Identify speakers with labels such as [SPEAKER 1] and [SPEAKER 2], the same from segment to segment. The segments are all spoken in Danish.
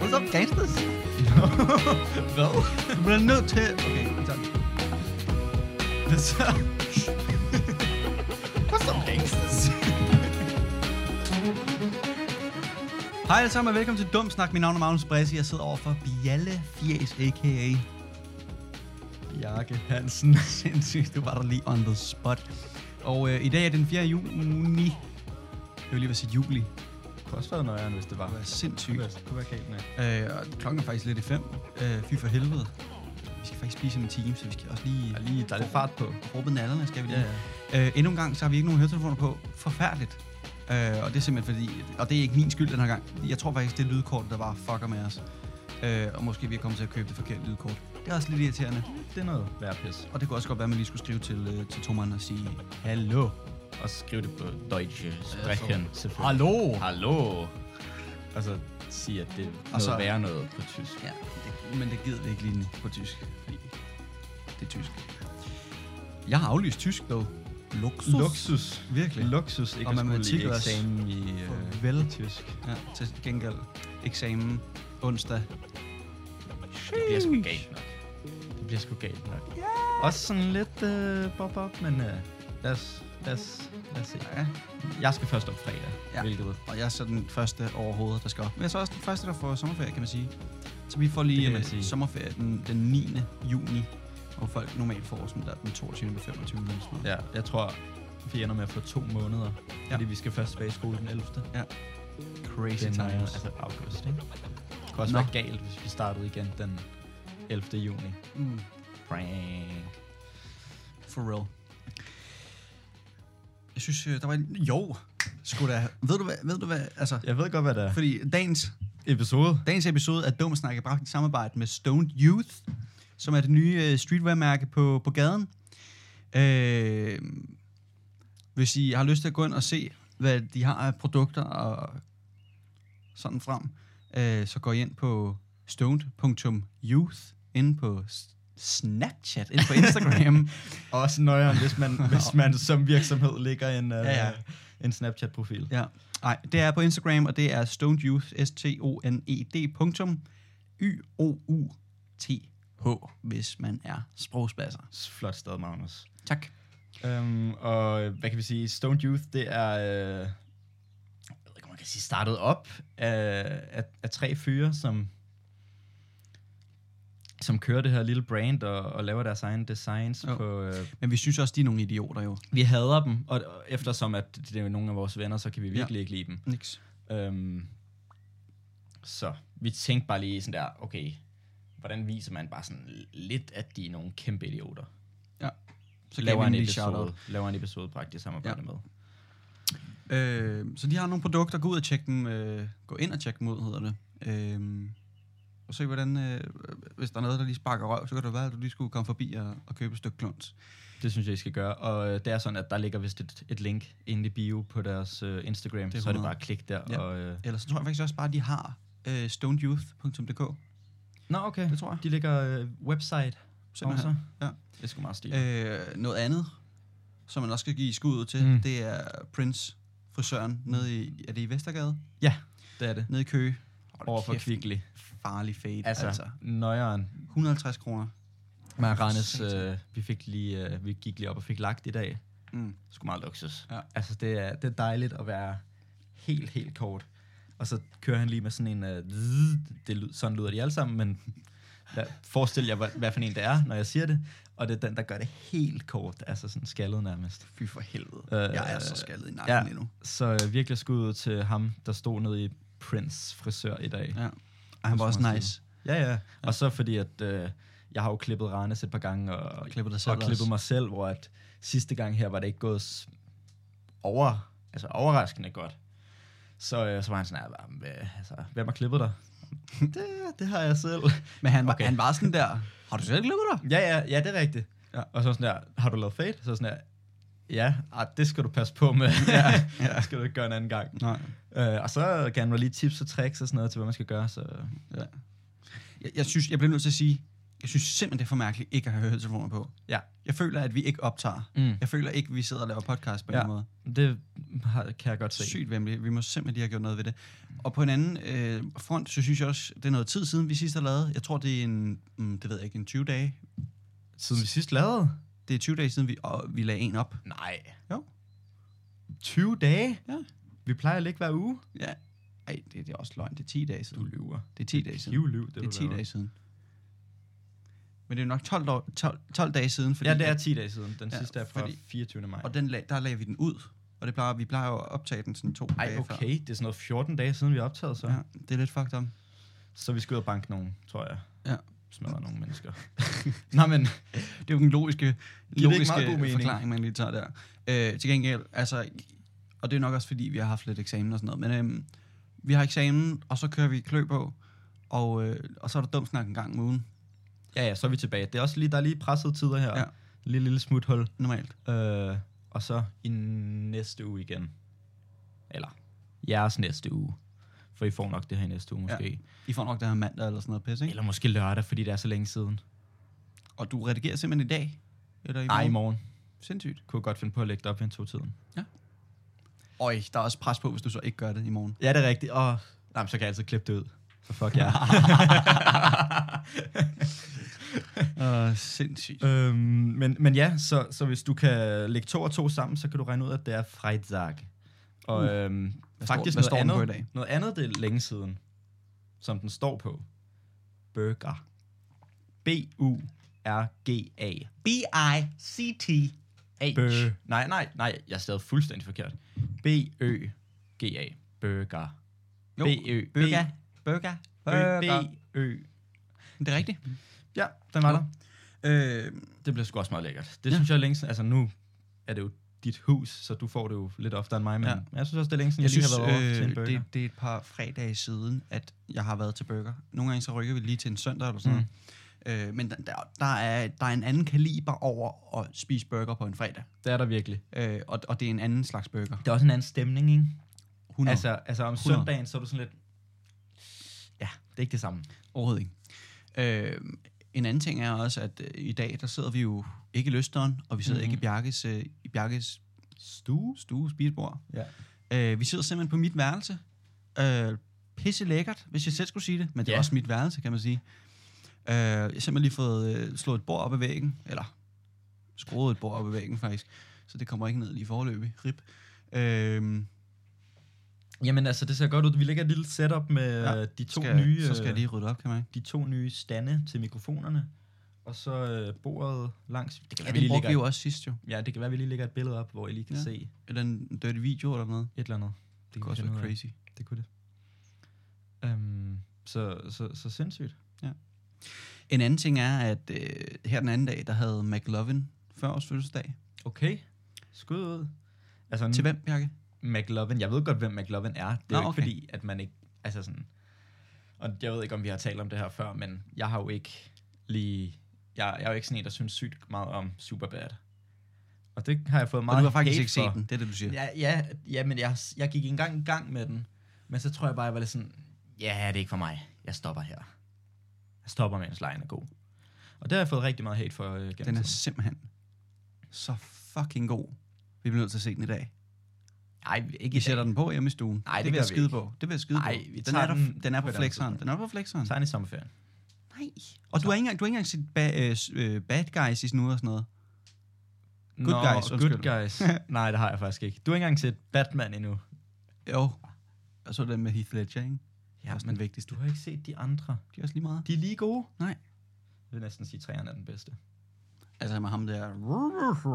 [SPEAKER 1] What's up, gangsters?
[SPEAKER 2] Hvad?
[SPEAKER 1] Du bliver nødt til... Okay, tak.
[SPEAKER 2] Hvad så? What's up, gangsters?
[SPEAKER 1] Hej alle sammen og velkommen til Dum Snak. Mit navn er Magnus Bresse. Jeg sidder overfor Bialle Fjes, a.k.a. Bjarke Hansen. Sindssygt, du var der lige on the spot. Og øh, i dag er den 4. juni. Jeg vil lige være sige juli. Det
[SPEAKER 2] Det kunne også være nøjeren, hvis det var.
[SPEAKER 1] var
[SPEAKER 2] Det
[SPEAKER 1] sindssygt.
[SPEAKER 2] kunne være- kunne være galt med.
[SPEAKER 1] Øh, og klokken er faktisk lidt i fem. Øh, fy for helvede. Vi skal faktisk spise om en time, så vi skal også lige...
[SPEAKER 2] Der er lige, der er lidt fart på.
[SPEAKER 1] Råbe nallerne, skal vi lige.
[SPEAKER 2] Ja,
[SPEAKER 1] ja. Øh, endnu en gang, så har vi ikke nogen høretelefoner på. Forfærdeligt. Øh, og det er simpelthen fordi... Og det er ikke min skyld den her gang. Jeg tror faktisk, det er lydkortet, der bare fucker med os. Øh, og måske vi er kommet til at købe det forkerte lydkort. Det er også lidt irriterende.
[SPEAKER 2] Det er noget værd pis.
[SPEAKER 1] Og det kunne også godt være, at man lige skulle skrive til, øh, til Toman og sige... Hallo.
[SPEAKER 2] Og skriv det på deutsche sprechen, selvfølgelig.
[SPEAKER 1] Hallo.
[SPEAKER 2] Hallo. Og så sige, at det er noget
[SPEAKER 1] så-
[SPEAKER 2] værre noget på tysk.
[SPEAKER 1] Ja, det, men det gider vi ikke lige nu på tysk. Fordi det er tysk. Jeg har aflyst tysk, dog. Luksus.
[SPEAKER 2] Luksus.
[SPEAKER 1] Virkelig.
[SPEAKER 2] Luksus. Ikke
[SPEAKER 1] Og
[SPEAKER 2] at skulle
[SPEAKER 1] matematik
[SPEAKER 2] i
[SPEAKER 1] også.
[SPEAKER 2] eksamen i øh,
[SPEAKER 1] Farvel.
[SPEAKER 2] tysk.
[SPEAKER 1] Ja, til gengæld eksamen onsdag.
[SPEAKER 2] Det bliver sgu galt nok. Det bliver sgu galt nok. Yeah. Også sådan lidt øh, bob op, men øh, lad, os, lad, os, lad os se.
[SPEAKER 1] Ja.
[SPEAKER 2] Jeg skal først op fredag,
[SPEAKER 1] Ja.
[SPEAKER 2] ja. hvilket
[SPEAKER 1] Og jeg er så den første overhovedet, der skal op. Men jeg er så også den første, der får sommerferie, kan man sige. Så vi får
[SPEAKER 2] Det
[SPEAKER 1] lige
[SPEAKER 2] kan man
[SPEAKER 1] øh,
[SPEAKER 2] sige.
[SPEAKER 1] sommerferie den, den 9. juni. Og folk normalt får sådan der den 22. og 25. eller sådan noget.
[SPEAKER 2] ja, jeg tror, vi ender med at få to måneder,
[SPEAKER 1] Ja.
[SPEAKER 2] ja. fordi vi skal først tilbage i skole den 11.
[SPEAKER 1] Crazy
[SPEAKER 2] Den, øh,
[SPEAKER 1] times.
[SPEAKER 2] altså august, ikke? Det kunne også
[SPEAKER 1] Nå.
[SPEAKER 2] være galt, hvis vi startede igen den 11. juni.
[SPEAKER 1] Mm.
[SPEAKER 2] Prank.
[SPEAKER 1] For real. Jeg synes, øh, der var en... Jo, sgu da. Ved du hvad? Ved du hvad? Altså,
[SPEAKER 2] Jeg ved godt, hvad det er.
[SPEAKER 1] fordi dagens
[SPEAKER 2] Episode.
[SPEAKER 1] Dagens episode af Dum Snak er bragt i samarbejde med Stoned Youth, som er det nye øh, streetwear-mærke på, på gaden. Øh, hvis I har lyst til at gå ind og se, hvad de har af produkter og sådan frem, øh, så går I ind på stoned.youth inde på s- Snapchat, inde på Instagram.
[SPEAKER 2] Også nøjere, hvis man, hvis man som virksomhed ligger en, øh,
[SPEAKER 1] Ja, ja.
[SPEAKER 2] ja, ja. en Snapchat-profil.
[SPEAKER 1] ja. Nej, det er på Instagram, og det er stoned youth, s-t-o-n-e-d, E punktum, y-o-u-t-h, hvis man er sprogsbasser.
[SPEAKER 2] Flot sted, Magnus.
[SPEAKER 1] Tak.
[SPEAKER 2] Øhm, og hvad kan vi sige? Stone Youth, det er... Øh, jeg ved ikke, om man kan sige startet op af, af, af tre fyre, som som kører det her lille brand og, og laver deres egen designs
[SPEAKER 1] Jo.
[SPEAKER 2] jo. på... Øh,
[SPEAKER 1] Men vi synes også, de er nogle idioter jo.
[SPEAKER 2] vi hader dem, og, og eftersom at det er nogle af vores venner, så kan vi virkelig ja. ikke lide dem.
[SPEAKER 1] Niks.
[SPEAKER 2] Øhm, så vi tænkte bare lige sådan der, okay, hvordan viser man bare sådan lidt, at de er nogle kæmpe idioter?
[SPEAKER 1] Ja. Så gav
[SPEAKER 2] Laver
[SPEAKER 1] vi
[SPEAKER 2] en,
[SPEAKER 1] en lille
[SPEAKER 2] episode,
[SPEAKER 1] shout-out.
[SPEAKER 2] laver en episode praktisk samarbejde
[SPEAKER 1] Ja.
[SPEAKER 2] ja. med.
[SPEAKER 1] Øh, så de har nogle produkter. Gå ud og tjek dem. Øh, gå ind og tjek dem ud, hedder det. Øh, og se, hvordan... Øh, hvis der er noget, der lige sparker røv, så kan det være, at du lige skulle komme forbi og, og købe et stykke kluns.
[SPEAKER 2] Det synes jeg, I skal gøre. Og øh, det er sådan, at der ligger vist et, et link inde i bio på deres øh, Instagram.
[SPEAKER 1] Det er
[SPEAKER 2] Det så er det
[SPEAKER 1] 100.
[SPEAKER 2] bare at klikke der.
[SPEAKER 1] Ja.
[SPEAKER 2] Ja. Og, øh,
[SPEAKER 1] Ellers så tror jeg faktisk også bare, at de har øh, stoneyouth.dk.
[SPEAKER 2] Nå, okay.
[SPEAKER 1] Det tror jeg.
[SPEAKER 2] De ligger øh, website
[SPEAKER 1] Simpelthen.
[SPEAKER 2] også.
[SPEAKER 1] Ja.
[SPEAKER 2] Det er sgu meget stiligt.
[SPEAKER 1] Øh, noget andet, som man også skal give skud ud til, mm.
[SPEAKER 2] Mm.
[SPEAKER 1] det er Prince frisøren nede i, er det i Vestergade?
[SPEAKER 2] Ja, det er det.
[SPEAKER 1] Nede i Køge. Hold
[SPEAKER 2] Over for
[SPEAKER 1] kæft,
[SPEAKER 2] Kvickly.
[SPEAKER 1] Farlig fade, altså.
[SPEAKER 2] Altså,
[SPEAKER 1] altså.
[SPEAKER 2] nøjeren.
[SPEAKER 1] 150 kroner.
[SPEAKER 2] Maranes,
[SPEAKER 1] Satan.
[SPEAKER 2] øh, vi, fik lige, øh, vi gik lige op og fik lagt i dag.
[SPEAKER 1] Mm.
[SPEAKER 2] Sgu meget luksus.
[SPEAKER 1] Ja.
[SPEAKER 2] Altså, det er, det er dejligt at være helt, helt kort. Og så kører han lige med sådan en... Øh, zzz, det lyd, sådan lyder de alle sammen, men lad, forestil jer, hvad, hvad for en det er, når jeg siger det. Og det er den, der gør det helt kort. Altså sådan skaldet nærmest.
[SPEAKER 1] Fy for helvede.
[SPEAKER 2] Øh,
[SPEAKER 1] jeg er så skaldet i nakken
[SPEAKER 2] ja.
[SPEAKER 1] ja. lige nu.
[SPEAKER 2] Så øh, virkelig skud ud til ham, der stod nede i Prince frisør i dag.
[SPEAKER 1] Ja. Og han var også
[SPEAKER 2] Måske.
[SPEAKER 1] nice.
[SPEAKER 2] Ja, ja. Og så fordi, at øh, jeg har jo klippet Randes et par gange, og,
[SPEAKER 1] Klippet dig selv
[SPEAKER 2] og klippet
[SPEAKER 1] også.
[SPEAKER 2] mig selv, hvor at sidste gang her var det ikke gået s- over, altså overraskende godt. Så, øh, så var han sådan, "Ah, hvad- hvad- altså, hvem har klippet dig? det, det har jeg selv.
[SPEAKER 1] Men han var, okay.
[SPEAKER 2] Okay.
[SPEAKER 1] han var sådan der, har du selv klippet dig?
[SPEAKER 2] Ja, ja, ja, det er rigtigt.
[SPEAKER 1] Ja.
[SPEAKER 2] Ja. Og så sådan der, har du lavet fade? Så sådan der, ja, ah, det skal du passe på med. ja, ja. det skal du ikke gøre en anden gang.
[SPEAKER 1] Nej.
[SPEAKER 2] Øh, og så gav han mig lige tips og tricks og sådan noget til, hvad man skal gøre. Så
[SPEAKER 1] Ja. Jeg, jeg, synes, jeg bliver nødt til at sige, jeg synes simpelthen, det er for mærkeligt ikke at have høretelefoner på.
[SPEAKER 2] ja,
[SPEAKER 1] Jeg føler, at vi ikke optager.
[SPEAKER 2] Mm.
[SPEAKER 1] Jeg føler ikke, at vi sidder og laver podcast på ja.
[SPEAKER 2] Ja.
[SPEAKER 1] den måde.
[SPEAKER 2] det, har, kan jeg godt se.
[SPEAKER 1] Sygt vemmelig. Vi må simpelthen lige have gjort noget ved det. Og på en anden øh, front, så synes jeg også, det er noget tid siden, vi sidst har lavet. Jeg tror, det er en, mm, det ved jeg ikke, en 20 dage.
[SPEAKER 2] Siden vi sidst lavede?
[SPEAKER 1] Det er 20 dage siden, vi, og vi lagde en op.
[SPEAKER 2] Nej.
[SPEAKER 1] Jo.
[SPEAKER 2] 20 dage?
[SPEAKER 1] Ja.
[SPEAKER 2] Vi plejer at ligge hver uge.
[SPEAKER 1] Ja. Ej, det, det er også løgn. Det er 10 dage siden.
[SPEAKER 2] lyver.
[SPEAKER 1] Det er 10 dage siden.
[SPEAKER 2] Piv lyv, det,
[SPEAKER 1] Det er 10 dage siden. Men det er nok 12, år, 12, 12 dage siden. Fordi
[SPEAKER 2] Fordi ja, det er
[SPEAKER 1] at-
[SPEAKER 2] 10 dage siden. Den
[SPEAKER 1] Ja,
[SPEAKER 2] ja, sidste er fra
[SPEAKER 1] fordi-
[SPEAKER 2] fordi, 24. maj.
[SPEAKER 1] Og den, lag- der lagde vi den ud. Og det plejer, vi plejer jo at optage den sådan to
[SPEAKER 2] Ej,
[SPEAKER 1] dage før.
[SPEAKER 2] okay. Det er sådan noget 14 dage siden, vi har optaget, så. Ja.
[SPEAKER 1] Ja, det er lidt fucked up.
[SPEAKER 2] Så vi skal ud og banke nogen, tror jeg.
[SPEAKER 1] Ja.
[SPEAKER 2] Smadre nogle mennesker. Nej, men
[SPEAKER 1] Det er jo den logiske,
[SPEAKER 2] ikke meget
[SPEAKER 1] logiske
[SPEAKER 2] god mening?
[SPEAKER 1] forklaring, man lige tager der. Øh, til gengæld, altså, og det er nok også fordi, vi har haft lidt eksamen og sådan noget, men øhm, vi har eksamen, og så kører vi klø på, og, øh, og så er der dum snak en gang om ugen,
[SPEAKER 2] ja, ja, så er vi tilbage. Det er også lige, der er lige pressede tider her.
[SPEAKER 1] Ja.
[SPEAKER 2] Ja. Lille, lille smuthul.
[SPEAKER 1] normalt.
[SPEAKER 2] Øh, og så i næste uge igen. Eller jeres næste uge. For I får nok det her i næste uge
[SPEAKER 1] Ja.
[SPEAKER 2] måske.
[SPEAKER 1] I får nok det her mandag eller sådan noget pisse, ikke?
[SPEAKER 2] Eller måske lørdag, fordi det er så længe siden.
[SPEAKER 1] Og du redigerer simpelthen i dag? Eller i
[SPEAKER 2] Nej, i
[SPEAKER 1] morgen?
[SPEAKER 2] morgen.
[SPEAKER 1] Sindssygt.
[SPEAKER 2] Kunne jeg godt finde på at lægge det op i en to-tiden.
[SPEAKER 1] Øj, der er også pres på, hvis du så ikke gør det i morgen.
[SPEAKER 2] Ja, det er rigtigt. Og nej, men så kan jeg altid klippe det ud. Så fuck jer.
[SPEAKER 1] Åh,
[SPEAKER 2] Øh,
[SPEAKER 1] uh, sindssygt.
[SPEAKER 2] øhm, men, men ja, så, så hvis du kan lægge to og to sammen, så kan du regne ud, at det er Freitag. Og
[SPEAKER 1] Uh.
[SPEAKER 2] øhm,
[SPEAKER 1] Hvad står-
[SPEAKER 2] faktisk
[SPEAKER 1] hvad står den
[SPEAKER 2] noget,
[SPEAKER 1] på i
[SPEAKER 2] andet,
[SPEAKER 1] dag?
[SPEAKER 2] noget andet, det er længe siden, som den står på. Burger. B-U-R-G-A.
[SPEAKER 1] B-I-C-T-H.
[SPEAKER 2] Bø. Nej, nej, nej, jeg er stadig fuldstændig forkert. B-Ø-G-A. Burger.
[SPEAKER 1] Jo,
[SPEAKER 2] B-Ø.
[SPEAKER 1] Burger. Burger. Burger.
[SPEAKER 2] B-Ø.
[SPEAKER 1] Det er rigtigt.
[SPEAKER 2] Ja, den var
[SPEAKER 1] Nå.
[SPEAKER 2] der.
[SPEAKER 1] Øh,
[SPEAKER 2] Det bliver sgu også meget lækkert.
[SPEAKER 1] Ja.
[SPEAKER 2] Det ja. synes jeg er længe siden. Altså nu er det jo dit hus, så du får det jo lidt oftere end mig, men
[SPEAKER 1] Ja.
[SPEAKER 2] ja. jeg synes også, det er længe siden, jeg,
[SPEAKER 1] Jeg
[SPEAKER 2] jeg lige
[SPEAKER 1] synes,
[SPEAKER 2] synes, har været over øh, til en
[SPEAKER 1] øh,
[SPEAKER 2] burger.
[SPEAKER 1] det, det er et par fredage siden, at jeg har været til burger. Nogle gange så rykker vi lige til en søndag eller sådan mm. noget. Øh, men der, der, der, er, der er en anden kaliber over at spise burger på en fredag.
[SPEAKER 2] Det, det er der virkelig.
[SPEAKER 1] Øh, og, og det er en anden slags burger.
[SPEAKER 2] Der er også en anden stemning, ikke?
[SPEAKER 1] 100. Altså,
[SPEAKER 2] Altså, altså om
[SPEAKER 1] 100.
[SPEAKER 2] søndagen, så er du sådan lidt... Ja, det er ikke det samme.
[SPEAKER 1] overhovedet ikke. Øh, en anden ting er også, at øh, i dag, der sidder vi jo ikke i løsteren, og vi sidder mm.
[SPEAKER 2] Mhm.
[SPEAKER 1] ikke i Bjarkes, øh, i Bjarkes stue, stue spisebord.
[SPEAKER 2] Ja.
[SPEAKER 1] Øh, vi sidder simpelthen på mit værelse. Øh, pisse lækkert, hvis jeg selv skulle sige det. Men det er
[SPEAKER 2] Ja.
[SPEAKER 1] også mit værelse, kan man sige. Øh, jeg har simpelthen lige fået øh, slået et bord op ad væggen. Eller skruet et bord op ad væggen, faktisk. Så det kommer ikke ned lige forløbig. Rip. Øh,
[SPEAKER 2] Jamen altså, det ser godt ud. Vi lægger et lille setup med
[SPEAKER 1] Ja,
[SPEAKER 2] ja, de to
[SPEAKER 1] skal,
[SPEAKER 2] nye...
[SPEAKER 1] så skal jeg
[SPEAKER 2] øh,
[SPEAKER 1] lige rydde op, kan man ikke?
[SPEAKER 2] de to nye stande til mikrofonerne, og så øh, bordet langs. Det kan,
[SPEAKER 1] Ja,
[SPEAKER 2] være, vi
[SPEAKER 1] det
[SPEAKER 2] lige
[SPEAKER 1] brugte
[SPEAKER 2] lægger,
[SPEAKER 1] vi jo også sidst jo.
[SPEAKER 2] et- ja, det kan være, vi lige lægger et billede op, hvor I lige kan
[SPEAKER 1] Ja.
[SPEAKER 2] ja. se et
[SPEAKER 1] Eller en dirty video eller noget.
[SPEAKER 2] eller andet.
[SPEAKER 1] Det
[SPEAKER 2] kan
[SPEAKER 1] kunne
[SPEAKER 2] vi
[SPEAKER 1] også
[SPEAKER 2] finde
[SPEAKER 1] være
[SPEAKER 2] ud af.
[SPEAKER 1] crazy.
[SPEAKER 2] Det kunne det.
[SPEAKER 1] Øhm,
[SPEAKER 2] Um, så, så, så sindssygt.
[SPEAKER 1] En anden ting er, at øh, her den anden dag, der havde McLovin før års fødselsdag.
[SPEAKER 2] Okay. Skud ud. Altså,
[SPEAKER 1] Til
[SPEAKER 2] Til
[SPEAKER 1] hvem, Bjarke?
[SPEAKER 2] McLovin, jeg ved godt, hvem McLovin er. Det er
[SPEAKER 1] Nå,
[SPEAKER 2] jo ikke
[SPEAKER 1] okay.
[SPEAKER 2] fordi, at man ikke, altså sådan, og jeg ved ikke, om vi har talt om det her før, men jeg har jo ikke lige, jeg, jeg er jo ikke sådan en, der synes sygt meget om Superbad. Og det har jeg fået
[SPEAKER 1] Og
[SPEAKER 2] meget
[SPEAKER 1] du har faktisk
[SPEAKER 2] hate
[SPEAKER 1] ikke set
[SPEAKER 2] for.
[SPEAKER 1] den, det er det, du siger.
[SPEAKER 2] Ja, ja, ja men jeg, jeg gik engang i gang med den, men så tror jeg bare, jeg var lidt sådan, ja, det er ikke for mig. Jeg stopper her. Jeg stopper, mens lejen er god. Og det har jeg fået rigtig meget hate for øh, gennem
[SPEAKER 1] Den er
[SPEAKER 2] tiden.
[SPEAKER 1] simpelthen så fucking god. Vi bliver nødt til at se den i dag.
[SPEAKER 2] Ej, ikke
[SPEAKER 1] Vi
[SPEAKER 2] i sætter
[SPEAKER 1] sætter
[SPEAKER 2] den.
[SPEAKER 1] den på hjemme i stuen.
[SPEAKER 2] Nej, det
[SPEAKER 1] vil
[SPEAKER 2] gør
[SPEAKER 1] jeg
[SPEAKER 2] vi
[SPEAKER 1] skide
[SPEAKER 2] ikke.
[SPEAKER 1] på. Det vil jeg skide
[SPEAKER 2] Nej,
[SPEAKER 1] på.
[SPEAKER 2] vi
[SPEAKER 1] den, er
[SPEAKER 2] tager
[SPEAKER 1] der,
[SPEAKER 2] den
[SPEAKER 1] den er
[SPEAKER 2] på
[SPEAKER 1] på
[SPEAKER 2] et andet
[SPEAKER 1] flexeren.
[SPEAKER 2] tidspunkt.
[SPEAKER 1] Den er på flexeren.
[SPEAKER 2] Tegn i sommerferien.
[SPEAKER 1] Nej. Og du har ikke engang, du har ikke engang set ba- øh, s- øh, bad guys i sådan noget og sådan noget. Good guys, undskyld.
[SPEAKER 2] Good guys. Nej, det har jeg faktisk ikke. Du har ikke engang set Batman endnu.
[SPEAKER 1] Jo. Og så den med Heath Ledger, ikke?
[SPEAKER 2] Ja,
[SPEAKER 1] også
[SPEAKER 2] men
[SPEAKER 1] den vigtigste.
[SPEAKER 2] Du har ikke set de andre.
[SPEAKER 1] De er også lige meget.
[SPEAKER 2] De er lige gode.
[SPEAKER 1] Nej.
[SPEAKER 2] Jeg vil næsten sige, at træerne er den bedste.
[SPEAKER 1] Altså med ham der.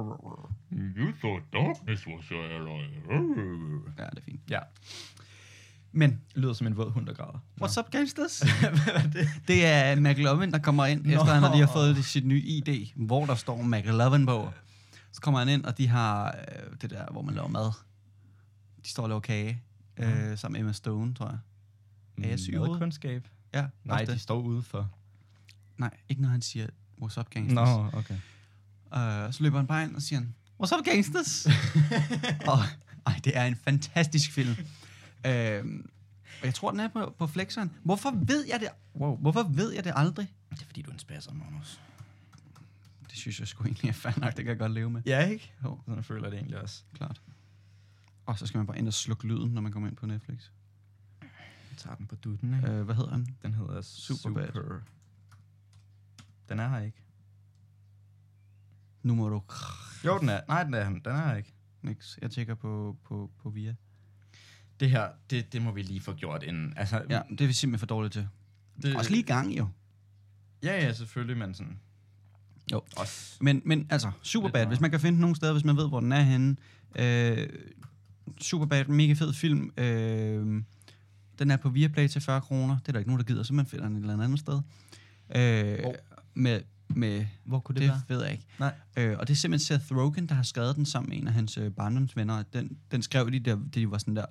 [SPEAKER 3] You thought darkness was your ally.
[SPEAKER 1] Ja, det er fint.
[SPEAKER 2] Ja.
[SPEAKER 1] Men,
[SPEAKER 2] Lyder som en våd hund, der græder.
[SPEAKER 1] what's up, gangsters?
[SPEAKER 2] Hvad var det?
[SPEAKER 1] Det er McLovin, der kommer ind, Nå.
[SPEAKER 2] Nå.
[SPEAKER 1] efter han lige har fået sit nye ID, hvor der står McLovin på. Så kommer han ind, og de har øh, det der, hvor man laver mad. De står og laver kage, øh,
[SPEAKER 2] Mm.
[SPEAKER 1] sammen med Emma Stone, tror jeg. Er jeg syg i hovedet?
[SPEAKER 2] Madkundskab?
[SPEAKER 1] Ja,
[SPEAKER 2] Nej,
[SPEAKER 1] også
[SPEAKER 2] de
[SPEAKER 1] det.
[SPEAKER 2] står udenfor.
[SPEAKER 1] Nej, ikke når han siger, what's up, gangsters.
[SPEAKER 2] Nå, okay.
[SPEAKER 1] Øh, så løber han bare ind og siger, han, what's up, gangsters? og, ej, det er en fantastisk film. Øh, og jeg tror, den er på, på flexeren. Hvorfor ved jeg det? Wow. Hvorfor ved jeg det aldrig?
[SPEAKER 2] Det er fordi, du er en spasser, Magnus.
[SPEAKER 1] Det synes jeg sgu egentlig er fair nok, det kan jeg godt leve med.
[SPEAKER 2] Ja, ikke?
[SPEAKER 1] Jo.
[SPEAKER 2] Sådan føler jeg det egentlig også.
[SPEAKER 1] Klart. Og så skal man bare ind og slukke lyden, når man kommer ind på Netflix.
[SPEAKER 2] Jeg tager den på dutten, ikke?
[SPEAKER 1] Øh, hvad hedder han?
[SPEAKER 2] Den hedder
[SPEAKER 1] Superbad.
[SPEAKER 2] Superbad. Super. Den er her ikke.
[SPEAKER 1] Nu må du
[SPEAKER 2] Jo, den er. Nej, den er han. Den er her ikke.
[SPEAKER 1] Nix. Jeg tjekker på, på, på Via.
[SPEAKER 2] Det her, det, det må vi lige få gjort inden. Altså,
[SPEAKER 1] Ja, det er vi simpelthen for dårligt til.
[SPEAKER 2] det,
[SPEAKER 1] Også lige i gang, jo.
[SPEAKER 2] Ja, ja, selvfølgelig, men sådan...
[SPEAKER 1] Jo.
[SPEAKER 2] Også.
[SPEAKER 1] Men, men altså, Superbad,
[SPEAKER 2] meget.
[SPEAKER 1] hvis man kan finde den nogen steder, hvis man ved, hvor den er henne. Øh, Superbad, mega fed film. Øh, den er på Viaplay til 40 kroner. Det er der ikke nogen, der gider, så man finder den et eller andet andet sted. Øh,
[SPEAKER 2] Hvor?
[SPEAKER 1] Med, med,
[SPEAKER 2] Hvor kunne
[SPEAKER 1] det ved jeg ikke.
[SPEAKER 2] Nej.
[SPEAKER 1] Øh, og det er simpelthen Seth Rogen, der har skrevet den sammen med en af hans øh, barndomsvenner. Den, den skrev de, da de var sådan der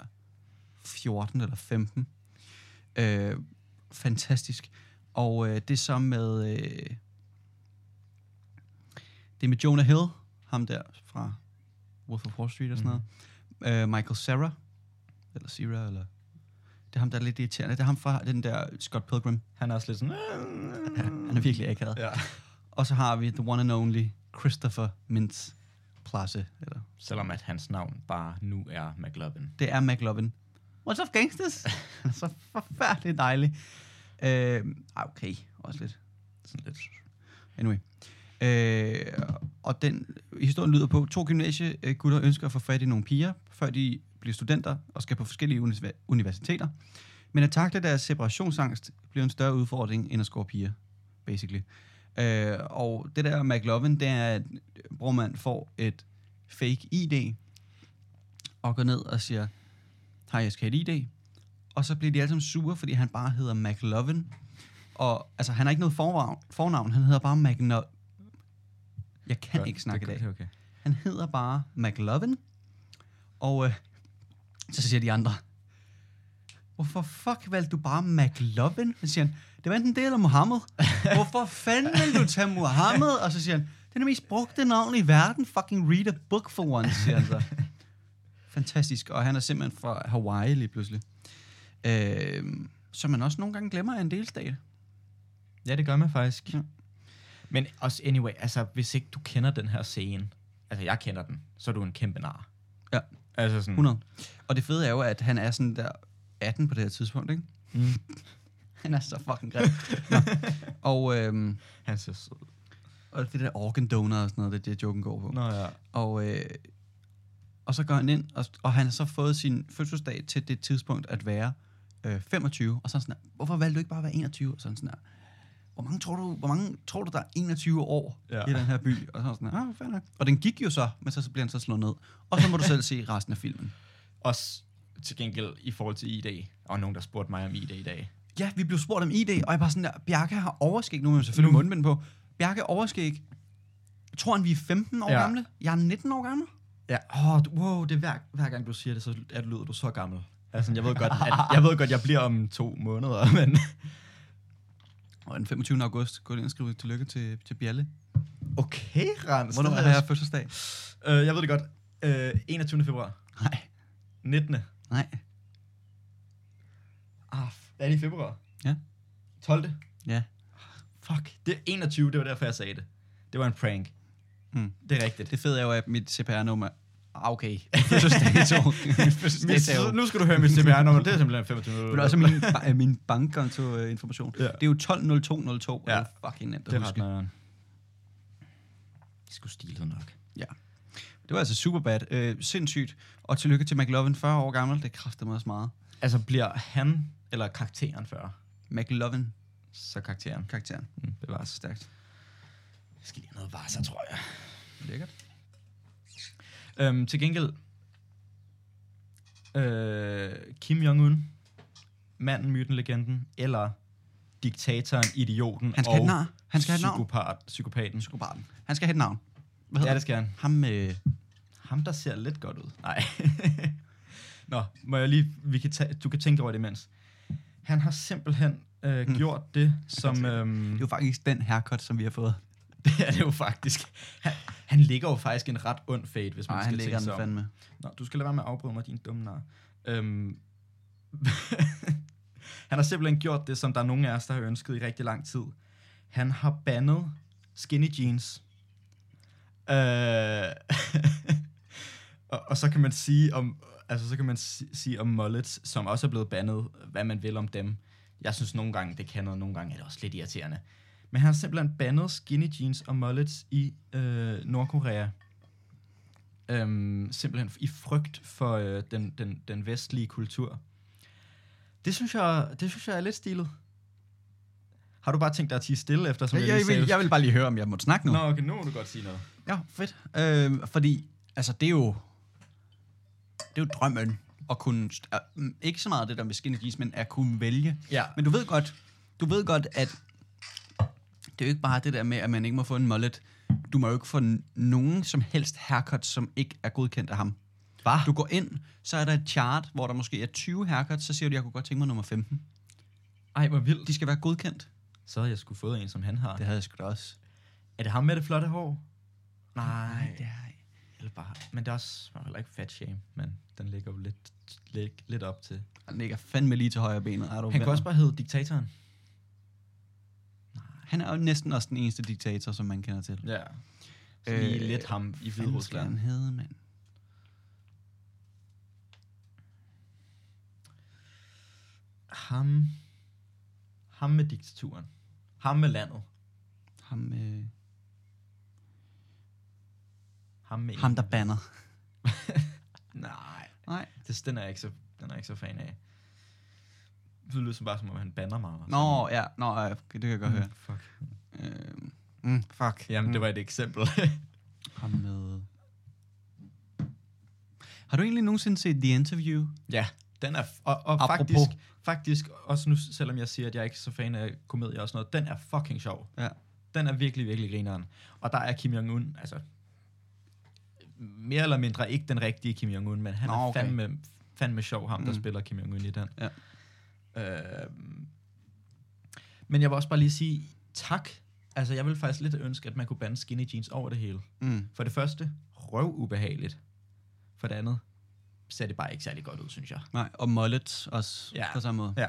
[SPEAKER 1] 14 eller 15. Øh, fantastisk. Og øh, det er så med... Øh, det er med Jonah Hill, ham der fra Wolf of Wall Street og sådan
[SPEAKER 2] Mhm.
[SPEAKER 1] noget. Øh, Michael Cera, eller Cera, eller... Det er ham, der er lidt irriterende. Det er ham fra den der Scott Pilgrim.
[SPEAKER 2] Han er også lidt sådan...
[SPEAKER 1] Han er virkelig akavet.
[SPEAKER 2] Ja.
[SPEAKER 1] Og så har vi the one and only Christopher Mintz Plasse. Eller,
[SPEAKER 2] Selvom at hans navn bare nu er McLovin.
[SPEAKER 1] det er McLovin. What's up, gangsters? Han er så forfærdeligt dejlig. Øh, ah, okay, også lidt.
[SPEAKER 2] Sådan lidt...
[SPEAKER 1] Anyway. Øh, og den historien lyder på, to gymnasiegutter ønsker at få fat i nogle piger, før de bliver studenter og skal på forskellige unis- universiteter. Men at takle deres separationsangst bliver en større udfordring end at score piger, basically. Øh, og det der McLovin, det er, at brormand får et fake ID og går ned og siger, hej, jeg skal have et ID. Og så bliver de alle sammen sure, fordi han bare hedder McLovin. Og altså, han har ikke noget fornavn, fornavn han hedder bare McNo... Jeg kan
[SPEAKER 2] Godt,
[SPEAKER 1] ikke snakke i
[SPEAKER 2] det,
[SPEAKER 1] dag.
[SPEAKER 2] Det er okay.
[SPEAKER 1] Han hedder bare McLovin. Og øh, så siger de andre, hvorfor fuck valgte du bare McLovin? Så siger han, det var enten det eller Mohammed. Hvorfor fanden vil du tage Mohammed? Og så siger han, det er det mest brugte navn i verden. Fucking read a book for once, siger han så. Fantastisk. Og han er simpelthen fra Hawaii lige pludselig. Øh, så man også nogle gange glemmer er en delstat.
[SPEAKER 2] Ja, det gør man faktisk.
[SPEAKER 1] Ja.
[SPEAKER 2] Ja. Men også anyway, altså hvis ikke du kender den her scene, altså jeg kender den, så er du en kæmpe nar.
[SPEAKER 1] Ja.
[SPEAKER 2] Altså sådan,
[SPEAKER 1] 100. Og det fede er jo, at han er sådan der 18 på det her tidspunkt, ikke?
[SPEAKER 2] Mm.
[SPEAKER 1] Han er så fucking grim. Nå. og, øhm,
[SPEAKER 2] han ser sød.
[SPEAKER 1] og det der organ donor og sådan noget, det er det, joken går på.
[SPEAKER 2] Nå ja.
[SPEAKER 1] Og, øh, og så går han ind, og, og han har så fået sin fødselsdag til det tidspunkt at være øh, 25. Og så er han sådan her, hvorfor valgte du ikke bare at være 21? Og så er han sådan her, hvor mange tror du, hvor mange tror du der er 21 år ja.
[SPEAKER 2] Ja.
[SPEAKER 1] i den her by? Og så er han sådan her, ah, fair nok. Og den gik jo så, men så, så bliver han så slået ned. Og så må du selv se resten af filmen.
[SPEAKER 2] Også til gengæld i forhold til ID, og nogen der spurgte mig om ID i dag.
[SPEAKER 1] ja, vi blev spurgt om ID, og jeg var sådan der, Bjarke har overskæg, nu er jeg selvfølgelig
[SPEAKER 2] Nu-
[SPEAKER 1] mundbind på, Bjarke overskæg, tror han, vi er 15 år ja.
[SPEAKER 2] Ja.
[SPEAKER 1] gamle? Jeg er 19 år gammel.
[SPEAKER 2] Ja, oh, wow, det er hver, hver gang du siger det, så er du, lyder du så gammel. Altså, jeg ved godt, at, jeg ved godt, jeg bliver om to måneder, men...
[SPEAKER 1] Og den 25. august går jeg ind og skriver tillykke til, til Bjalle.
[SPEAKER 2] Okay, Rans.
[SPEAKER 1] Hvornår har jeg fødselsdag?
[SPEAKER 2] Øh, jeg ved det godt. Øh, 21. februar.
[SPEAKER 1] Nej,
[SPEAKER 2] 19.
[SPEAKER 1] nej.
[SPEAKER 2] Ah, f- er det i februar?
[SPEAKER 1] Ja.
[SPEAKER 2] 12.
[SPEAKER 1] Ja.
[SPEAKER 2] Fuck, det er 21, det var derfor, jeg sagde det. Det var en prank.
[SPEAKER 1] Mm.
[SPEAKER 2] Hmm. Det er rigtigt.
[SPEAKER 1] Det fede er jo, at mit CPR-nummer... Ah, okay. Fødselsdato. Min fødselsdato.
[SPEAKER 2] nu skal du høre mit CPR-nummer, det er simpelthen 25
[SPEAKER 1] Men også min, ba- min bankkontoinformation.
[SPEAKER 2] Ja.
[SPEAKER 1] Ja. Det er jo 12.02.02, og det
[SPEAKER 2] Ja.
[SPEAKER 1] er fucking nemt at
[SPEAKER 2] Det øh, er ret
[SPEAKER 1] huske.
[SPEAKER 2] nøjeren. De skulle stilet nok.
[SPEAKER 1] Det var altså super bad. Øh, sindssygt. Og tillykke til McLovin, 40 år gammel. Det kræfter mig også meget.
[SPEAKER 2] Altså, bliver han eller karakteren før?
[SPEAKER 1] McLovin,
[SPEAKER 2] Så karakteren.
[SPEAKER 1] karakteren.
[SPEAKER 2] Mm, det var så
[SPEAKER 1] Stærkt.
[SPEAKER 2] Jeg skal lige have noget varser, tror jeg.
[SPEAKER 1] Lækkert.
[SPEAKER 2] Øhm, til gengæld, øh, Kim Jong-un, manden, myten, legenden, eller diktatoren, idioten
[SPEAKER 1] Han skal
[SPEAKER 2] og
[SPEAKER 1] have et nar. Han skal have et navn.
[SPEAKER 2] psykopat, psykopaten.
[SPEAKER 1] Psykopaten. Han skal have et navn. Hvad
[SPEAKER 2] Ja,
[SPEAKER 1] hedder
[SPEAKER 2] det skal han.
[SPEAKER 1] det? Ham med... Øh,
[SPEAKER 2] Ham, der ser lidt godt ud. Nej. Nå, må jeg lige, vi kan tage, du kan tænke over det imens. Han har simpelthen øh, gjort det, som... Øhm,
[SPEAKER 1] det er Hmm. jo faktisk den haircut, som vi har fået.
[SPEAKER 2] det er det jo faktisk. Han, han ligger jo faktisk en ret ond fade, hvis man
[SPEAKER 1] Nej,
[SPEAKER 2] skal
[SPEAKER 1] han
[SPEAKER 2] tænke
[SPEAKER 1] ligger
[SPEAKER 2] sig
[SPEAKER 1] den
[SPEAKER 2] om.
[SPEAKER 1] fandme.
[SPEAKER 2] Nå, du skal lade være med at afbryde mig, din dumme nar. Øhm, han har simpelthen gjort det, som der er nogen af os, der har ønsket i rigtig lang tid. Han har bandet skinny jeans. Øh, og, og så kan man sige, om altså, så kan man si- sige om mullets, som også er blevet bandet, hvad man vil om dem. Jeg synes nogle gange, det kan noget, nogle gange er det også lidt irriterende. Men han har simpelthen bandet skinny jeans og mullets i øh, Nordkorea. Øhm, simpelthen i frygt for øh, den, den, den vestlige kultur. Det synes, jeg, det synes jeg er lidt stilet. Har du bare tænkt dig at tige stille efter, som
[SPEAKER 1] Jeg,
[SPEAKER 2] jeg,
[SPEAKER 1] jeg,
[SPEAKER 2] lige sagde?
[SPEAKER 1] vil, jeg vil bare lige høre, om jeg måtte snakke nu.
[SPEAKER 2] Nå, okay, nu må du godt sige noget.
[SPEAKER 1] Ja, fedt. Øh, fordi, altså, det er jo... Det er jo drømmen at kunne... st- at, mm, ikke så meget det der med skinny jeans, men at kunne vælge.
[SPEAKER 2] Ja.
[SPEAKER 1] Men du ved godt, du ved godt, at det er jo ikke bare det der med, at man ikke må få en mullet. Du må jo ikke få n- nogen som helst haircut, som ikke er godkendt af ham.
[SPEAKER 2] Bare.
[SPEAKER 1] Du går ind, så er der et chart, hvor der måske er 20 haircuts, så siger du, jeg kunne godt tænke mig nummer 15.
[SPEAKER 2] Ej, hvor vildt.
[SPEAKER 1] De skal være godkendt.
[SPEAKER 2] Så havde jeg skulle fået en, som han har.
[SPEAKER 1] havde jeg sgu da også.
[SPEAKER 2] Er det ham med det flotte hår? Nej,
[SPEAKER 1] Det har jeg.
[SPEAKER 2] eller bare... Men det er også var heller ikke fat shame, men den ligger jo lidt, lidt, lidt op til.
[SPEAKER 1] Han ligger fandme lige til højre benet. Er du
[SPEAKER 2] Han
[SPEAKER 1] venner?
[SPEAKER 2] kunne også bare hedde Diktatoren.
[SPEAKER 1] Han er jo næsten også den eneste diktator, som man kender til.
[SPEAKER 2] Ja. Lige
[SPEAKER 1] Øh,
[SPEAKER 2] lidt ham i Hviderusland.
[SPEAKER 1] Han hedde, mand.
[SPEAKER 2] Ham... Ham med diktaturen. Ham med landet.
[SPEAKER 1] Ham, øh,
[SPEAKER 2] Ham med...
[SPEAKER 1] ham, der banner.
[SPEAKER 2] Nej,
[SPEAKER 1] Nej.
[SPEAKER 2] det, den, er jeg ikke så, den er jeg ikke så fan af. Det lyder som bare, som om han banner meget. og sådan.
[SPEAKER 1] Nå, ja. Nå, ja, okay, det kan jeg godt høre.
[SPEAKER 2] Mm, fuck.
[SPEAKER 1] Øh, mm, fuck.
[SPEAKER 2] Jamen,
[SPEAKER 1] mm.
[SPEAKER 2] det var et eksempel.
[SPEAKER 1] Ham med... Har du egentlig nogensinde set The Interview?
[SPEAKER 2] ja, den er... f- Og, og
[SPEAKER 1] Apropos.
[SPEAKER 2] faktisk, faktisk, også nu, selvom jeg siger, at jeg er ikke er så fan af komedier og sådan noget, den er fucking sjov.
[SPEAKER 1] Ja.
[SPEAKER 2] Den er virkelig, virkelig grineren. Og der er Kim Jong-un, altså mere eller mindre ikke den rigtige Kim Jong-un, men han Nå,
[SPEAKER 1] Nå,
[SPEAKER 2] er
[SPEAKER 1] okay.
[SPEAKER 2] okay. fandme, fandme sjov, ham der
[SPEAKER 1] Mm.
[SPEAKER 2] spiller Kim Jong-un i den.
[SPEAKER 1] Ja.
[SPEAKER 2] Øh, men jeg vil også bare lige sige tak. Altså jeg vil faktisk lidt ønske, at man kunne bande skinny jeans over det hele.
[SPEAKER 1] Mm.
[SPEAKER 2] For det første, røv ubehageligt. For det andet, ser det bare ikke særlig godt ud, synes jeg.
[SPEAKER 1] Nej, og Mullet også
[SPEAKER 2] Ja.
[SPEAKER 1] på samme måde.
[SPEAKER 2] Ja.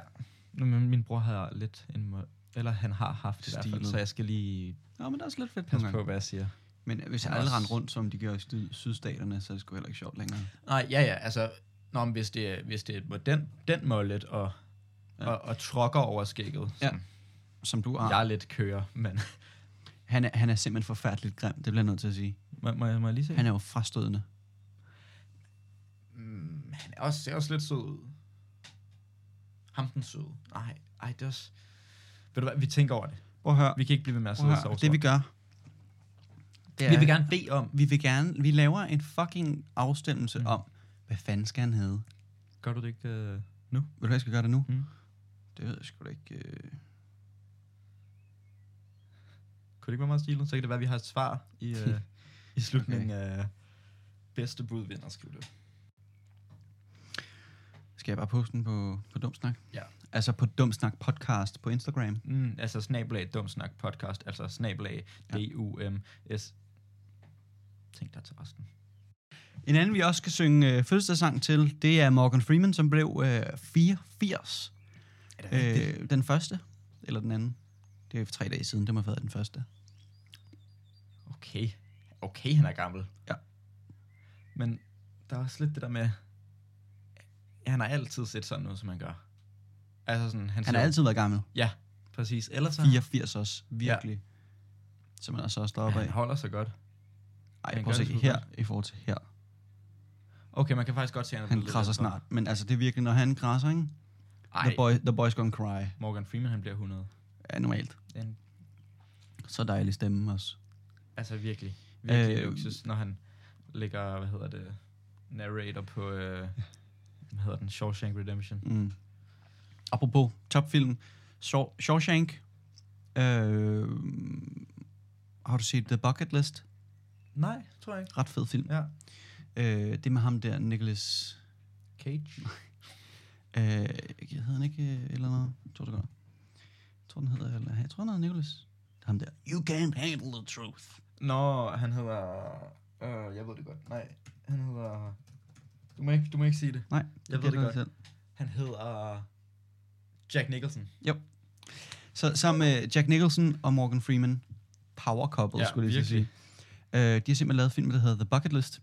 [SPEAKER 2] Nu, men min bror har lidt en må- eller han har haft det i hvert fald,
[SPEAKER 1] Stilet.
[SPEAKER 2] så jeg skal lige
[SPEAKER 1] Nå, men det er også lidt fedt
[SPEAKER 2] passe
[SPEAKER 1] nogle
[SPEAKER 2] på,
[SPEAKER 1] gange.
[SPEAKER 2] hvad jeg siger.
[SPEAKER 1] Men hvis
[SPEAKER 2] Men
[SPEAKER 1] alle
[SPEAKER 2] også-
[SPEAKER 1] rendte rundt, som de gør i syd- sydstaterne, så er det sgu heller ikke sjovt længere.
[SPEAKER 2] Nej, ja, ja, altså, nå, men hvis det, hvis det var den, den mollet og,
[SPEAKER 1] Ja.
[SPEAKER 2] ja. og, og trokker over skægget,
[SPEAKER 1] Ja.
[SPEAKER 2] som
[SPEAKER 1] Som du har.
[SPEAKER 2] jeg lidt kører, men
[SPEAKER 1] Han, er, han er simpelthen forfærdeligt grim, det bliver jeg nødt til at sige.
[SPEAKER 2] må, må, jeg, må jeg lige se?
[SPEAKER 1] Han er jo frastødende.
[SPEAKER 2] mm, han er også, ser også lidt sød ud. Ham den søde. Nej, ej, det er også... Ved du hvad, vi tænker over det.
[SPEAKER 1] Prøv at høre.
[SPEAKER 2] Vi kan ikke blive ved med at
[SPEAKER 1] Prøv
[SPEAKER 2] sidde
[SPEAKER 1] at
[SPEAKER 2] og sove.
[SPEAKER 1] høre. Det vi gør, det
[SPEAKER 2] vi vil gerne bede om.
[SPEAKER 1] vi vil gerne, vi laver en fucking afstemmelse mm. om, hvad fanden skal han hedde?
[SPEAKER 2] Gør du det ikke øh, nu?
[SPEAKER 1] Vil du have, jeg skal gøre det nu?
[SPEAKER 2] Mm.
[SPEAKER 1] Det ved jeg sgu da ikke. Øh...
[SPEAKER 2] Kunne det ikke være meget stilet? Så kan det være, at vi har et svar i, øh, i slutningen okay. af bedste bud vinder, skriv det.
[SPEAKER 1] Skal jeg bare poste den på, på Dumsnak?
[SPEAKER 2] Ja.
[SPEAKER 1] Altså på Dumsnak podcast på Instagram.
[SPEAKER 2] Mm, altså snablag dumsnak podcast, altså snablag D-U-M-S. Tænk dig til resten.
[SPEAKER 1] En anden, vi også skal synge øh, fødselsdagssang til, det er Morgan Freeman, som blev øh, 84.
[SPEAKER 2] Er det
[SPEAKER 1] Øh, den første, eller den anden. Det er for tre dage siden, det må have været den første.
[SPEAKER 2] Øh, Okay. Okay, han er gammel.
[SPEAKER 1] Ja.
[SPEAKER 2] Men der er også lidt det der med, ja, han har altid set sådan ud, som han gør. Altså sådan, han,
[SPEAKER 1] Han
[SPEAKER 2] ser-
[SPEAKER 1] har altid været gammel.
[SPEAKER 2] Ja, præcis. Ellers så
[SPEAKER 1] 84 også, virkelig. Ja. Så man altså også deroppe
[SPEAKER 2] han
[SPEAKER 1] af.
[SPEAKER 2] holder sig godt.
[SPEAKER 1] Ej,
[SPEAKER 2] han
[SPEAKER 1] prøv at
[SPEAKER 2] gør
[SPEAKER 1] se
[SPEAKER 2] det sgu
[SPEAKER 1] her i forhold til her.
[SPEAKER 2] Okay, man kan faktisk godt se, at han, er
[SPEAKER 1] Han
[SPEAKER 2] blevet lidt
[SPEAKER 1] krasser
[SPEAKER 2] ældre.
[SPEAKER 1] snart, men altså det er virkelig, når han krasser, ikke?
[SPEAKER 2] Ej,
[SPEAKER 1] The, boy, the boys gonna cry.
[SPEAKER 2] Morgan Freeman, han bliver 100.
[SPEAKER 1] Ja, normalt.
[SPEAKER 2] Den
[SPEAKER 1] Så dejlig stemme også.
[SPEAKER 2] Altså virkelig, virkelig
[SPEAKER 1] Øh,
[SPEAKER 2] øh, luksus, når han ligger, hvad hedder det, narrator på, øh, hvad hedder den, Shawshank Redemption.
[SPEAKER 1] Mm. Apropos topfilm, Shaw- Shawshank. Øh, har du set The Bucket List?
[SPEAKER 2] Nej, tror jeg ikke.
[SPEAKER 1] Ret fed film.
[SPEAKER 2] Ja.
[SPEAKER 1] Øh, det er med ham der, Nicholas...
[SPEAKER 2] Cage.
[SPEAKER 1] Øh, hedder han ikke øh, et eller noget? Jeg tror det godt. Jeg tror, den hedder... Eller, jeg tror, han hedder Nicholas. Ham der. You can't handle the truth.
[SPEAKER 2] Nå, han hedder, øh, jeg ved det godt, nej, han hedder, du må ikke, du må ikke sige det.
[SPEAKER 1] Nej,
[SPEAKER 2] Jeg ved det
[SPEAKER 1] gætter
[SPEAKER 2] godt.
[SPEAKER 1] selv.
[SPEAKER 2] Han hedder Jack Nicholson.
[SPEAKER 1] Så sammen med Jack Nicholson og Morgan Freeman, power couple, ja,
[SPEAKER 2] Ja,
[SPEAKER 1] skulle jeg lige til at sige. Øh,
[SPEAKER 2] virkelig.
[SPEAKER 1] de har simpelthen lavet en film, der hedder The Bucket List,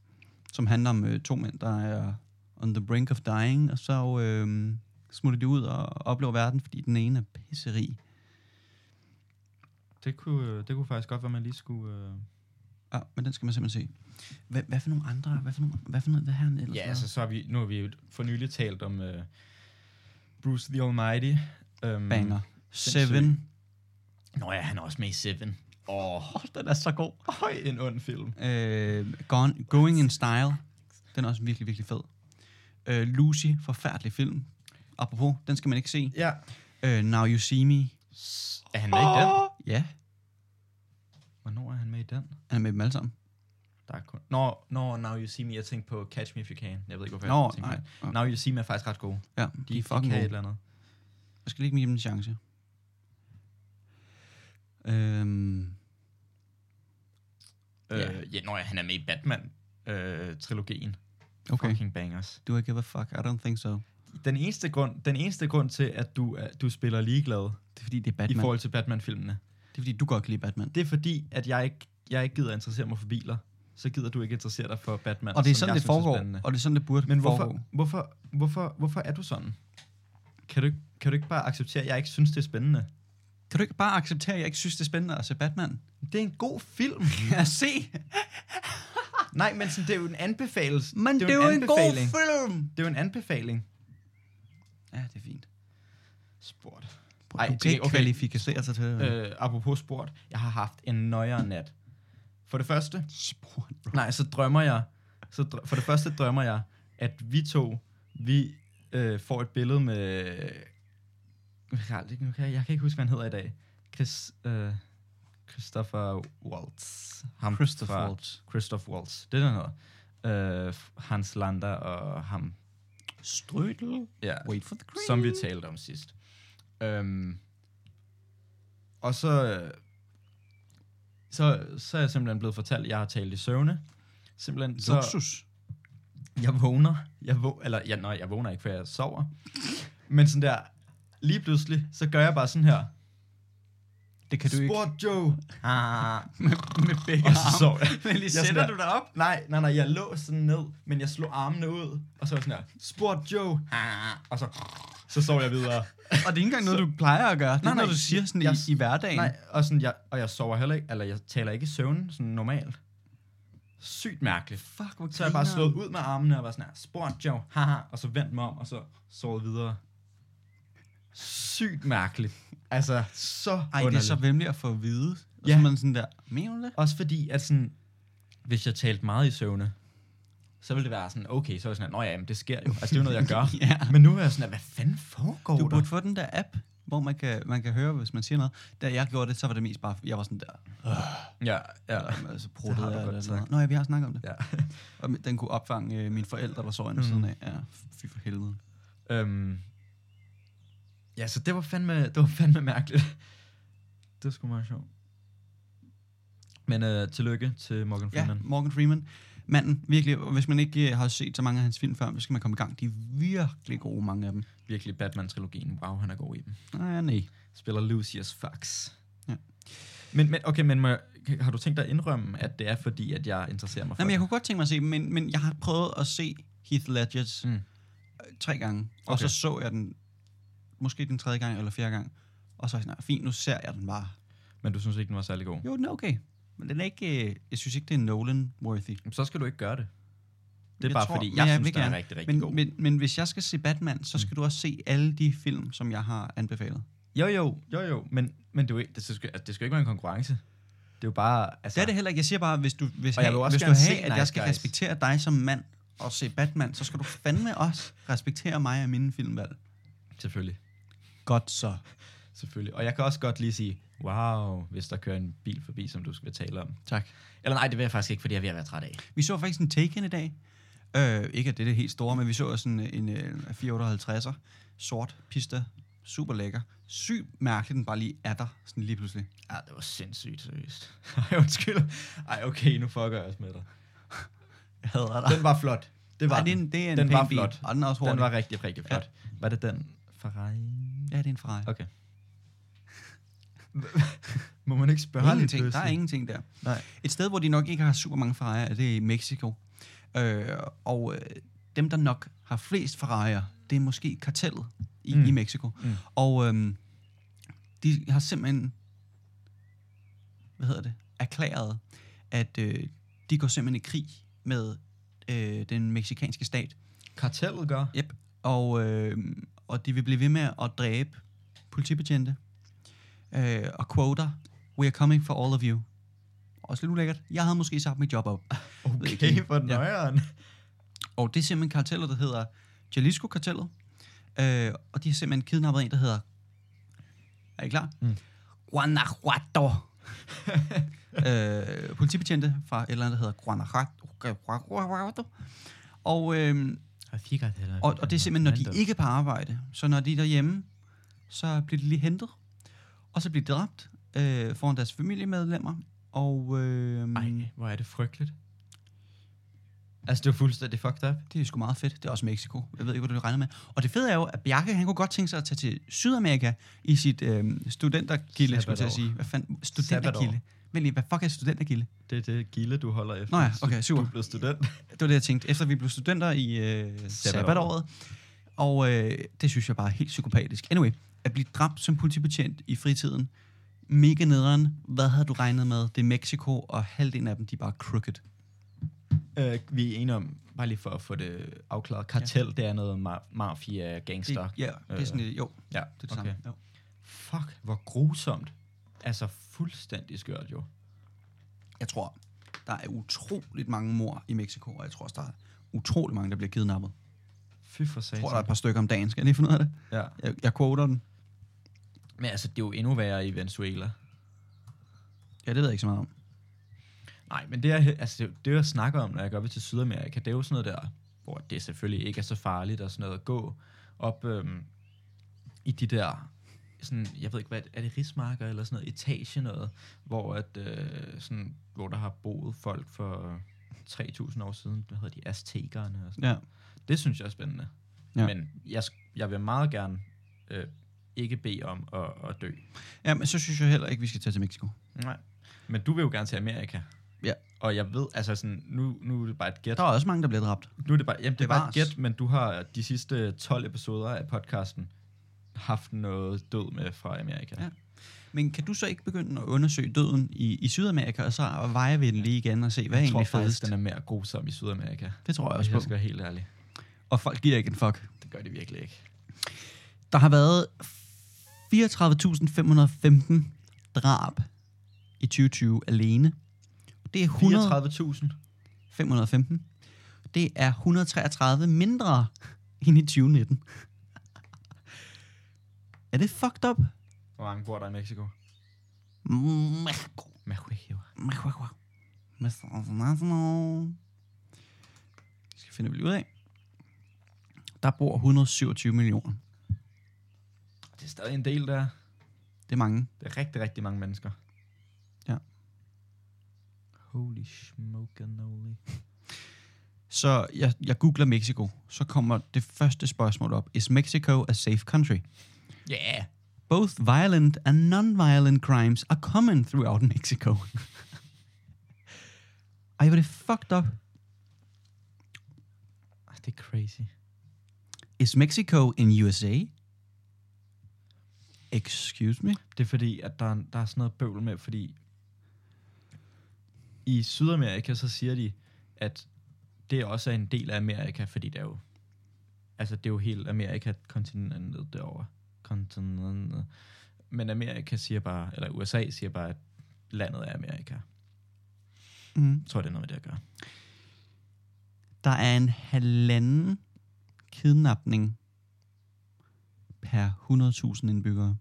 [SPEAKER 1] som handler om øh, to mænd, der er on the brink of dying, og så øh, smutter de ud og oplever verden, fordi den ene er pisserig.
[SPEAKER 2] Det kunne, øh, det kunne faktisk godt være, man lige skulle... Øh...
[SPEAKER 1] Ah, men den skal man simpelthen se. Hvad, hvad for nogle andre? Hvad for, nogle, hvad for noget? Hvad har han ellers
[SPEAKER 2] Ja,
[SPEAKER 1] lavet?
[SPEAKER 2] altså, så har vi, nu har vi jo for nylig talt om øh, Bruce the Almighty. Um,
[SPEAKER 1] Banger.
[SPEAKER 2] sindssyg.
[SPEAKER 1] Seven.
[SPEAKER 2] Nå ja, han er også med i Seven. Åh, oh, den er så god. Øj, en ond film.
[SPEAKER 1] Øh, gone, Going in Style. Den er også virkelig, virkelig fed. Øh, Lucy. Forfærdelig film. Apropos, den skal man ikke se.
[SPEAKER 2] Ja.
[SPEAKER 1] Øh, Now You See Me.
[SPEAKER 2] Er han med i den?
[SPEAKER 1] Ja,
[SPEAKER 2] Hvornår er han med i den?
[SPEAKER 1] han er med dem alle sammen.
[SPEAKER 2] Der er kun... Nå, no, Now You See Me, jeg tænkte på Catch Me If You Can. Jeg ved ikke, hvorfor
[SPEAKER 1] Nå,
[SPEAKER 2] jeg tænkte
[SPEAKER 1] nej.
[SPEAKER 2] på det. Now You See Me er faktisk ret gode.
[SPEAKER 1] Ja, de er fucking
[SPEAKER 2] kan et
[SPEAKER 1] gode.
[SPEAKER 2] eller andet.
[SPEAKER 1] Jeg skal lige give dem en chance. Øhm,
[SPEAKER 2] Ja. Øh, ja, nå ja, han er med i Batman-trilogien.
[SPEAKER 1] okay.
[SPEAKER 2] Fucking bangers.
[SPEAKER 1] Do I give a fuck? I don't think so.
[SPEAKER 2] Den eneste grund, den eneste grund til, at du, er, du spiller ligeglad
[SPEAKER 1] Det er fordi, det er
[SPEAKER 2] Batman. i
[SPEAKER 1] Batman.
[SPEAKER 2] forhold til Batman-filmene,
[SPEAKER 1] Det er fordi, du godt kan lide Batman.
[SPEAKER 2] det er fordi, at jeg ikke, jeg ikke gider at interessere mig for biler. Så gider du ikke interessere dig for Batman.
[SPEAKER 1] Og det er
[SPEAKER 2] som
[SPEAKER 1] sådan,
[SPEAKER 2] jeg
[SPEAKER 1] Altså, det
[SPEAKER 2] synes er
[SPEAKER 1] foregår.
[SPEAKER 2] spændende.
[SPEAKER 1] Og det er sådan, det burde
[SPEAKER 2] Men hvorfor,
[SPEAKER 1] foregå.
[SPEAKER 2] hvorfor, hvorfor, hvorfor er du sådan? Kan du, ikke- kan du ikke bare acceptere, at jeg ikke synes, det er spændende?
[SPEAKER 1] Kan du ikke bare acceptere, at jeg ikke synes, det er spændende at se Batman?
[SPEAKER 2] Det er en god film.
[SPEAKER 1] Ja, se!
[SPEAKER 2] Nej, men sådan, det er jo en anbefalelse.
[SPEAKER 1] Men det er jo en, god film!
[SPEAKER 2] Det er jo en anbefaling.
[SPEAKER 1] Ja, det er fint.
[SPEAKER 2] Sport.
[SPEAKER 1] Bro,
[SPEAKER 2] Ej,
[SPEAKER 1] du kan
[SPEAKER 2] det-
[SPEAKER 1] ikke
[SPEAKER 2] okay.
[SPEAKER 1] kvalificere sig til det. Øh.
[SPEAKER 2] Øh, apropos sport, jeg har haft en nøjere nat. For det første,
[SPEAKER 1] Sport, bro.
[SPEAKER 2] Nej, så drømmer jeg. Så drø- for det første drømmer jeg, at vi to, vi øh, får et billede med... Jeg kan, aldrig, nu kan jeg, jeg kan ikke huske, hvad han hedder i dag. Chris, øh, Christopher Waltz. Ham
[SPEAKER 1] Christopher
[SPEAKER 2] fra-
[SPEAKER 1] Waltz.
[SPEAKER 2] Christoph Waltz. Det er den hedder. Øh, Hans Lander og ham.
[SPEAKER 1] Strødel.
[SPEAKER 2] Ja,
[SPEAKER 1] Wait for the green.
[SPEAKER 2] som vi talte om sidst. Øhm, og så, så, så er jeg simpelthen blevet fortalt, at jeg har talt i søvne. Simpelthen, så,
[SPEAKER 1] Luxus.
[SPEAKER 2] jeg vågner, jeg vå- eller ja, nej, jeg vågner ikke, for jeg sover. Men sådan der, lige pludselig, så gør jeg bare sådan her.
[SPEAKER 1] Det kan du ikke.
[SPEAKER 2] Sport Joe! Ah.
[SPEAKER 1] med, med begge
[SPEAKER 2] Og så sover jeg.
[SPEAKER 1] Men lige
[SPEAKER 2] Jeg
[SPEAKER 1] sætter
[SPEAKER 2] sådan
[SPEAKER 1] du
[SPEAKER 2] der-
[SPEAKER 1] dig op.
[SPEAKER 2] Nej, nej, nej, jeg lå sådan ned, men jeg slog armene ud, og så var jeg sådan her, Sport Joe! Ah. Og så, så sov jeg videre.
[SPEAKER 1] Og det er ikke engang noget, du plejer at gøre. Det er
[SPEAKER 2] Nej,
[SPEAKER 1] ikke noget,
[SPEAKER 2] nej,
[SPEAKER 1] du siger sådan
[SPEAKER 2] jeg-
[SPEAKER 1] i, i hverdagen.
[SPEAKER 2] Nej, og, sådan, jeg, og jeg sover heller ikke, eller jeg taler ikke i søvn, sådan normalt. Sygt mærkeligt.
[SPEAKER 1] Fuck, hvor
[SPEAKER 2] Så har jeg bare
[SPEAKER 1] grineren.
[SPEAKER 2] slået ud med armene og var sådan her, Sport Joe! Haha! Og så vendt mig om, og så sovet videre. Sygt mærkeligt. Altså, så
[SPEAKER 1] Ej, det er så vemmeligt at få at vide. Og så
[SPEAKER 2] Ja.
[SPEAKER 1] er man sådan der, mener du det?
[SPEAKER 2] Også fordi, at sådan, hvis jeg talte meget i søvne, så ville det være sådan, okay, så er jeg sådan, at, nå ja, men det sker jo. Altså, det er jo noget, jeg gør.
[SPEAKER 1] Ja.
[SPEAKER 2] Men nu er jeg sådan, at, hvad fanden foregår
[SPEAKER 1] Du
[SPEAKER 2] du der?
[SPEAKER 1] burde få den der app, hvor man kan, man kan høre, hvis man siger noget. Da jeg gjorde det, så var det mest bare, jeg var sådan der,
[SPEAKER 2] Ja, ja.
[SPEAKER 1] øh, så prøvede
[SPEAKER 2] har
[SPEAKER 1] jeg
[SPEAKER 2] du
[SPEAKER 1] eller
[SPEAKER 2] godt
[SPEAKER 1] noget.
[SPEAKER 2] sagt.
[SPEAKER 1] Nå ja, vi har snakket om det.
[SPEAKER 2] ja. Mm.
[SPEAKER 1] Og min- den kunne opfange øh, mine forældre, der sov inde ved siden af. Ja, fy for helvede.
[SPEAKER 2] Øhm, ja, så det var fandme, det var fandme mærkeligt. Det var sgu meget sjovt. Men øh, tillykke til Morgan
[SPEAKER 1] Ja,
[SPEAKER 2] Freeman.
[SPEAKER 1] Morgan Freeman. Manden, virkelig, og hvis man ikke øh, har set så mange af hans film før, så skal man komme i gang. De er virkelig gode, mange af dem.
[SPEAKER 2] Virkelig Batman-trilogien. Wow, han er god i dem.
[SPEAKER 1] Nej, nej.
[SPEAKER 2] Spiller Lucius Fox.
[SPEAKER 1] Ja.
[SPEAKER 2] Men, men okay, men må jeg, har du tænkt dig at indrømme, at det er fordi, at jeg interesserer mig for
[SPEAKER 1] Jamen, jeg
[SPEAKER 2] det?
[SPEAKER 1] kunne godt tænke mig at se dem, men, men jeg har prøvet at se Heath Ledger's mm.
[SPEAKER 2] Mm.
[SPEAKER 1] øh, tre gange, og okay.
[SPEAKER 2] Okay.
[SPEAKER 1] så så jeg den, måske den tredje gang eller fjerde gang, og så er jeg sådan, "Nå, fint, nu ser jeg den bare.
[SPEAKER 2] Men du synes ikke, den var særlig god?
[SPEAKER 1] Jo, den er okay, men den er ikke, øh, jeg synes ikke, det er Nolan-worthy.
[SPEAKER 2] Jamen, Så skal du ikke gøre det. Det er
[SPEAKER 1] Jeg
[SPEAKER 2] bare
[SPEAKER 1] tror-
[SPEAKER 2] fordi,
[SPEAKER 1] men
[SPEAKER 2] jeg,
[SPEAKER 1] jeg
[SPEAKER 2] synes,
[SPEAKER 1] vil
[SPEAKER 2] den
[SPEAKER 1] gerne.
[SPEAKER 2] er rigtig, rigtig
[SPEAKER 1] Men,
[SPEAKER 2] god.
[SPEAKER 1] men, men hvis jeg skal se Batman, så skal mm. du også se alle de film, som jeg har anbefalet.
[SPEAKER 2] Jo, jo, jo, jo. Men, men det, er jo ikke, det, skal, altså, det skal jo ikke være en konkurrence. Det er jo bare... Altså,
[SPEAKER 1] Det er det heller ikke. Jeg siger bare, hvis du, hvis
[SPEAKER 2] Og jeg
[SPEAKER 1] have,
[SPEAKER 2] vil også
[SPEAKER 1] hvis du
[SPEAKER 2] gerne
[SPEAKER 1] have,
[SPEAKER 2] se
[SPEAKER 1] at
[SPEAKER 2] Nice
[SPEAKER 1] jeg skal
[SPEAKER 2] Guys.
[SPEAKER 1] respektere dig som mand og se Batman, så skal du fandme også respektere mig og mine filmvalg.
[SPEAKER 2] Selvfølgelig.
[SPEAKER 1] Godt så.
[SPEAKER 2] Selvfølgelig. Og jeg kan også godt lige sige, wow, hvis der kører en bil forbi, som du skal tale om.
[SPEAKER 1] Tak.
[SPEAKER 2] Eller nej, det vil jeg faktisk ikke, fordi jeg er ved at være træt af.
[SPEAKER 1] Vi så faktisk en Taken i dag. Øh, ikke at det er det helt store, men vi så sådan en, øh, en 458'er. Sort pista. Super lækker. Sygt mærkeligt, den bare lige er der. Sådan lige pludselig.
[SPEAKER 2] Ja, det var sindssygt seriøst. Ej, undskyld. Ej, okay, nu fucker jeg også med dig.
[SPEAKER 1] Jeg hader dig.
[SPEAKER 2] Den var flot. Det var
[SPEAKER 1] Ej, det er
[SPEAKER 2] den.
[SPEAKER 1] en, det er en
[SPEAKER 2] den
[SPEAKER 1] pæn
[SPEAKER 2] var
[SPEAKER 1] bil,
[SPEAKER 2] flot.
[SPEAKER 1] Og den er også hurtig.
[SPEAKER 2] Den var rigtig, rigtig flot. Ja. Var det den Ferrari?
[SPEAKER 1] Ja, det er en Ferrari.
[SPEAKER 2] Okay. Må man ikke spørge lige
[SPEAKER 1] Ingenting. Der er
[SPEAKER 2] pludselig?
[SPEAKER 1] ingenting der.
[SPEAKER 2] Nej.
[SPEAKER 1] Et sted, hvor de nok ikke har super mange Ferrari'er, det er i Mexico. Øh, og øh, dem, der nok har flest Ferrari'er, det er måske kartellet i,
[SPEAKER 2] Mm.
[SPEAKER 1] mm. i Mexico.
[SPEAKER 2] Mm.
[SPEAKER 1] Mm. Og øhm, de har simpelthen, hvad hedder det, erklæret, at øh, de går simpelthen i krig med øh, den meksikanske stat.
[SPEAKER 2] Kartellet gør.
[SPEAKER 1] Yep. Og, øh, og de vil blive ved med at dræbe politibetjente. Øh, og quoter, we are coming for all of you. Også lidt ulækkert. Jeg havde måske sagt mit job op.
[SPEAKER 2] Okay, for nøjeren.
[SPEAKER 1] Og det er simpelthen karteller, der hedder Jalisco-kartellet. Øh, og de har simpelthen kidnappet en, der hedder... Er I klar?
[SPEAKER 2] Mm.
[SPEAKER 1] Guanajuato. øh, politibetjente fra et eller andet, der hedder Guanajuato. Guanajuato. Og, øh, og, og det er simpelthen, når de ikke er på arbejde. Så når de er derhjemme, så bliver de lige hentet. Og så bliver de dræbt øh, foran deres familiemedlemmer. Og øh,
[SPEAKER 2] Ej, hvor er det frygteligt. Altså, det er jo fuldstændig fucked up.
[SPEAKER 1] Det er sgu meget fedt. Det er også Mexico. Jeg ved ikke, hvad du regner med. Og det fede er jo, at Bjarke, han kunne godt tænke sig at tage til Sydamerika i sit øh, studentergilde, skulle jeg til at
[SPEAKER 2] Sabbatår.
[SPEAKER 1] sige. Hvad fanden? Studentergilde. Men lige, hvad fuck er studentergilde?
[SPEAKER 2] Det er det gilde, du holder efter.
[SPEAKER 1] Nå ja,
[SPEAKER 2] hvis
[SPEAKER 1] okay, super.
[SPEAKER 2] Du blev student.
[SPEAKER 1] Det var det, jeg tænkte. Efter vi blev studenter i øh, sabbatåret. Og øh, det synes jeg bare er helt psykopatisk. Anyway, at blive dræbt som politibetjent i fritiden. Mega nederen. Hvad havde du regnet med? Det er Mexico, og halvdelen af dem, de er bare crooked.
[SPEAKER 2] øh, vi er enige om, bare lige for at få det afklaret, kartel, ja. det er noget ma- mafia,
[SPEAKER 1] Det,
[SPEAKER 2] gangster.
[SPEAKER 1] ja, det er sådan, lidt- jo,
[SPEAKER 2] ja,
[SPEAKER 1] det er det samme. Jo.
[SPEAKER 2] Fuck, hvor grusomt. Altså, fuldstændig skørt jo.
[SPEAKER 1] Jeg tror, der er utroligt mange mor i Mexico, og jeg tror også, der er utrolig mange, der bliver kidnappet.
[SPEAKER 2] Fy for
[SPEAKER 1] Jeg
[SPEAKER 2] satan.
[SPEAKER 1] tror, der er et par stykker om dagen. Skal jeg lige finde ud af det?
[SPEAKER 2] Ja.
[SPEAKER 1] Jeg, jeg quoter den.
[SPEAKER 2] Men altså, det er jo endnu værre i Venezuela.
[SPEAKER 1] Ja, det ved jeg ikke så meget om.
[SPEAKER 2] Nej, men det, er, he- altså, det, er jo- det er jo, jeg snakker om, når jeg går op til Sydamerika, det er jo sådan noget der, hvor det selvfølgelig ikke er så farligt og sådan noget at gå op øhm, i de der, sådan, jeg ved ikke hvad, er det rismarker eller sådan noget, etage noget, hvor, at, øh, sådan, hvor der har boet folk for 3.000 år siden, hvad hedder de, aztekerne og sådan
[SPEAKER 1] Ja.
[SPEAKER 2] Det synes jeg er spændende. Ja.
[SPEAKER 1] Ja.
[SPEAKER 2] Men jeg, sk- jeg vil meget gerne øh, ikke bede om at, at dø.
[SPEAKER 1] ja, men så synes jeg heller ikke, vi skal tage til Mexico.
[SPEAKER 2] Nej. Men du vil jo gerne til Amerika.
[SPEAKER 1] Ja.
[SPEAKER 2] Og jeg ved, altså sådan, nu, nu er det bare et gæt.
[SPEAKER 1] Der er også mange, der bliver dræbt.
[SPEAKER 2] Nu er det bare, jamen, det er bare et
[SPEAKER 1] Bevares.
[SPEAKER 2] gæt, men du har de sidste 12 episoder af podcasten haft noget død med fra Amerika.
[SPEAKER 1] Ja. Men kan du så ikke begynde at undersøge døden i, i Sydamerika, og så veje vi den lige igen og se, hvad er
[SPEAKER 2] Jeg tror
[SPEAKER 1] egentlig
[SPEAKER 2] faktisk,
[SPEAKER 1] fedest?
[SPEAKER 2] den er mere grusom i Sydamerika.
[SPEAKER 1] Det tror jeg
[SPEAKER 2] Hvis
[SPEAKER 1] også
[SPEAKER 2] jeg
[SPEAKER 1] på.
[SPEAKER 2] skal være helt ærlig.
[SPEAKER 1] Og folk giver ikke en fuck.
[SPEAKER 2] Det gør de virkelig ikke.
[SPEAKER 1] Der har været 34.515 drab i 2020 alene. Det er 100...
[SPEAKER 2] 34.000.
[SPEAKER 1] 515. Det er 133 mindre end i 2019. er det fucked up?
[SPEAKER 2] Hvor mange bor der i Mexico?
[SPEAKER 1] Mexico.
[SPEAKER 2] Mexico.
[SPEAKER 1] Mexico. Mexico. Mexico. Det skal finde vi lige ud af. Der bor 127 millioner.
[SPEAKER 2] Det er stadig en del der.
[SPEAKER 1] Det er mange.
[SPEAKER 2] Det er rigtig, rigtig mange mennesker.
[SPEAKER 1] Ja.
[SPEAKER 2] Holy smoke
[SPEAKER 1] Så jeg, jeg googler Mexico. Så kommer det første spørgsmål op. Is Mexico a safe country?
[SPEAKER 2] Ja. Yeah.
[SPEAKER 1] Both violent and non-violent crimes are common throughout Mexico. Ej, hvor er det fucked up.
[SPEAKER 2] Ej, Ah, Det er crazy.
[SPEAKER 1] Is Mexico in USA? Excuse me?
[SPEAKER 2] Det er fordi, at der, er- der er sådan noget bøvl med, fordi i Sydamerika, så siger de, at det også er en del af Amerika, fordi det er jo, altså det er jo hele Amerika, kontinentet derovre. Kontinentet. Men Amerika siger bare, eller USA siger bare, at landet er Amerika.
[SPEAKER 1] Mm.
[SPEAKER 2] Jeg tror, det er noget med det at gøre.
[SPEAKER 1] Der er en halvanden kidnapning per 100.000 indbyggere.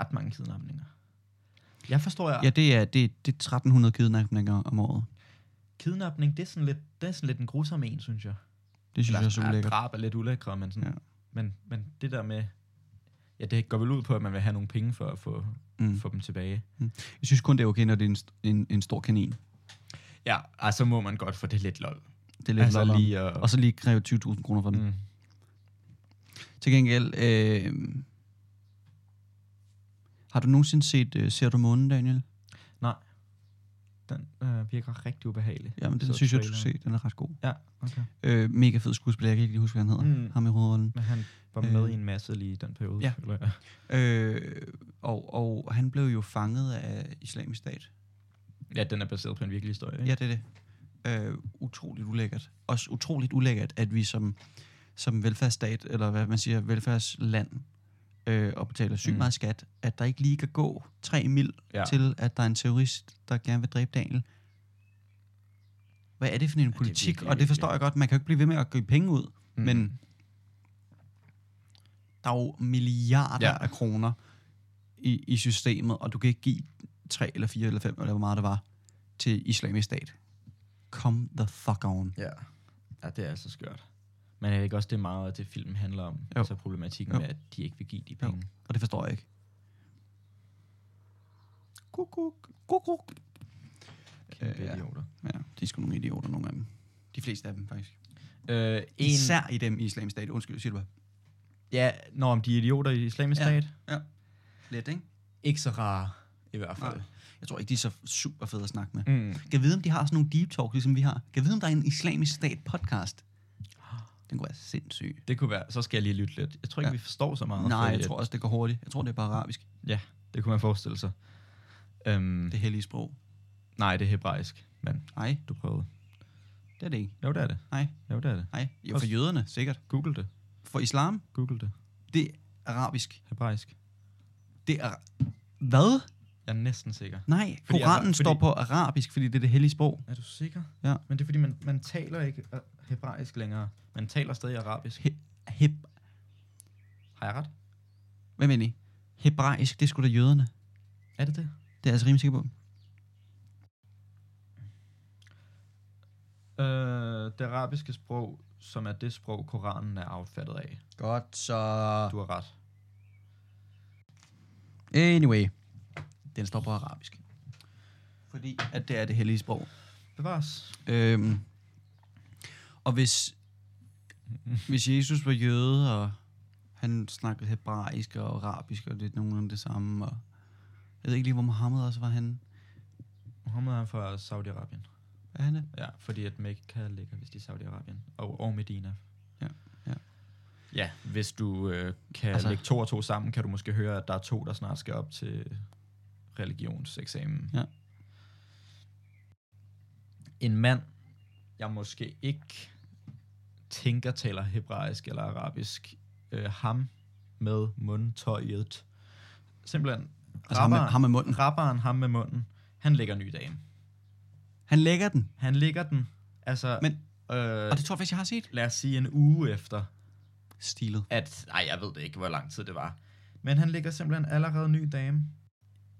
[SPEAKER 2] Ret mange kidnapninger. Jeg forstår, jeg,
[SPEAKER 1] Ja, det er, det, det er 1300 kidnapninger om året.
[SPEAKER 2] kidnapning, det er, sådan lidt, det er sådan lidt en grusom en, synes jeg.
[SPEAKER 1] Det synes jeg er så
[SPEAKER 2] Eller, ja,
[SPEAKER 1] ulækkert.
[SPEAKER 2] drab er lidt ulækre, men, sådan, ja.
[SPEAKER 1] Ja.
[SPEAKER 2] men, men det der med... Ja, det går vel ud på, at man vil have nogle penge for at få, mm.
[SPEAKER 1] Mm.
[SPEAKER 2] få dem tilbage.
[SPEAKER 1] Jeg synes kun, det er okay, når det er en, st- en, en stor kanin.
[SPEAKER 2] Ja, og så må man godt få det lidt lol.
[SPEAKER 1] Det er lidt
[SPEAKER 2] altså
[SPEAKER 1] altså,
[SPEAKER 2] lige at...
[SPEAKER 1] Og så lige kræve 20.000 kroner for den.
[SPEAKER 2] mm.
[SPEAKER 1] Til gengæld, øh, har du nogensinde set øh, Ser du månen, Daniel?
[SPEAKER 2] Nej. Den øh, virker rigtig ubehagelig.
[SPEAKER 1] Jamen, den
[SPEAKER 2] Så
[SPEAKER 1] synes jeg, du skal se.
[SPEAKER 2] traileren.
[SPEAKER 1] Den er ret god.
[SPEAKER 2] Ja, okay.
[SPEAKER 1] Øh, mega fed skuespiller, jeg kan ikke lige huske, hvad han hedder.
[SPEAKER 2] Mm.
[SPEAKER 1] Mm. Ham i hovedrollen.
[SPEAKER 2] Men han var med
[SPEAKER 1] Øh.
[SPEAKER 2] i en masse lige i den periode.
[SPEAKER 1] Ja.
[SPEAKER 2] føler jeg.
[SPEAKER 1] Øh, og, og han blev jo fanget af islamisk stat.
[SPEAKER 2] ja, den er baseret på en virkelig historie. Ikke?
[SPEAKER 1] Ja, det er det. Øh, utroligt ulækkert. Også utroligt ulækkert, at vi som, som velfærdsstat, eller hvad man siger, velfærdsland, øh, og betaler sygt
[SPEAKER 2] Mm.
[SPEAKER 1] mm. meget skat, at der ikke lige kan gå tre mil
[SPEAKER 2] Ja.
[SPEAKER 1] ja. til, at der er en terrorist, der gerne vil dræbe Daniel. Hvad er det for en
[SPEAKER 2] er
[SPEAKER 1] politik?
[SPEAKER 2] virkelig,
[SPEAKER 1] og det forstår
[SPEAKER 2] virkelig.
[SPEAKER 1] jeg godt. Man kan jo ikke blive ved med at give penge ud,
[SPEAKER 2] Mm.
[SPEAKER 1] mm. men der er jo milliarder
[SPEAKER 2] Ja.
[SPEAKER 1] ja. af kroner i, i systemet, og du kan ikke give tre eller fire eller fem, eller hvor meget det var, til islamisk stat. Come the fuck on.
[SPEAKER 2] Ja. ja, det er altså skørt. Men er det ikke også det meget, at det filmen handler om? Jo.
[SPEAKER 1] Jo.
[SPEAKER 2] Altså problematikken jo.
[SPEAKER 1] Jo.
[SPEAKER 2] med, at de ikke vil give de
[SPEAKER 1] Jo.
[SPEAKER 2] penge.
[SPEAKER 1] Og det forstår jeg ikke. Kuk, kuk, kuk, kuk.
[SPEAKER 2] Kæmpe
[SPEAKER 1] Øh, ja.
[SPEAKER 2] idioter.
[SPEAKER 1] Ja, de er sgu nogle idioter, nogle af dem. De fleste af dem, faktisk.
[SPEAKER 2] Øh,
[SPEAKER 1] En...
[SPEAKER 2] en,
[SPEAKER 1] Især i dem i islamisk stat. Undskyld, siger du bare.
[SPEAKER 2] ja, når om de er idioter i islamisk
[SPEAKER 1] Ja.
[SPEAKER 2] stat.
[SPEAKER 1] Lidt, ikke?
[SPEAKER 2] Ikke så rare, i hvert fald.
[SPEAKER 1] Nej. Jeg tror ikke, de er så super fede at snakke med.
[SPEAKER 2] Mm.
[SPEAKER 1] Kan vide, om de har sådan nogle deep talk, ligesom vi har? Kan vide, om der er en islamisk stat podcast? Den kunne være sindssyg.
[SPEAKER 2] Det kunne være, så skal jeg lige lytte lidt. Jeg tror ikke, ja.
[SPEAKER 1] Ja.
[SPEAKER 2] vi forstår så meget.
[SPEAKER 1] Nej,
[SPEAKER 2] fordi
[SPEAKER 1] jeg
[SPEAKER 2] at-
[SPEAKER 1] tror også, det går hurtigt. Jeg tror, det er bare arabisk.
[SPEAKER 2] Ja, det kunne man forestille sig. Øhm,
[SPEAKER 1] Det hellige sprog.
[SPEAKER 2] Nej, det er hebraisk, men
[SPEAKER 1] Nej,
[SPEAKER 2] du prøvede.
[SPEAKER 1] det er det ikke.
[SPEAKER 2] Jo, det er det.
[SPEAKER 1] Nej.
[SPEAKER 2] Jo, det er det.
[SPEAKER 1] Nej, jo, for jøderne, sikkert.
[SPEAKER 2] Google det.
[SPEAKER 1] For islam,
[SPEAKER 2] Google det.
[SPEAKER 1] det er arabisk.
[SPEAKER 2] Hebraisk.
[SPEAKER 1] Det er... Hvad?
[SPEAKER 2] Jeg er næsten sikker.
[SPEAKER 1] Nej,
[SPEAKER 2] Fordi
[SPEAKER 1] Koranen
[SPEAKER 2] ara-
[SPEAKER 1] fordi... står
[SPEAKER 2] fordi-
[SPEAKER 1] på arabisk, fordi det er det hellige sprog.
[SPEAKER 2] Er du sikker?
[SPEAKER 1] Ja.
[SPEAKER 2] Men det er fordi, man, man taler ikke øh, hebraisk længere. Man taler stadig arabisk.
[SPEAKER 1] He- he...
[SPEAKER 2] Har jeg ret?
[SPEAKER 1] Hvad mener I? Hebraisk, det er sgu da jøderne.
[SPEAKER 2] Er det det?
[SPEAKER 1] Det er jeg altså rimelig sikker på.
[SPEAKER 2] Øh, det arabiske sprog, som er det sprog, Koranen er affattet af.
[SPEAKER 1] Godt, så...
[SPEAKER 2] Du har ret.
[SPEAKER 1] Anyway. Den står på arabisk. Fordi at det er det hellige sprog.
[SPEAKER 2] Bevares.
[SPEAKER 1] Øhm, og hvis, hvis Jesus var jøde, og han snakkede hebraisk og arabisk, og det er nogenlunde det samme, og jeg ved ikke lige, hvor Mohammed også var han.
[SPEAKER 2] Mohammed er fra Saudi-Arabien.
[SPEAKER 1] Er han det?
[SPEAKER 2] Ja, fordi at Mekka ligger vist i Saudi-Arabien. Og, og Medina.
[SPEAKER 1] Ja, ja.
[SPEAKER 2] Ja, hvis du øh, kan
[SPEAKER 1] Altså-
[SPEAKER 2] altså, lægge to og to sammen, kan du måske høre, at der er to, der snart skal op til religionseksamen.
[SPEAKER 1] Ja.
[SPEAKER 2] En mand, jeg måske ikke tænker taler hebraisk eller arabisk, øh, ham med mundtøjet. Simpelthen,
[SPEAKER 1] Altså ham med,
[SPEAKER 2] rapperen-
[SPEAKER 1] ham med munden.
[SPEAKER 2] rapperen, ham med munden, han lægger ny dagen.
[SPEAKER 1] Han lægger den,
[SPEAKER 2] Han ligger den, altså...
[SPEAKER 1] Men-
[SPEAKER 2] øh,
[SPEAKER 1] og det tror jeg faktisk, jeg har set.
[SPEAKER 2] lad os sige en uge efter,
[SPEAKER 1] Stilet.
[SPEAKER 2] at... Nej, jeg ved det ikke, hvor lang tid det var. Men han ligger simpelthen allerede ny dame.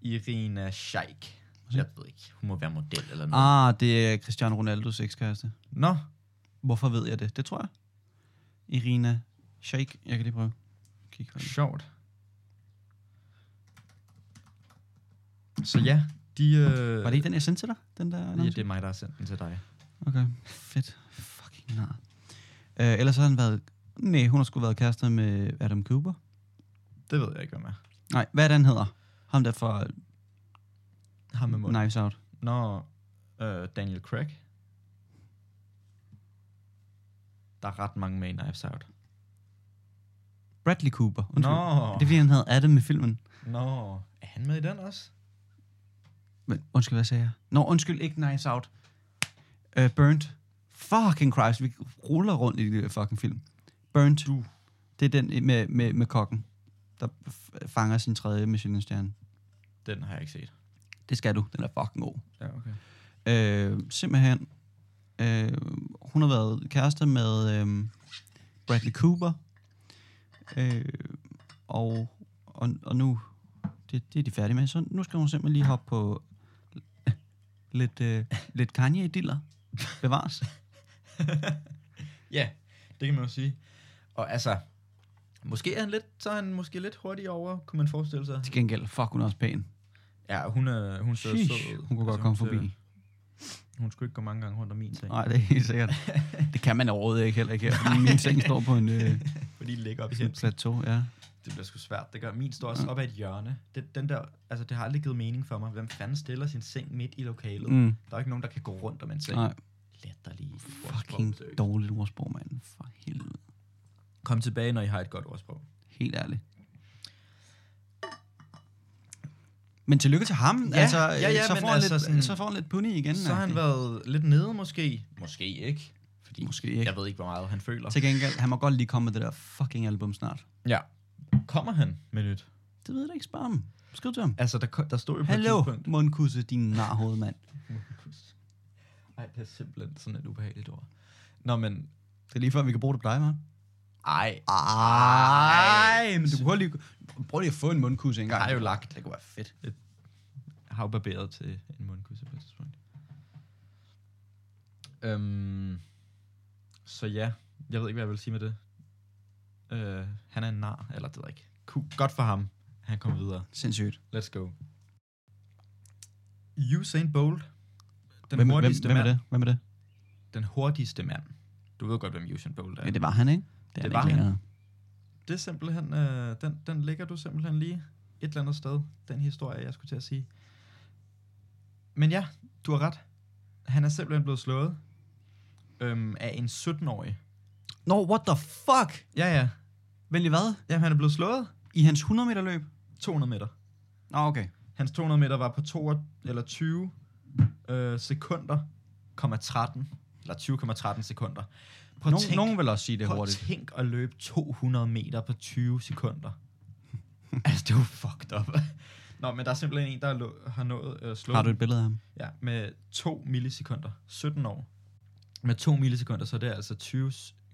[SPEAKER 2] Irina Scheik. Jeg ved ikke, hun må være model eller noget. Ah.
[SPEAKER 1] Ah, det er Cristiano Ronaldos ekskæreste.
[SPEAKER 2] Nå,
[SPEAKER 1] Hvorfor ved jeg det? Det tror jeg. Irina Shake. Jeg kan lige prøve. Kig på det.
[SPEAKER 2] sjovt. Så ja, de... Øh,
[SPEAKER 1] Var det ikke den, jeg sendte til dig? Den der
[SPEAKER 2] Ja,
[SPEAKER 1] annonce?
[SPEAKER 2] det er mig, der har sendt den til dig.
[SPEAKER 1] Okay, fedt. Fucking nar. Øh, ellers har han været... Nej, hun har sgu været kærester med Adam Cooper.
[SPEAKER 2] Det ved jeg ikke, hvem er.
[SPEAKER 1] Nej, hvad er det, han hedder? Ham der fra
[SPEAKER 2] Ham med munden.
[SPEAKER 1] Knives Out.
[SPEAKER 2] Nå, øh, Daniel Craig. Der er ret mange med i Knives Out.
[SPEAKER 1] Bradley Cooper.
[SPEAKER 2] Nå,
[SPEAKER 1] Undskyld. Det er fordi, han havde Adam i filmen.
[SPEAKER 2] nå. Er han med i den også?
[SPEAKER 1] Men undskyld, hvad sagde jeg? Nå, undskyld, ikke Knives Out. Uh, Burnt. Fucking Christ, vi ruller rundt i det der fucking film. Burnt. Du. Det er den med, med, med kokken, der f- fanger sin tredje Michelin-stjerne.
[SPEAKER 2] Den har jeg ikke set.
[SPEAKER 1] Det skal du, den er fucking god.
[SPEAKER 2] Ja, okay.
[SPEAKER 1] Øh, simpelthen, øh, hun har været kæreste med øh, Bradley Cooper, øh, og, og, og nu, det, det er de færdige med, så nu skal hun simpelthen lige hoppe på lidt, øh, lidt Kanye-diller. Bevares.
[SPEAKER 2] Ja, det kan man jo sige. Og altså, måske er han lidt, så er han måske lidt hurtig over, kunne man forestille sig.
[SPEAKER 1] Til gengæld, fuck, hun er også pæn.
[SPEAKER 2] Ja, hun, øh, hun ser
[SPEAKER 1] Sheesh,
[SPEAKER 2] sød. ud.
[SPEAKER 1] hun kunne godt
[SPEAKER 2] Altså,
[SPEAKER 1] komme
[SPEAKER 2] ser-
[SPEAKER 1] forbi.
[SPEAKER 2] Hun skulle ikke gå mange gange rundt om min seng.
[SPEAKER 1] Nej, det er helt sikkert. Det kan man overhovedet ikke heller ikke her, fordi min seng står på en, øh,
[SPEAKER 2] Fordi de ligger op i
[SPEAKER 1] sådan Mm. et
[SPEAKER 2] hemsen.
[SPEAKER 1] plateau. Ja.
[SPEAKER 2] det bliver sgu svært. Det gør min står også op ad et hjørne. Den, den der, altså, det har aldrig givet mening for mig. Hvem fanden stiller sin seng midt i lokalet? Mm.
[SPEAKER 1] Mm.
[SPEAKER 2] Der er ikke nogen, der kan gå rundt om en seng.
[SPEAKER 1] Nej,
[SPEAKER 2] Latterlige.
[SPEAKER 1] fucking
[SPEAKER 2] ordsprog.
[SPEAKER 1] dårligt ordsprog, mand. For helvede.
[SPEAKER 2] Kom tilbage, når I har et godt ordsprog.
[SPEAKER 1] Helt ærligt. Men tillykke til ham.
[SPEAKER 2] Ja,
[SPEAKER 1] altså,
[SPEAKER 2] ja, ja,
[SPEAKER 1] så,
[SPEAKER 2] men
[SPEAKER 1] får han
[SPEAKER 2] altså
[SPEAKER 1] lidt,
[SPEAKER 2] sådan-
[SPEAKER 1] så får han lidt puni igen.
[SPEAKER 2] Så har han
[SPEAKER 1] agtigt.
[SPEAKER 2] været lidt nede måske. Måske ikke. Fordi
[SPEAKER 1] Måske ikke.
[SPEAKER 2] Jeg ved ikke, hvor meget han føler.
[SPEAKER 1] Til gengæld, han må godt lige komme med det der fucking album snart.
[SPEAKER 2] Ja. Kommer han med nyt?
[SPEAKER 1] Det ved jeg da ikke, spørg ham. Skriv til ham.
[SPEAKER 2] Altså, der, ko- der stod jo på et
[SPEAKER 1] Hallo,
[SPEAKER 2] tidspunkt...
[SPEAKER 1] mundkusse, din narhoved, mand.
[SPEAKER 2] Ej, det er simpelthen sådan et ubehageligt ord. Nå, men...
[SPEAKER 1] Det er lige før, vi kan bruge det på dig, mand.
[SPEAKER 2] Ej.
[SPEAKER 1] Ej, men du prøver lige, prøv lige at få en mundkusse engang.
[SPEAKER 2] Har jo lagt.
[SPEAKER 1] Det kunne være fedt.
[SPEAKER 2] har jo barberet til en mundkusse på et tidspunkt. Øhm, så ja, jeg ved ikke, hvad jeg vil sige med det. Øh, han er en nar, eller det ved jeg ikke. Cool. Godt for ham. Han kommer videre.
[SPEAKER 1] Sindssygt.
[SPEAKER 2] Let's go. Usain Bolt.
[SPEAKER 1] hvem,
[SPEAKER 2] Den
[SPEAKER 1] hvem,
[SPEAKER 2] hurtigste
[SPEAKER 1] hvem er
[SPEAKER 2] mand.
[SPEAKER 1] det? Hvem er det?
[SPEAKER 2] Den hurtigste mand. Du ved godt, hvem Usain Bolt er.
[SPEAKER 1] Ja, det var han, ikke? er
[SPEAKER 2] Det
[SPEAKER 1] ikke
[SPEAKER 2] var han.
[SPEAKER 1] længere.
[SPEAKER 2] Det er simpelthen, øh, den, den ligger du simpelthen lige et eller andet sted, den historie, jeg skulle til at sige. Men ja, du har ret. Han er simpelthen blevet slået øhm, af en 17-årig.
[SPEAKER 1] Nå, what the fuck?
[SPEAKER 2] Ja, ja.
[SPEAKER 1] Vælg hvad?
[SPEAKER 2] Jamen, han er blevet slået
[SPEAKER 1] I hans 100 meter løb?
[SPEAKER 2] 200 meter.
[SPEAKER 1] Nå, okay.
[SPEAKER 2] Hans 200 meter var på 22, eller 20 øh, sekunder, 13, eller 20,13 sekunder. Prøv at
[SPEAKER 1] Nogen,
[SPEAKER 2] tænk-
[SPEAKER 1] nogen vil også sige det
[SPEAKER 2] Prøv
[SPEAKER 1] hurtigt.
[SPEAKER 2] tænk at løbe 200 meter på 20 sekunder. altså, det er jo fucked up. Nå, men der er simpelthen en, der har lå- har nået at øh, slå
[SPEAKER 1] Har du
[SPEAKER 2] den.
[SPEAKER 1] et billede af ham?
[SPEAKER 2] ja, med 2 millisekunder. 17 år. Med 2 millisekunder, så er det altså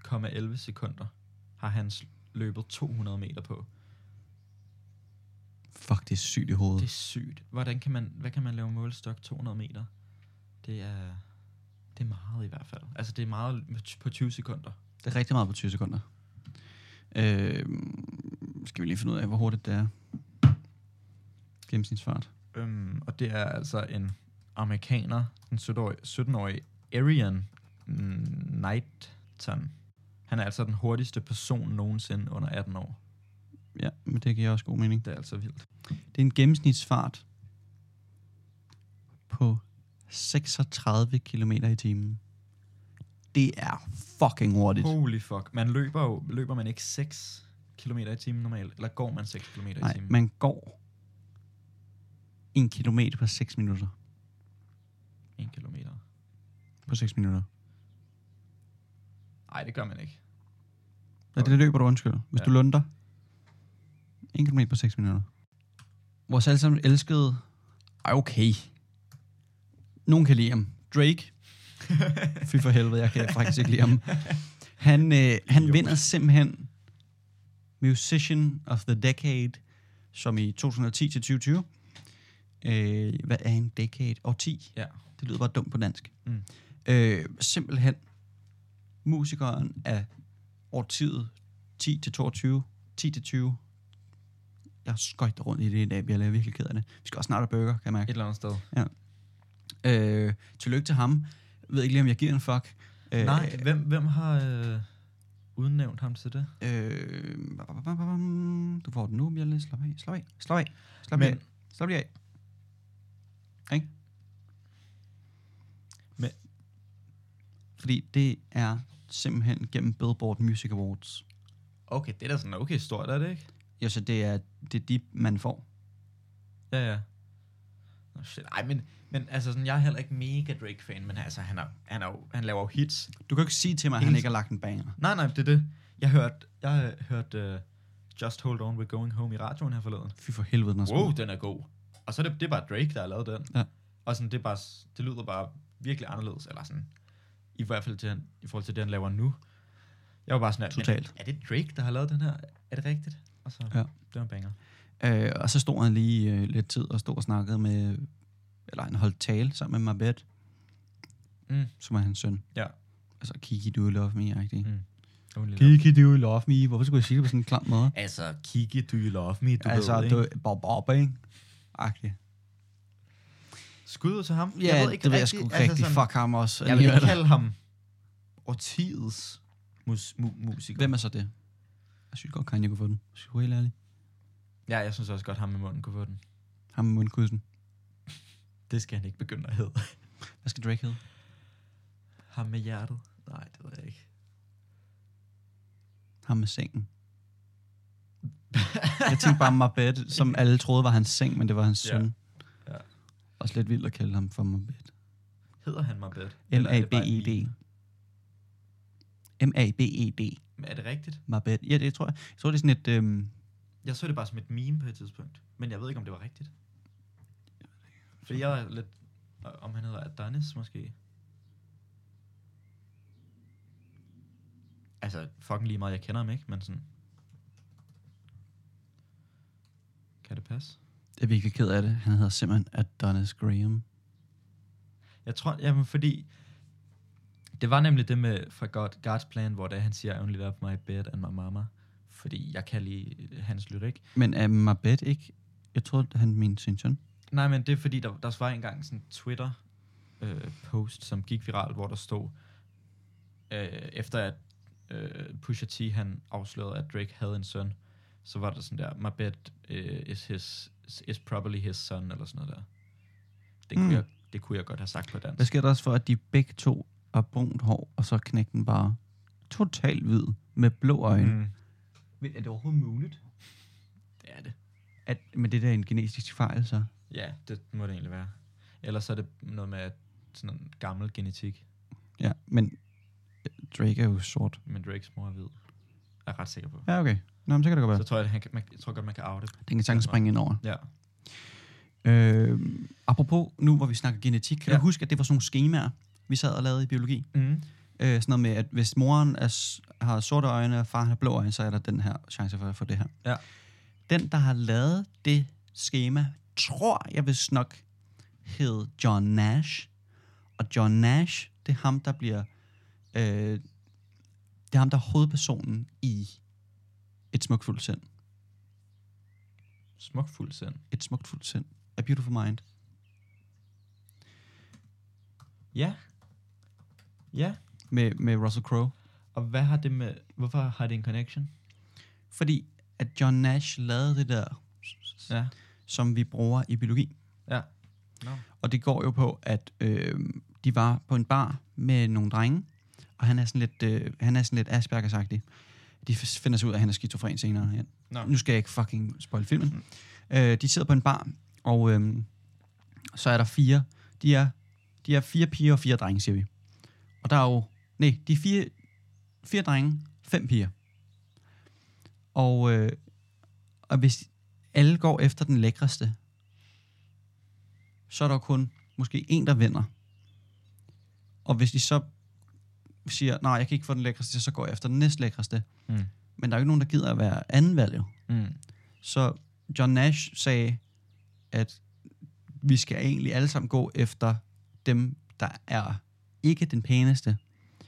[SPEAKER 2] 20,11 sekunder, har han sl- løbet 200 meter på.
[SPEAKER 1] Fuck, det er sygt i hovedet.
[SPEAKER 2] Det er sygt. Hvordan kan man, hvad kan man lave målstok 200 meter? Det er, det er meget i hvert fald. Altså, det er meget på 20 sekunder.
[SPEAKER 1] Det er rigtig meget på 20 sekunder. Øh, skal vi lige finde ud af, hvor hurtigt det er. Gennemsnitsfart.
[SPEAKER 2] Øhm, og det er altså en amerikaner, en 17-årig, 17-årig Arian mm, Knighton. Han er altså den hurtigste person nogensinde under 18 år.
[SPEAKER 1] Ja, men det giver også god mening.
[SPEAKER 2] Det er altså vildt.
[SPEAKER 1] Det er en gennemsnitsfart på 36 km i timen. Det er fucking hurtigt.
[SPEAKER 2] Holy fuck. Man løber jo, løber man ikke 6 km i timen normalt, eller går man 6 km i
[SPEAKER 1] Nej,
[SPEAKER 2] timen?
[SPEAKER 1] man går en kilometer på 6 minutter.
[SPEAKER 2] 1 km.
[SPEAKER 1] På 6 minutter.
[SPEAKER 2] Nej, det gør man ikke.
[SPEAKER 1] Ja, det løber du, undskyld. Hvis ja.
[SPEAKER 2] Ja.
[SPEAKER 1] du lunder. 1 km på 6 minutter. Vores alle sammen elskede... Ej, okay. Nogen kan lide ham. Drake. Fy for helvede, jeg kan faktisk ikke lide ham. Han, øh, han vinder simpelthen Musician of the Decade, som i 2010 til 2020. Øh, hvad er en decade? Årti.
[SPEAKER 2] Ja.
[SPEAKER 1] Det lyder bare dumt på dansk.
[SPEAKER 2] Mm.
[SPEAKER 1] Øh, simpelthen musikeren af årtiet 10 til 22, 10 til 20. Jeg skøjter rundt i det i dag, jeg er virkelig ked af det. Vi skal også snart have burger, kan jeg
[SPEAKER 2] Et
[SPEAKER 1] mærke.
[SPEAKER 2] eller andet sted.
[SPEAKER 1] Øh, tillykke til ham. Jeg ved ikke lige, om jeg giver en fuck. Øh,
[SPEAKER 2] Nej, hvem, hvem har øh, udnævnt ham til det?
[SPEAKER 1] Øh, bam, bam, bam, bam. du får den nu, Mjelle. Slap af, slap af, slap af, slap
[SPEAKER 2] Men-
[SPEAKER 1] af. Slap lige af. Ikke?
[SPEAKER 2] Men-
[SPEAKER 1] Fordi det er simpelthen gennem Billboard Music Awards.
[SPEAKER 2] Okay, det er da sådan okay stort, er det ikke?
[SPEAKER 1] Ja, så det er, det er de, man får.
[SPEAKER 2] Ja, ja. Nå, shit. Ej, men, men altså, sådan, jeg er heller ikke mega Drake-fan, men altså, han, er, han, er jo, han laver jo hits.
[SPEAKER 1] Du kan jo ikke sige til mig, at han
[SPEAKER 2] Ingen-
[SPEAKER 1] ikke har lagt en banger.
[SPEAKER 2] Nej, nej, det er det. Jeg hørte, jeg øh, hørte uh, Just Hold On, We're Going Home i radioen her forleden.
[SPEAKER 1] Fy for helvede, den er
[SPEAKER 2] Wow,
[SPEAKER 1] wow.
[SPEAKER 2] den er god. Og så er det, det er bare Drake, der har lavet den.
[SPEAKER 1] Ja.
[SPEAKER 2] Og sådan, det, er bare, s- det lyder bare virkelig anderledes, eller sådan, i hvert fald til, han, i forhold til det, han laver nu. Jeg var bare sådan, at, men
[SPEAKER 1] Totalt.
[SPEAKER 2] er det Drake, der har lavet den her? Er det rigtigt? Og så,
[SPEAKER 1] Ja.
[SPEAKER 2] ja. det var en banger.
[SPEAKER 1] Øh, og så stod han lige øh, lidt tid og stod og snakkede med, eller han holdt tale sammen med Mabet,
[SPEAKER 2] Mm.
[SPEAKER 1] som er hans søn.
[SPEAKER 2] Ja.
[SPEAKER 1] Altså, Kiki, du love me-agtig.
[SPEAKER 2] Mm. Only Love.
[SPEAKER 1] Kiki, do you love me? Hvorfor skulle jeg sige det på sådan en klam måde?
[SPEAKER 2] Altså, Kiki, do you love me? Du
[SPEAKER 1] altså,
[SPEAKER 2] ved, ikke?
[SPEAKER 1] du, Bob Bob, ikke? Agtigt.
[SPEAKER 2] Skud ud til ham.
[SPEAKER 1] Ja, jeg ved ikke det vil jeg sgu rigtig, altså sådan, fuck ham også.
[SPEAKER 2] Jeg vil ikke kalde ham årtiets mus- mu- musiker.
[SPEAKER 1] Hvem er så det? Jeg synes godt, Kanye kunne få den. Jeg synes, helt ærligt.
[SPEAKER 2] Ja, jeg synes også godt, ham med munden kunne få den.
[SPEAKER 1] Ham med mundkudsen.
[SPEAKER 2] Det skal han ikke begynde at hedde.
[SPEAKER 1] Hvad skal Drake hedde?
[SPEAKER 2] Ham med hjertet? Nej, det ved jeg ikke.
[SPEAKER 1] Ham med sengen. jeg tænkte bare Mabed, som alle troede var hans seng, men det var hans
[SPEAKER 2] Ja.
[SPEAKER 1] søn.
[SPEAKER 2] Ja.
[SPEAKER 1] Også lidt vildt at kalde ham for Mabed.
[SPEAKER 2] Hedder han Mabed? Eller er det bare en
[SPEAKER 1] M-A-B-E-D.
[SPEAKER 2] meme?
[SPEAKER 1] M-A-B-E-D.
[SPEAKER 2] Men Er det rigtigt?
[SPEAKER 1] Mabed. E Ja, det tror jeg. Jeg tror, det er sådan et... Øhm,
[SPEAKER 2] Jeg så det bare som et meme på et tidspunkt, men jeg ved ikke, om det var rigtigt. Fordi jeg var lidt... øh, Om han hedder Adonis, måske? Altså, fucking lige meget, jeg kender ham ikke, men sådan... Kan det passe?
[SPEAKER 1] jeg er virkelig ked af det. Han hedder simpelthen Adonis Graham.
[SPEAKER 2] Jeg tror, jamen fordi, det var nemlig det med fra God, God's Plan, hvor det er, han siger, I only love my bed and my mama, fordi jeg kan lide hans lyrik.
[SPEAKER 1] Men er Mabed ikke... Jeg tror, han mente sin søn.
[SPEAKER 2] Nej, men det er fordi, der, der var engang sådan en Twitter-post, som gik viralt, hvor der stod, øh, efter at øh, Pusha T, han afslørede, at Drake havde en søn, så var der sådan der, my bed øh, is, his, is probably his son, eller sådan noget der. Det kunne,
[SPEAKER 1] Mm.
[SPEAKER 2] mm. jeg, det kunne jeg godt have sagt på dansk.
[SPEAKER 1] Hvad sker der også for, at de begge to har brunt hår, og så knækker den bare totalt hvid med blå øjne? Mm. Men er det overhovedet muligt?
[SPEAKER 2] Hmm. Det er det.
[SPEAKER 1] At, men det der er en genetisk fejl, så.
[SPEAKER 2] Ja, det må det egentlig være. Ellers er det noget med sådan en gammel genetik,
[SPEAKER 1] Ja, men øh, Drake er jo sort.
[SPEAKER 2] men Drakes mor er hvid. Jeg er ret sikker på.
[SPEAKER 1] Ja, okay. Nå, men så kan det godt
[SPEAKER 2] Så
[SPEAKER 1] være.
[SPEAKER 2] tror jeg, at han kan, man, jeg tror godt, man kan arve det.
[SPEAKER 1] Den kan sagtens springe ind over.
[SPEAKER 2] Ja.
[SPEAKER 1] Øh, apropos nu, hvor vi snakker genetik, kan ja.
[SPEAKER 2] Ja.
[SPEAKER 1] du huske, at det var sådan nogle skemaer, vi sad og lavede i biologi?
[SPEAKER 2] Mm.
[SPEAKER 1] Øh, sådan noget med, at hvis moren er, s- har sorte øjne, og far har blå øjne, så er der den her chance for at få det her.
[SPEAKER 2] Ja.
[SPEAKER 1] Den, der har lavet det schema, tror jeg vist nok, hed John Nash. Og John Nash, det er ham, der bliver... Øh, det er ham, der er hovedpersonen i Et smukt fuldt sind.
[SPEAKER 2] Smuk fuld sind.
[SPEAKER 1] Et smukt fuldt sind. A Beautiful Mind.
[SPEAKER 2] Ja. Ja.
[SPEAKER 1] Med, med Russell Crowe.
[SPEAKER 2] Og hvad har det med... Hvorfor har det en connection?
[SPEAKER 1] Fordi at John Nash lavede det der,
[SPEAKER 2] Ja.
[SPEAKER 1] som vi bruger i biologi.
[SPEAKER 2] Ja. No.
[SPEAKER 1] Og det går jo på, at øh, de var på en bar med nogle drenge, og han er sådan lidt, øh, han er sådan lidt Asperger-agtig. De f- finder sig ud af, at han er skizofren senere hen.
[SPEAKER 2] Nå.
[SPEAKER 1] Nu skal jeg ikke fucking spoil filmen. Øh, de sidder på en bar, og øh, så er der fire. De er, de er fire piger og fire drenge, siger vi. Og der er jo... Nej, de er fire, fire drenge, fem piger. Og, øh, og hvis alle går efter den lækreste, så er der kun måske en, der vinder. Og hvis de så siger, nej, jeg kan ikke få den lækreste, så går jeg efter den næst lækreste.
[SPEAKER 2] Mm.
[SPEAKER 1] Men der er jo ikke nogen, der gider at være anden valg, jo.
[SPEAKER 2] Mm.
[SPEAKER 1] Så John Nash sagde, at vi skal egentlig alle sammen gå efter dem, der er ikke den pæneste,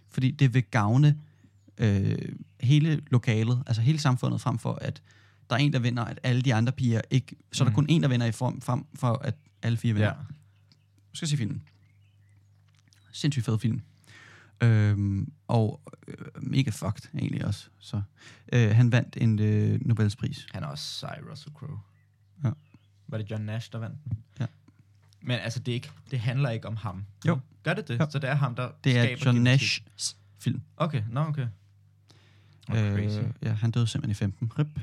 [SPEAKER 1] fordi det vil gavne øh, hele lokalet, altså hele samfundet, frem for at der er en, der vinder, at alle de andre piger ikke... Så er der
[SPEAKER 2] Mm.
[SPEAKER 1] kun en, der vinder i form, frem for at alle fire vinder.
[SPEAKER 2] Ja.
[SPEAKER 1] Ja. Du skal se filmen. Sindssygt fed film. Øhm, og øh, mega fucked egentlig også. Så, øh, han vandt en øh, Nobelspris.
[SPEAKER 2] Han er også sej, Russell Crowe.
[SPEAKER 1] Ja.
[SPEAKER 2] Var det John Nash, der vandt den?
[SPEAKER 1] Ja.
[SPEAKER 2] Men altså, det, er ikke, det handler ikke om ham.
[SPEAKER 1] Jo.
[SPEAKER 2] Gør det det?
[SPEAKER 1] Jo.
[SPEAKER 2] Så det er ham, der
[SPEAKER 1] Det er
[SPEAKER 2] skaber
[SPEAKER 1] John
[SPEAKER 2] genetik.
[SPEAKER 1] Nashs film.
[SPEAKER 2] Okay, nå no, okay.
[SPEAKER 1] Øh, ja, han døde simpelthen i 15. Rip.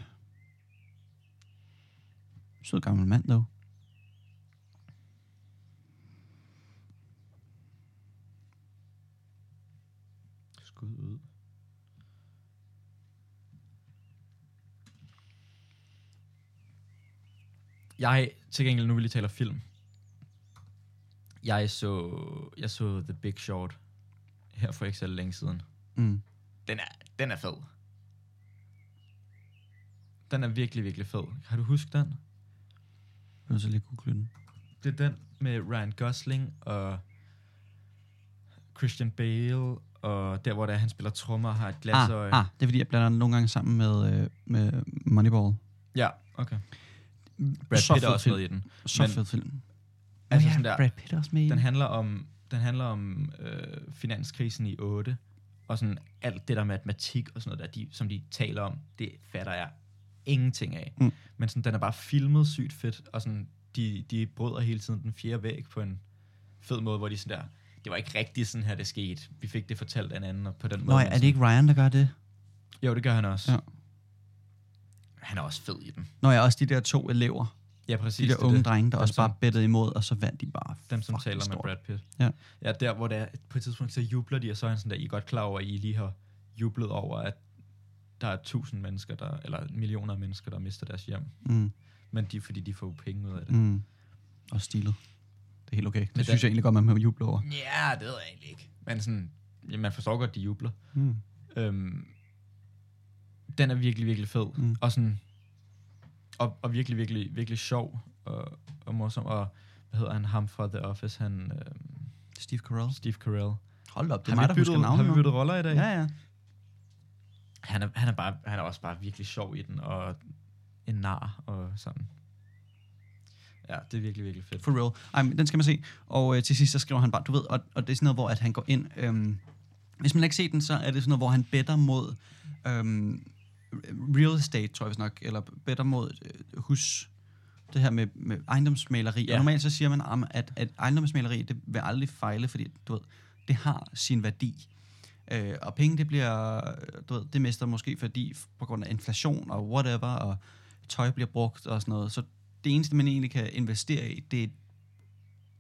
[SPEAKER 1] Sød gammel mand, dog.
[SPEAKER 2] Skud ud. Jeg, til gengæld, nu vi lige taler film. Jeg så, jeg så The Big Short her for ikke så længe siden.
[SPEAKER 1] Mm.
[SPEAKER 2] Den er, den er fed. Den er virkelig, virkelig fed. Har du husket den?
[SPEAKER 1] Jeg så lige google den.
[SPEAKER 2] Det er den med Ryan Gosling og Christian Bale, og der, hvor det er, han spiller trommer og har et
[SPEAKER 1] Ah,
[SPEAKER 2] glasøje.
[SPEAKER 1] ah, det er fordi, jeg blander den nogle gange sammen med, øh, med Moneyball.
[SPEAKER 2] Ja, okay.
[SPEAKER 1] Så
[SPEAKER 2] Brad Pitt er
[SPEAKER 1] fed
[SPEAKER 2] også
[SPEAKER 1] film.
[SPEAKER 2] med i den.
[SPEAKER 1] Så
[SPEAKER 2] Men-
[SPEAKER 1] fed film.
[SPEAKER 2] Altså
[SPEAKER 1] ja,
[SPEAKER 2] sådan der-
[SPEAKER 1] Brad Pitt er også med i
[SPEAKER 2] Den
[SPEAKER 1] den.
[SPEAKER 2] handler om, den handler om øh, finanskrisen i 8, og sådan alt det der matematik og sådan noget der, de, som de taler om, det fatter jeg ingenting af.
[SPEAKER 1] Mm.
[SPEAKER 2] Mm. Men sådan, den er bare filmet sygt fedt, og sådan, de, de bryder hele tiden den fjerde væg på en fed måde, hvor de sådan der, det var ikke rigtigt sådan her, det skete. Vi fik det fortalt af en anden, og på den
[SPEAKER 1] Nå,
[SPEAKER 2] måde. man
[SPEAKER 1] er det
[SPEAKER 2] sådan-
[SPEAKER 1] ikke Ryan, der gør det?
[SPEAKER 2] Jo, det gør han også.
[SPEAKER 1] Ja.
[SPEAKER 2] Ja. Han er også fed i den.
[SPEAKER 1] Nå, ja, også de der to elever.
[SPEAKER 2] Ja,
[SPEAKER 1] De
[SPEAKER 2] præcis.
[SPEAKER 1] der
[SPEAKER 2] det er
[SPEAKER 1] unge
[SPEAKER 2] det.
[SPEAKER 1] drenge, der
[SPEAKER 2] Dem,
[SPEAKER 1] også
[SPEAKER 2] som-
[SPEAKER 1] bare bettede imod, og så vandt de bare.
[SPEAKER 2] Dem, som
[SPEAKER 1] fucking
[SPEAKER 2] taler med
[SPEAKER 1] stort.
[SPEAKER 2] Brad Pitt.
[SPEAKER 1] Ja.
[SPEAKER 2] ja, der hvor der på et tidspunkt, så jubler de, og så er han sådan der, I er godt klar over, at I lige har jublet over, at der er tusind mennesker, der, eller millioner af mennesker, der mister deres hjem.
[SPEAKER 1] Mm,
[SPEAKER 2] Men de, fordi de får jo penge ud af det.
[SPEAKER 1] mm. Og stilet. Det er helt okay. Det
[SPEAKER 2] Men
[SPEAKER 1] synes jeg
[SPEAKER 2] den-
[SPEAKER 1] egentlig godt, man må juble over.
[SPEAKER 2] Ja, det ved jeg egentlig ikke. Men sådan, ja, man forstår godt, de jubler.
[SPEAKER 1] Mm.
[SPEAKER 2] Øhm, den er virkelig, virkelig fed.
[SPEAKER 1] Mm.
[SPEAKER 2] Mm. Og, sådan, og, og virkelig, virkelig, virkelig sjov og, og morsom. Og hvad hedder han? Ham fra The Office, han... Øhm,
[SPEAKER 1] Steve Carell.
[SPEAKER 2] Steve Carell.
[SPEAKER 1] Hold op, det er
[SPEAKER 2] Har
[SPEAKER 1] mig,
[SPEAKER 2] vi
[SPEAKER 1] der
[SPEAKER 2] byttet,
[SPEAKER 1] husker
[SPEAKER 2] har
[SPEAKER 1] navnet
[SPEAKER 2] vi
[SPEAKER 1] nu.
[SPEAKER 2] byttet roller i dag?
[SPEAKER 1] Ja, ja.
[SPEAKER 2] Han, er, han, er bare, han er også bare virkelig sjov i den, og en nar og sådan. Ja, det er virkelig, virkelig fedt.
[SPEAKER 1] øh, For real. Ej, men den skal man se. Og øh, til sidst, så skriver han bare, du ved, og, og det er sådan noget, hvor at han går ind. Øhm, hvis man ikke har set den, så er det sådan noget, hvor han better mod øhm, real estate, tror jeg vist nok, eller better mod øh, hus. Det her med, med ejendomsmaleri. Ja.
[SPEAKER 2] Ja.
[SPEAKER 1] Og normalt så siger man, om, at, at ejendomsmaleri, det vil aldrig fejle, fordi du ved, det har sin værdi. Øh, og penge, det bliver, øh, du ved, det mister måske fordi f- på grund af inflation og whatever, og tøj bliver brugt og sådan noget. Så det eneste, man egentlig kan investere i, det,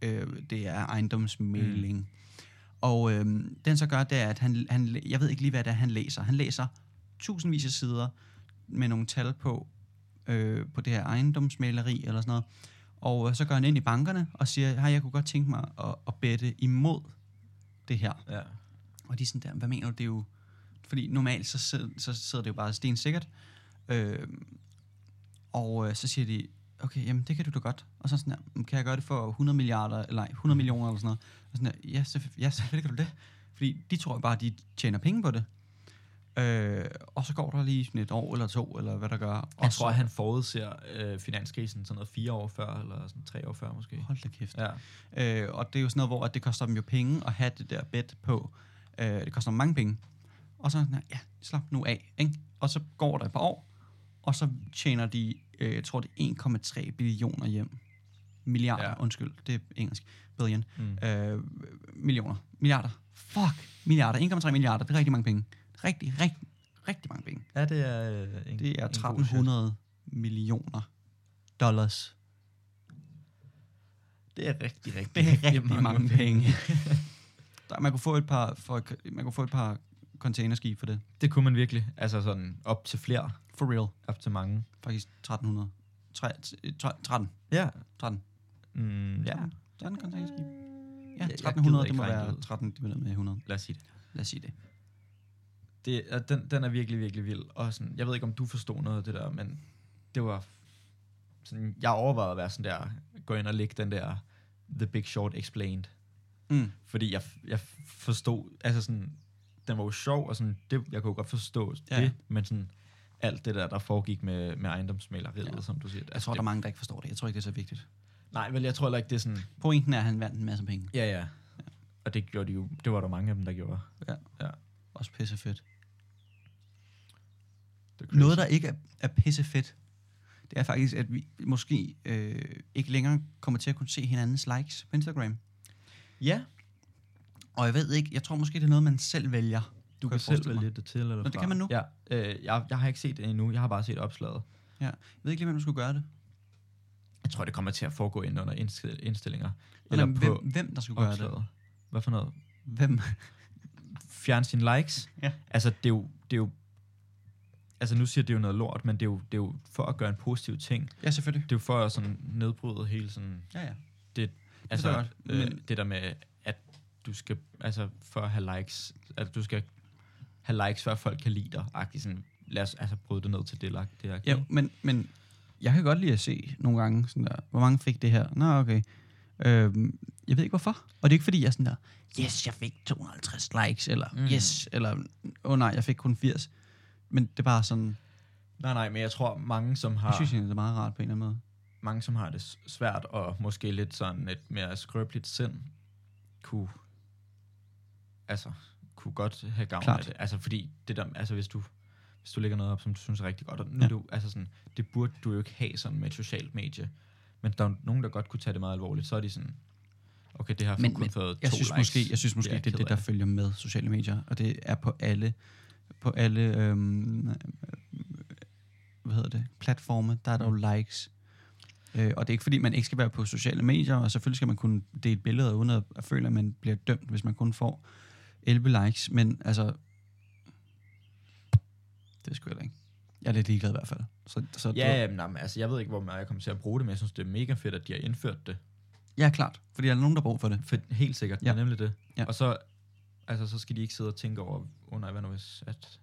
[SPEAKER 1] øh, det er ejendomsmægling. Mm. Og øh, den så gør, det er, at han, han, læ- jeg ved ikke lige, hvad det er, han læser. Han læser tusindvis af sider med nogle tal på, øh, på det her ejendomsmaleri eller sådan noget. Og øh, så går han ind i bankerne og siger, hej, jeg kunne godt tænke mig at, at bette imod det her.
[SPEAKER 2] Ja.
[SPEAKER 1] Og de er sådan der, hvad mener du, det er jo... Fordi normalt, så, sidder- så sidder det jo bare stensikkert. Øh, og øh, så siger de, okay, jamen det kan du da godt. Og så sådan der, "Men kan jeg gøre det for 100 milliarder, eller nej, 100 millioner eller sådan noget. Og sådan der, ja, selvfø- ja selvfølgelig kan du det. Fordi de tror jo bare, de tjener penge på det. Øh, og så går der lige sådan et år eller to, eller hvad der gør.
[SPEAKER 2] Jeg
[SPEAKER 1] og
[SPEAKER 2] tror,
[SPEAKER 1] så,
[SPEAKER 2] at han forudser øh, finanskrisen sådan noget fire år før, eller sådan tre år før måske.
[SPEAKER 1] Hold da kæft.
[SPEAKER 2] Ja.
[SPEAKER 1] Øh, og det er jo sådan noget, hvor at det koster dem jo penge at have det der bet på. Øh, det koster dem mange penge. Og så er jeg sådan her, ja, slap nu af. Ikke? Og så går der et par år, og så tjener de, øh, jeg tror det er 1,3 billioner hjem. Milliarder, ja.
[SPEAKER 2] Ja.
[SPEAKER 1] undskyld, det er engelsk. Billion.
[SPEAKER 2] Mm.
[SPEAKER 1] Øh, millioner. Milliarder. Fuck, milliarder. 1,3 milliarder, det er rigtig mange penge. Rigtig, rigtig, rigtig mange penge.
[SPEAKER 2] Ja, det er øh, en,
[SPEAKER 1] Det er
[SPEAKER 2] en god
[SPEAKER 1] 1300 millioner dollars.
[SPEAKER 2] shit. Det er rigtig, rigtig,
[SPEAKER 1] Det er rigtig mange, mange penge. Der, man, kunne få et par, for, man kunne få et par containerskib for det.
[SPEAKER 2] Det kunne man virkelig. Altså sådan op til flere,
[SPEAKER 1] For real.
[SPEAKER 2] op til mange.
[SPEAKER 1] Faktisk 1300. Tre, tre, 13.
[SPEAKER 2] Ja.
[SPEAKER 1] 13.
[SPEAKER 2] Mm, ja.
[SPEAKER 1] 13 containerskib. Ja,
[SPEAKER 2] jeg
[SPEAKER 1] 1300,
[SPEAKER 2] gider
[SPEAKER 1] det må
[SPEAKER 2] ikke regne det
[SPEAKER 1] være
[SPEAKER 2] ud.
[SPEAKER 1] 13 divideret med 100.
[SPEAKER 2] Lad os sige det.
[SPEAKER 1] Lad os sige det.
[SPEAKER 2] det og den, den er virkelig, virkelig vild. Og sådan, jeg ved ikke, om du forstod noget af det der, men det var... Sådan, jeg overvejede at være sådan der, gå ind og lægge den der The Big Short Explained.
[SPEAKER 1] Mm.
[SPEAKER 2] Fordi jeg, jeg forstod, altså sådan, den var jo sjov, og sådan, det, jeg kunne godt forstå
[SPEAKER 1] Ja.
[SPEAKER 2] ja. det, men sådan, alt det der, der foregik med, med ejendomsmaleriet,
[SPEAKER 1] Ja.
[SPEAKER 2] ja. som du siger.
[SPEAKER 1] Jeg tror,
[SPEAKER 2] det,
[SPEAKER 1] der er mange, der ikke forstår det. Jeg tror ikke, det er så vigtigt.
[SPEAKER 2] Nej, vel, jeg tror heller ikke, det er sådan,
[SPEAKER 1] Pointen er, at han vandt en masse penge.
[SPEAKER 2] ja, ja. Og det gjorde de jo, det var der mange af dem, der gjorde.
[SPEAKER 1] Også pisse fedt.
[SPEAKER 2] Det er crazy.
[SPEAKER 1] Noget, der ikke er, er pisse fedt, det er faktisk, at vi måske øh, ikke længere kommer til at kunne se hinandens likes på Instagram.
[SPEAKER 2] Ja,
[SPEAKER 1] Og jeg ved ikke, jeg tror måske, det er noget, man selv vælger.
[SPEAKER 2] du
[SPEAKER 1] jeg
[SPEAKER 2] kan selv
[SPEAKER 1] forestille mig.
[SPEAKER 2] vælge det til eller
[SPEAKER 1] Nå, det
[SPEAKER 2] fra.
[SPEAKER 1] kan man nu.
[SPEAKER 2] Ja, øh, jeg, jeg har ikke set det endnu, jeg har bare set opslaget.
[SPEAKER 1] Jeg ved ikke lige, hvem der skulle gøre det.
[SPEAKER 2] Jeg tror, det kommer til at foregå ind under indstil- indstillinger.
[SPEAKER 1] Eller
[SPEAKER 2] Eller
[SPEAKER 1] Nå,
[SPEAKER 2] på
[SPEAKER 1] hvem, hvem, der skulle gøre det.
[SPEAKER 2] opslaget. Hvad for noget?
[SPEAKER 1] Hvem?
[SPEAKER 2] Fjern sine likes.
[SPEAKER 1] Ja.
[SPEAKER 2] Altså, det er jo... Det er jo altså, nu siger det jo noget lort, men det er, jo, det er jo for at gøre en positiv ting.
[SPEAKER 1] Ja, selvfølgelig.
[SPEAKER 2] Det er jo for at sådan nedbryde hele sådan...
[SPEAKER 1] Ja, ja.
[SPEAKER 2] Altså,
[SPEAKER 1] jeg godt,
[SPEAKER 2] øh,
[SPEAKER 1] men-
[SPEAKER 2] det der med, at du skal... Altså, for at have likes... Altså, du skal have likes, før folk kan lide dig. Agtigt sådan, lad os altså bryde det ned til det, lag- det
[SPEAKER 1] Ja, men, men jeg kan godt lide at se nogle gange, sådan der, hvor mange fik det her. Nå, okay. Øhm, jeg ved ikke hvorfor. Og det er ikke fordi, jeg er sådan der, yes, jeg fik 250 likes, eller mm.
[SPEAKER 2] Mm.
[SPEAKER 1] yes, eller åh oh, nej, jeg fik kun 80. Men det er bare sådan, jeg
[SPEAKER 2] Nej, nej, men jeg tror, mange, som har...
[SPEAKER 1] synes egentlig, det er meget rart på en eller anden måde.
[SPEAKER 2] mange, som har det s- svært og måske lidt sådan et mere skrøbeligt sind, kunne, altså, kunne godt have gavn
[SPEAKER 1] Klart.
[SPEAKER 2] af det. Altså, fordi det der, altså, hvis du, hvis du lægger noget op, som du synes er rigtig godt, og nu
[SPEAKER 1] Ja.
[SPEAKER 2] ja. du, altså sådan, det burde du jo ikke have sådan med et socialt medie. Men der er jo nogen, der godt kunne tage det meget alvorligt. Så er de sådan, okay, det har
[SPEAKER 1] Men-
[SPEAKER 2] men, kun
[SPEAKER 1] men
[SPEAKER 2] fået
[SPEAKER 1] Jeg
[SPEAKER 2] to
[SPEAKER 1] synes,
[SPEAKER 2] likes.
[SPEAKER 1] måske, jeg synes måske,
[SPEAKER 2] er
[SPEAKER 1] det er
[SPEAKER 2] ked
[SPEAKER 1] det, der
[SPEAKER 2] af
[SPEAKER 1] følger med sociale medier, og det er på alle, på alle øhm, øh, hvad hedder det, platforme, der er der jo
[SPEAKER 2] Mm.
[SPEAKER 1] likes. Øh, og det er ikke fordi, man ikke skal være på sociale medier, og selvfølgelig skal man kunne dele billeder, uden at, at føle, at man bliver dømt, hvis man kun får 11 likes, men altså, det skulle jeg ikke. Jeg er lidt ligeglad i hvert fald. Så, så du ved-
[SPEAKER 2] Ja, jamen, jamen, altså, jeg ved ikke, hvor meget jeg kommer til at bruge det, men jeg synes, det er mega fedt, at de har indført det.
[SPEAKER 1] ja, klart, fordi der er nogen, der har brug for det.
[SPEAKER 2] For, helt sikkert, ja.
[SPEAKER 1] Ja.
[SPEAKER 2] det er nemlig det.
[SPEAKER 1] Ja.
[SPEAKER 2] Ja. Og så, altså, så skal de ikke sidde og tænke over, oh, nej, hvad nu hvis, at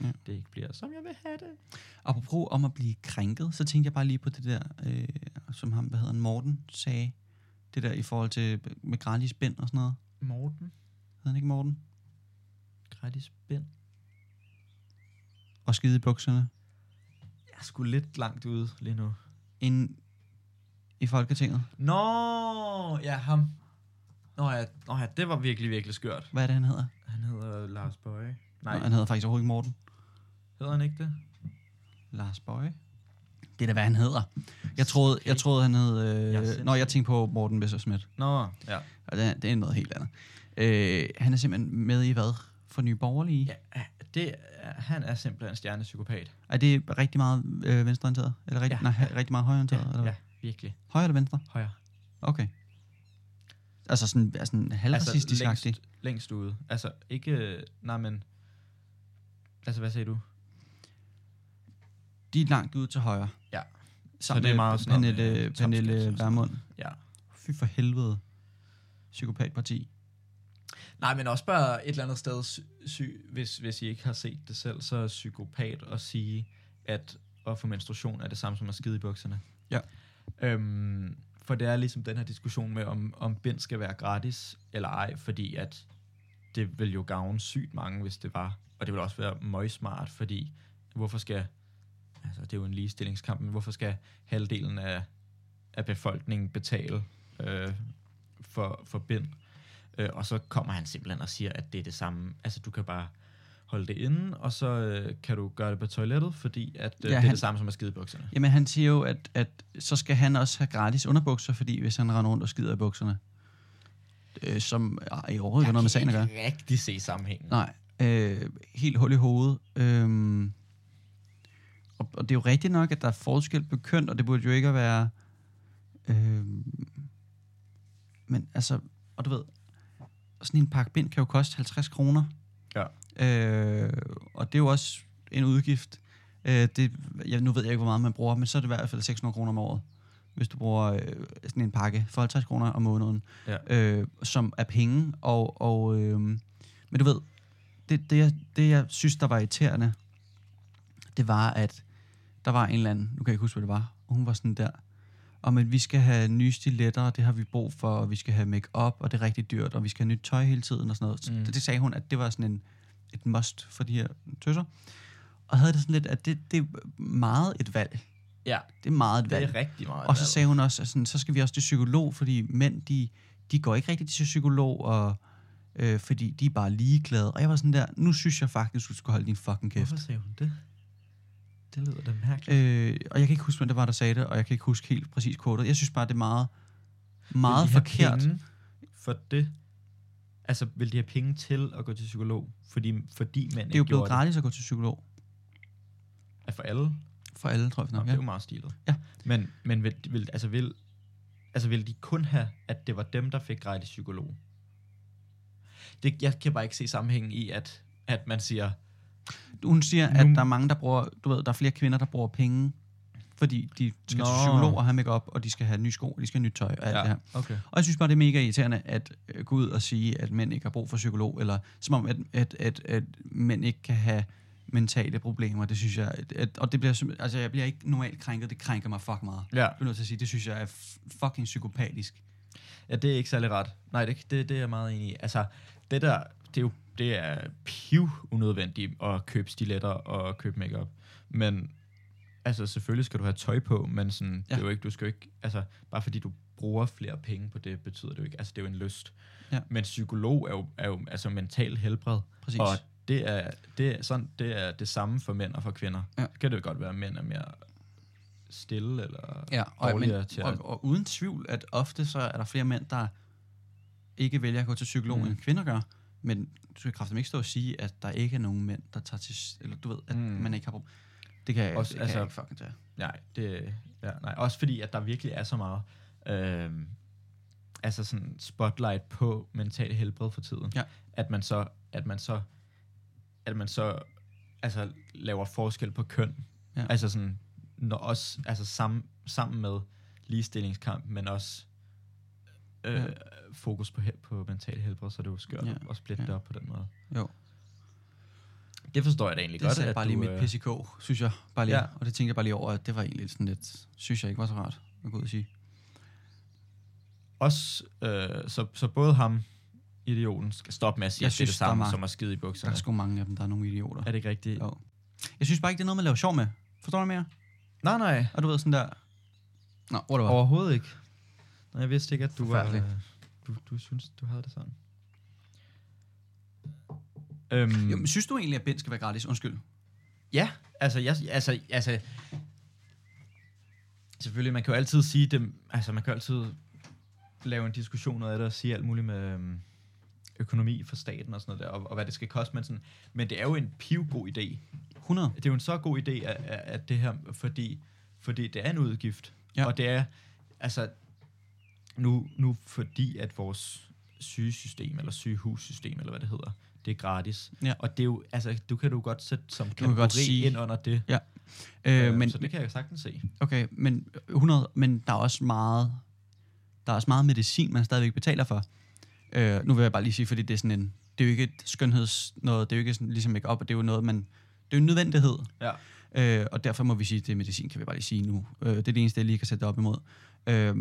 [SPEAKER 1] Ja.
[SPEAKER 2] ja. det ikke bliver, som jeg vil have det.
[SPEAKER 1] Apropos om at blive krænket, så tænkte jeg bare lige på det der, øh, som ham, hvad hedder han, Morten, sagde. Det der i forhold til øh, med gratis bind og sådan noget.
[SPEAKER 2] Morten,
[SPEAKER 1] Hedder han ikke Morten?
[SPEAKER 2] gratis bind.
[SPEAKER 1] Og skide i bukserne.
[SPEAKER 2] Jeg er sgu lidt langt ude lige nu.
[SPEAKER 1] Ind i Folketinget.
[SPEAKER 2] Nå, ja, ham. Nå ja, nå ja, det var virkelig, virkelig skørt.
[SPEAKER 1] Hvad er det, han hedder?
[SPEAKER 2] Han hedder Lars Bøje. Nej,
[SPEAKER 1] Nej. Nå, han hedder faktisk overhovedet ikke Morten.
[SPEAKER 2] hedder han ikke det?
[SPEAKER 1] Lars Bøje. Det er da, hvad han hedder. Jeg troede, jeg troede han hed... Øh,
[SPEAKER 2] Jeg er
[SPEAKER 1] jeg
[SPEAKER 2] sindssyg.
[SPEAKER 1] Nå, jeg tænkte på Morten Messerschmidt.
[SPEAKER 2] Nå, ja.
[SPEAKER 1] Og det, er- det er noget helt andet. Øh, han er simpelthen med i hvad? For Nye Borgerlige? Ja.
[SPEAKER 2] ja det, er- han er simpelthen en stjernepsykopat.
[SPEAKER 1] Er det rigtig meget øh, venstreorienteret? Eller rigtig, ja.
[SPEAKER 2] Ja.
[SPEAKER 1] nej, rigtig meget højreorienteret? eller
[SPEAKER 2] Ja,
[SPEAKER 1] hvad?
[SPEAKER 2] ja virkelig.
[SPEAKER 1] Højre eller venstre?
[SPEAKER 2] Højre.
[SPEAKER 1] Okay. Altså sådan, altså sådan halvracistisk altså,
[SPEAKER 2] længst, længst ude. Altså ikke, øh, nej men, altså hvad sagde du?
[SPEAKER 1] De er langt ude til højre.
[SPEAKER 2] Ja.
[SPEAKER 1] Sammen
[SPEAKER 2] Så det er
[SPEAKER 1] med
[SPEAKER 2] meget sådan noget med
[SPEAKER 1] Pernille,
[SPEAKER 2] topskat og
[SPEAKER 1] Pernille
[SPEAKER 2] sådan
[SPEAKER 1] Vermund.
[SPEAKER 2] Ja.
[SPEAKER 1] Fy for helvede. Psykopatparti.
[SPEAKER 2] Nej, men også bare et eller andet sted, sy- sy- hvis, hvis I ikke har set det selv, så er psykopat at sige, at at få menstruation er det samme som at skide i bukserne.
[SPEAKER 1] Ja.
[SPEAKER 2] Øhm, for det er ligesom den her diskussion med, om, om bind skal være gratis eller ej, fordi at det vil jo gavne sygt mange, hvis det var. Og det vil også være møgsmart, fordi hvorfor skal, altså det er jo en ligestillingskamp, men hvorfor skal halvdelen af, af befolkningen betale øh, for, for bind? Øh, og så kommer han simpelthen og siger, at det er det samme. Altså, du kan bare holde det inde, og så øh, kan du gøre det på toilettet, fordi at, øh,
[SPEAKER 1] Ja,
[SPEAKER 2] ja, det
[SPEAKER 1] han-
[SPEAKER 2] er det samme som at skide i bukserne.
[SPEAKER 1] Jamen han siger jo, at, at så skal han også have gratis underbukser, fordi hvis han render rundt og skider i bukserne, øh, som er i overhovedet ikke har noget med sagen at gøre.
[SPEAKER 2] ikke rigtig se sammenhængen.
[SPEAKER 1] Nej, øh, helt hul i hovedet. Øhm, og, og det er jo rigtigt nok, at der er forskel på køn, og det burde jo ikke at være... Øh, men altså, og du ved, sådan en pakke bind kan jo koste 50 kroner.
[SPEAKER 2] Ja.
[SPEAKER 1] Øh, og det er jo også en udgift. Øh, det, jeg, nu ved jeg ikke, hvor meget man bruger, men så er det i hvert fald 600 kroner om året, hvis du bruger øh, sådan en pakke for 50 kroner om måneden,
[SPEAKER 2] Ja.
[SPEAKER 1] øh, som er penge. Og, og, øh, men du ved, det, det, jeg, det, jeg synes, der var irriterende, det var, at der var en eller anden, nu kan jeg ikke huske, hvad det var, og hun var sådan der, og men vi skal have nye stiletter, og det har vi brug for, og vi skal have make-up, og det er rigtig dyrt, og vi skal have nyt tøj hele tiden, og sådan noget. Mm.
[SPEAKER 2] Mm.
[SPEAKER 1] Det, det sagde hun, at det var sådan en, et must for de her tøsser. Og havde det sådan lidt, at det, det er meget et valg.
[SPEAKER 2] Ja,
[SPEAKER 1] Det er meget et
[SPEAKER 2] det
[SPEAKER 1] valg.
[SPEAKER 2] er rigtig meget.
[SPEAKER 1] Og så sagde hun også, at sådan, så skal vi også til psykolog, fordi mænd, de, de går ikke rigtig til psykolog, og, øh, fordi de er bare ligeglade. Og jeg var sådan der, nu synes jeg faktisk, du skal holde din fucking kæft.
[SPEAKER 2] Hvorfor sagde hun det? Det lyder da mærkeligt.
[SPEAKER 1] Øh, og jeg kan ikke huske, hvem det var, der sagde det, og jeg kan ikke huske helt præcis kortet. Jeg synes bare, det er meget, meget
[SPEAKER 2] vil de have
[SPEAKER 1] forkert.
[SPEAKER 2] Penge for det? Altså, vil de have penge til at gå til psykolog? Fordi, fordi mænd
[SPEAKER 1] Det er jo blevet gratis at gå til psykolog
[SPEAKER 2] det? Er for alle?
[SPEAKER 1] for alle, tror jeg
[SPEAKER 2] Nå,
[SPEAKER 1] nok.
[SPEAKER 2] det er
[SPEAKER 1] Ja.
[SPEAKER 2] jo meget stilet.
[SPEAKER 1] Ja.
[SPEAKER 2] Men, men vil, vil, altså, vil, altså vil de kun have, at det var dem, der fik gratis psykolog? Det, jeg kan bare ikke se sammenhængen i, at, at man siger,
[SPEAKER 1] Hun siger, at
[SPEAKER 2] Nu-
[SPEAKER 1] der er mange, der bruger, du ved, der er flere kvinder, der bruger penge, fordi de skal Nå. til
[SPEAKER 2] Nå.
[SPEAKER 1] psykolog og have make op, og de skal have nye sko, og de skal have nyt tøj og alt ja. det her.
[SPEAKER 2] okay.
[SPEAKER 1] Og jeg synes bare, det er mega irriterende at øh, gå ud og sige, at mænd ikke har brug for psykolog, eller som om, at, at, at, at mænd ikke kan have mentale problemer. Det synes jeg, at, at, og det bliver simpel- altså jeg bliver ikke normalt krænket, det krænker mig fuck meget.
[SPEAKER 2] Ja.
[SPEAKER 1] Jeg bliver nødt til at sige, det synes jeg er f- fucking psykopatisk.
[SPEAKER 2] ja, det er ikke særlig ret. Nej, det, det, det er jeg meget enig i. Altså, det der, det er jo det er piv unødvendigt at købe stiletter og købe makeup. Men altså, selvfølgelig skal du have tøj på, men sådan, ja. det
[SPEAKER 1] Ja.
[SPEAKER 2] er jo ikke, du skal jo ikke, altså, bare fordi du bruger flere penge på det, betyder det jo ikke. Altså, det er jo en lyst.
[SPEAKER 1] Ja.
[SPEAKER 2] Men psykolog er jo, er jo altså mental helbred.
[SPEAKER 1] Præcis.
[SPEAKER 2] Og det er, det, er sådan, det er det samme for mænd og for kvinder.
[SPEAKER 1] Ja.
[SPEAKER 2] Så kan det jo godt være, at mænd er mere stille eller
[SPEAKER 1] Ja, og, men,
[SPEAKER 2] dårligere til at...
[SPEAKER 1] og, og uden tvivl, at ofte så er der flere mænd, der ikke vælger at gå til psykolog, mm. end kvinder gør. Men du skal kraftigt ikke stå og sige, at der ikke er nogen mænd, der tager til... s- Eller du ved, at mm.
[SPEAKER 2] Mm.
[SPEAKER 1] man ikke har problemer. Det kan, jeg,
[SPEAKER 2] Også-
[SPEAKER 1] det kan
[SPEAKER 2] altså-
[SPEAKER 1] jeg ikke fucking tage.
[SPEAKER 2] Nej, det, ja, nej, også fordi, at der virkelig er så meget øh, altså sådan spotlight på mental helbred for tiden,
[SPEAKER 1] Ja.
[SPEAKER 2] at man så, at man så, at man så altså, laver forskel på køn.
[SPEAKER 1] Ja.
[SPEAKER 2] Altså sådan, når også, altså sammen, sammen med ligestillingskamp, men også øh,
[SPEAKER 1] Ja.
[SPEAKER 2] fokus på, he- på mental helbred, så det er jo skørt
[SPEAKER 1] Ja,
[SPEAKER 2] ja. at splitte
[SPEAKER 1] ja.
[SPEAKER 2] ja. det op på den måde.
[SPEAKER 1] Jo.
[SPEAKER 2] Det forstår jeg da egentlig
[SPEAKER 1] Det
[SPEAKER 2] godt,
[SPEAKER 1] satte bare lige mit
[SPEAKER 2] øh,
[SPEAKER 1] PCK, synes jeg. Bare lige. Ja.
[SPEAKER 2] Ja.
[SPEAKER 1] Og det tænkte jeg bare lige over, at det var egentlig sådan lidt... Synes jeg ikke var så rart at gå ud og sige.
[SPEAKER 2] også, øh, så, så både ham, idioten, skal stoppe med at sige,
[SPEAKER 1] Jeg
[SPEAKER 2] at det er
[SPEAKER 1] synes,
[SPEAKER 2] det
[SPEAKER 1] der er
[SPEAKER 2] samme,
[SPEAKER 1] meget-
[SPEAKER 2] som at skide i
[SPEAKER 1] Der
[SPEAKER 2] bukserne.
[SPEAKER 1] er sgu mange af dem, der er nogle idioter.
[SPEAKER 2] Er det ikke rigtigt?
[SPEAKER 1] Jo. Jeg synes bare ikke, det er noget, man laver sjov med. Forstår du mere?
[SPEAKER 2] Nej, nej,
[SPEAKER 1] Og du ved sådan der... Nå, whatever. Oh.
[SPEAKER 2] overhovedet ikke. Nej, jeg vidste ikke, at du var...
[SPEAKER 1] Forfærdeligt.
[SPEAKER 2] øh, Du, du synes, du havde det sådan. Øhm,
[SPEAKER 1] Jo, men synes du egentlig, at bind skal være gratis? Undskyld.
[SPEAKER 2] Ja, altså, jeg, altså, altså, selvfølgelig, man kan jo altid sige det, altså, man kan jo altid lave en diskussion ud af det og sige alt muligt med øhm, økonomi for staten og sådan noget der, og, og hvad det skal koste, men, sådan, men det er jo en pivgod idé.
[SPEAKER 1] 100?
[SPEAKER 2] Det er jo en så god idé, at, at, at det her, fordi, fordi det er en udgift,
[SPEAKER 1] Ja.
[SPEAKER 2] ja. og det er, altså, nu, nu fordi, at vores sygesystem, eller sygehussystem, eller hvad det hedder, det er gratis.
[SPEAKER 1] Ja.
[SPEAKER 2] Og det er jo, altså, du kan du godt sætte
[SPEAKER 1] kan
[SPEAKER 2] som
[SPEAKER 1] godt
[SPEAKER 2] kategori godt
[SPEAKER 1] sige-
[SPEAKER 2] sige, ind under det.
[SPEAKER 1] Øh, men,
[SPEAKER 2] så det kan jeg jo sagtens se.
[SPEAKER 1] okay, men 100, men der er også meget, der er også meget medicin, man stadigvæk betaler for. Øh, nu vil jeg bare lige sige, fordi det er sådan en, det er jo ikke et skønheds noget, det er jo ikke sådan, ligesom make op, og det er jo noget, man, det er jo en nødvendighed.
[SPEAKER 2] Ja.
[SPEAKER 1] Øh, og derfor må vi sige, at det er medicin, kan vi bare lige sige nu. Øh, det er det eneste, jeg lige kan sætte det op imod. Øh,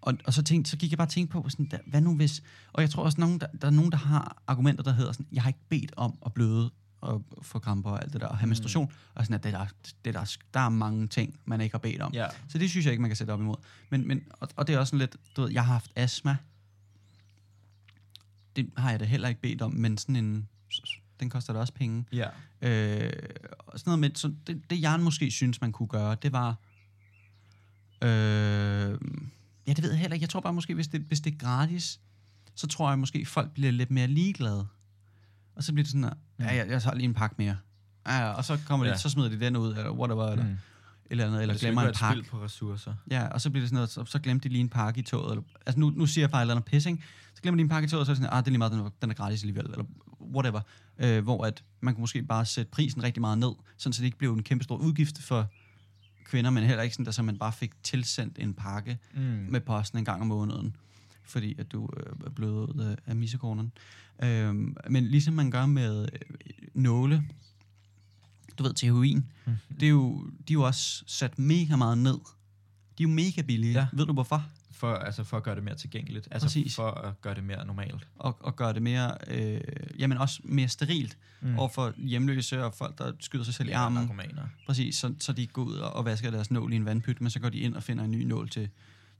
[SPEAKER 1] og, og så, tænkte, så gik jeg bare og tænkte på, sådan, der, hvad nu hvis... Og jeg tror også, nogen, der, der er nogen, der har argumenter, der hedder sådan, jeg har ikke bedt om at bløde og få kramper og alt det der, og have mm. menstruation. Og sådan, at det, der, det der, der er mange ting, man ikke har bedt om.
[SPEAKER 2] Ja.
[SPEAKER 1] Så det synes jeg ikke, man kan sætte op imod. Men, men, og, og det er også sådan lidt, du ved, jeg har haft astma. Det har jeg da heller ikke bedt om, men sådan en, den koster da også penge.
[SPEAKER 2] Ja.
[SPEAKER 1] Øh, og sådan noget med, så det, det jeg måske synes, man kunne gøre, det var... Øh, ja, det ved jeg heller ikke. Jeg tror bare måske, hvis det, hvis det er gratis, så tror jeg måske, folk bliver lidt mere ligeglade. Og så bliver det sådan, ja, jeg, jeg tager lige en pakke mere. Ja, og så kommer det,
[SPEAKER 2] Ja.
[SPEAKER 1] så smider de den ud, eller whatever, eller, mm.
[SPEAKER 2] Mm.
[SPEAKER 1] eller andet, eller
[SPEAKER 2] det skal jo
[SPEAKER 1] glemmer
[SPEAKER 2] ikke
[SPEAKER 1] en
[SPEAKER 2] være et
[SPEAKER 1] pakke.
[SPEAKER 2] spild på ressourcer.
[SPEAKER 1] Ja, og så bliver det sådan noget, så, så glemte de lige en pakke i toget. Eller, altså nu, nu siger jeg bare et eller andet pissing. Så glemmer de en pakke i toget, og så er det sådan, ah, det er lige meget, den, er- den er gratis alligevel, eller whatever. Øh, hvor at man kunne måske bare sætte prisen rigtig meget ned, sådan så det ikke blev en kæmpe stor udgift for kvinder, men heller ikke sådan, at så man bare fik tilsendt en pakke
[SPEAKER 2] Mm.
[SPEAKER 1] med posten en gang om måneden, fordi at du øh, er blevet øh, af missekornen. Øh, men ligesom man gør med øh, nåle, du ved, til heroin, mm. det er jo, de er jo også sat mega meget ned. De er jo mega billige. Ja.
[SPEAKER 2] Ja.
[SPEAKER 1] Ved du hvorfor?
[SPEAKER 2] For, altså for at gøre det mere tilgængeligt. Altså
[SPEAKER 1] Præcis.
[SPEAKER 2] for at gøre det mere normalt.
[SPEAKER 1] Og, og gøre det mere, øh, jamen også mere sterilt mm.
[SPEAKER 2] Mm.
[SPEAKER 1] overfor hjemløse og folk, der skyder sig selv i
[SPEAKER 2] Eller
[SPEAKER 1] armen.
[SPEAKER 2] narkomaner.
[SPEAKER 1] Præcis, så, så de går ud og, og vasker deres nål i en vandpyt, men så går de ind og finder en ny nål til,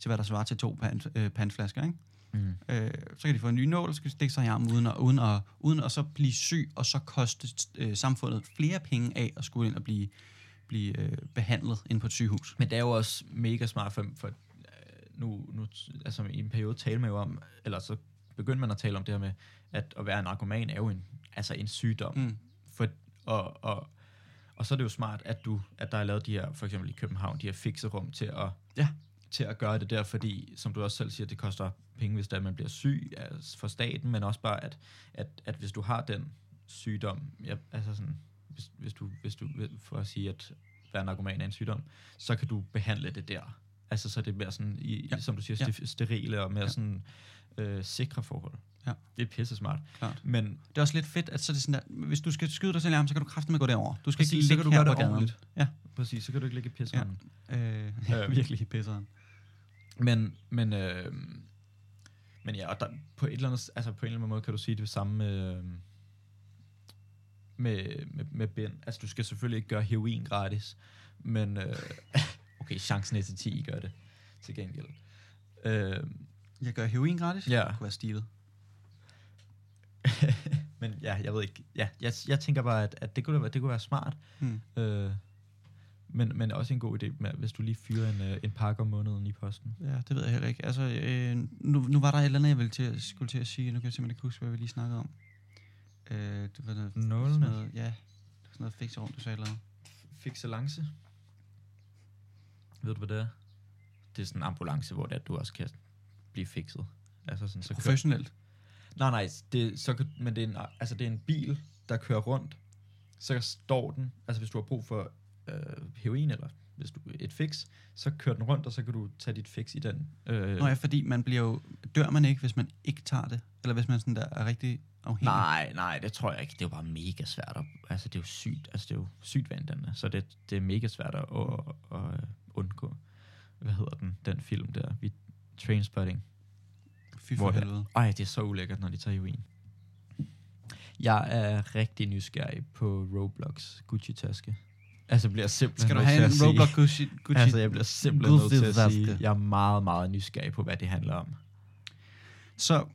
[SPEAKER 1] til hvad der svarer til to pand, øh, pandflasker, ikke?
[SPEAKER 2] Mm.
[SPEAKER 1] Øh, så kan de få en ny nål, og så kan de stikke sig i armen uden, at, uden, at, uden at så blive syg, og så koste øh, samfundet flere penge af at skulle ind og blive, blive øh, behandlet ind på et sygehus.
[SPEAKER 2] Men det er jo også mega smart, for, for øh, nu, nu, altså i en periode talte man jo om, eller så begyndte man at tale om det her med, at at være narkoman er jo en, altså en sygdom.
[SPEAKER 1] Mm.
[SPEAKER 2] For, og, og, og så er det jo smart, at, du, at der er lavet de her, for eksempel i København, de her fikserum til at,
[SPEAKER 1] Ja.
[SPEAKER 2] til at gøre det der, fordi, som du også selv siger, det koster penge, hvis det er, at man bliver syg altså for staten, men også bare, at, at, at hvis du har den sygdom, ja, altså sådan, hvis, hvis, du, hvis du, for at sige, at være narkoman er en sygdom, så kan du behandle det der. Altså, så er det mere sådan, i,
[SPEAKER 1] Ja.
[SPEAKER 2] ja. som du siger,
[SPEAKER 1] Ja.
[SPEAKER 2] ja. sterile og mere
[SPEAKER 1] Ja.
[SPEAKER 2] ja. sådan øh, sikre forhold.
[SPEAKER 1] Ja.
[SPEAKER 2] Det er pisse smart.
[SPEAKER 1] Klart.
[SPEAKER 2] Men
[SPEAKER 1] Det er også lidt fedt, at så er det sådan der, hvis du skal skyde dig selv i armen, så kan du kraftigt med gå derover. Du skal
[SPEAKER 2] Præcis,
[SPEAKER 1] ikke
[SPEAKER 2] så
[SPEAKER 1] ligge
[SPEAKER 2] kan du
[SPEAKER 1] her
[SPEAKER 2] gøre
[SPEAKER 1] på
[SPEAKER 2] det
[SPEAKER 1] gaden.
[SPEAKER 2] ordentligt.
[SPEAKER 1] Ja,
[SPEAKER 2] præcis, så kan du ikke ligge i pisse
[SPEAKER 1] Ja.
[SPEAKER 2] ja.
[SPEAKER 1] øh, ja,
[SPEAKER 2] Øh.
[SPEAKER 1] virkelig i pisseren.
[SPEAKER 2] Men, men, øh, men ja, og der, på, et eller andet, altså på en eller anden måde kan du sige det samme med, øh, med, med, med bind. Altså du skal selvfølgelig ikke gøre heroin gratis, men øh, okay, chancen er til 10 gør det. til gengæld. Øh,
[SPEAKER 1] Jeg gør heroin gratis.
[SPEAKER 2] Ja.
[SPEAKER 1] Det kunne være stilet.
[SPEAKER 2] men ja, jeg ved ikke. Ja, jeg, jeg tænker bare, at, at det, kunne da være, det kunne være smart.
[SPEAKER 1] Hmm.
[SPEAKER 2] Øh, men, men også en god idé, med, hvis du lige fyrer en, øh, en pakke om måneden i posten.
[SPEAKER 1] Ja, det ved jeg heller ikke. Altså, øh, nu, nu var der et eller andet, jeg ville til, at- skulle til at sige. Nu kan jeg simpelthen ikke huske, hvad vi lige snakkede om. Øh, det var noget,
[SPEAKER 2] Nålene.
[SPEAKER 1] sådan noget, ja, det var sådan noget fikse rundt, du sagde et eller andet.
[SPEAKER 2] Fixalance. Ved du, hvad det er? Det er sådan en ambulance, hvor det er, at du også kan blive fikset. Altså sådan, så kører...
[SPEAKER 1] Professionelt.
[SPEAKER 2] Nej, nej, det, så kan, men det er, en, altså, det er en bil, der kører rundt. Så står den, altså hvis du har brug for øh, heroin eller hvis du, et fix, så kører den rundt, og så kan du tage dit fix i den. Øh,
[SPEAKER 1] Nå ja, fordi man bliver jo, dør man ikke, hvis man ikke tager det? Eller hvis man sådan der er rigtig afhængig?
[SPEAKER 2] Nej, nej, det tror jeg ikke. Det er jo bare mega svært. At, altså, det er jo sygt. Altså, det er jo sygt vanddannende. Så det, det er mega svært at, at, at undgå. Hvad hedder den, den film der? Vi, Trainspotting.
[SPEAKER 1] Fy
[SPEAKER 2] Hvor
[SPEAKER 1] for
[SPEAKER 2] er det?
[SPEAKER 1] helvede.
[SPEAKER 2] Ej, det er så ulækkert, når de tager heroin. Jeg er rigtig nysgerrig på Roblox Gucci-taske. Altså, jeg bliver simpelthen
[SPEAKER 1] Skal du
[SPEAKER 2] nødt til
[SPEAKER 1] have en
[SPEAKER 2] at sige-
[SPEAKER 1] Roblox Gucci? Gucci?
[SPEAKER 2] Altså, jeg bliver simpelthen nødt til at sige,
[SPEAKER 1] Gucci-taske.
[SPEAKER 2] jeg er meget, meget nysgerrig på, hvad det handler om.
[SPEAKER 1] Så,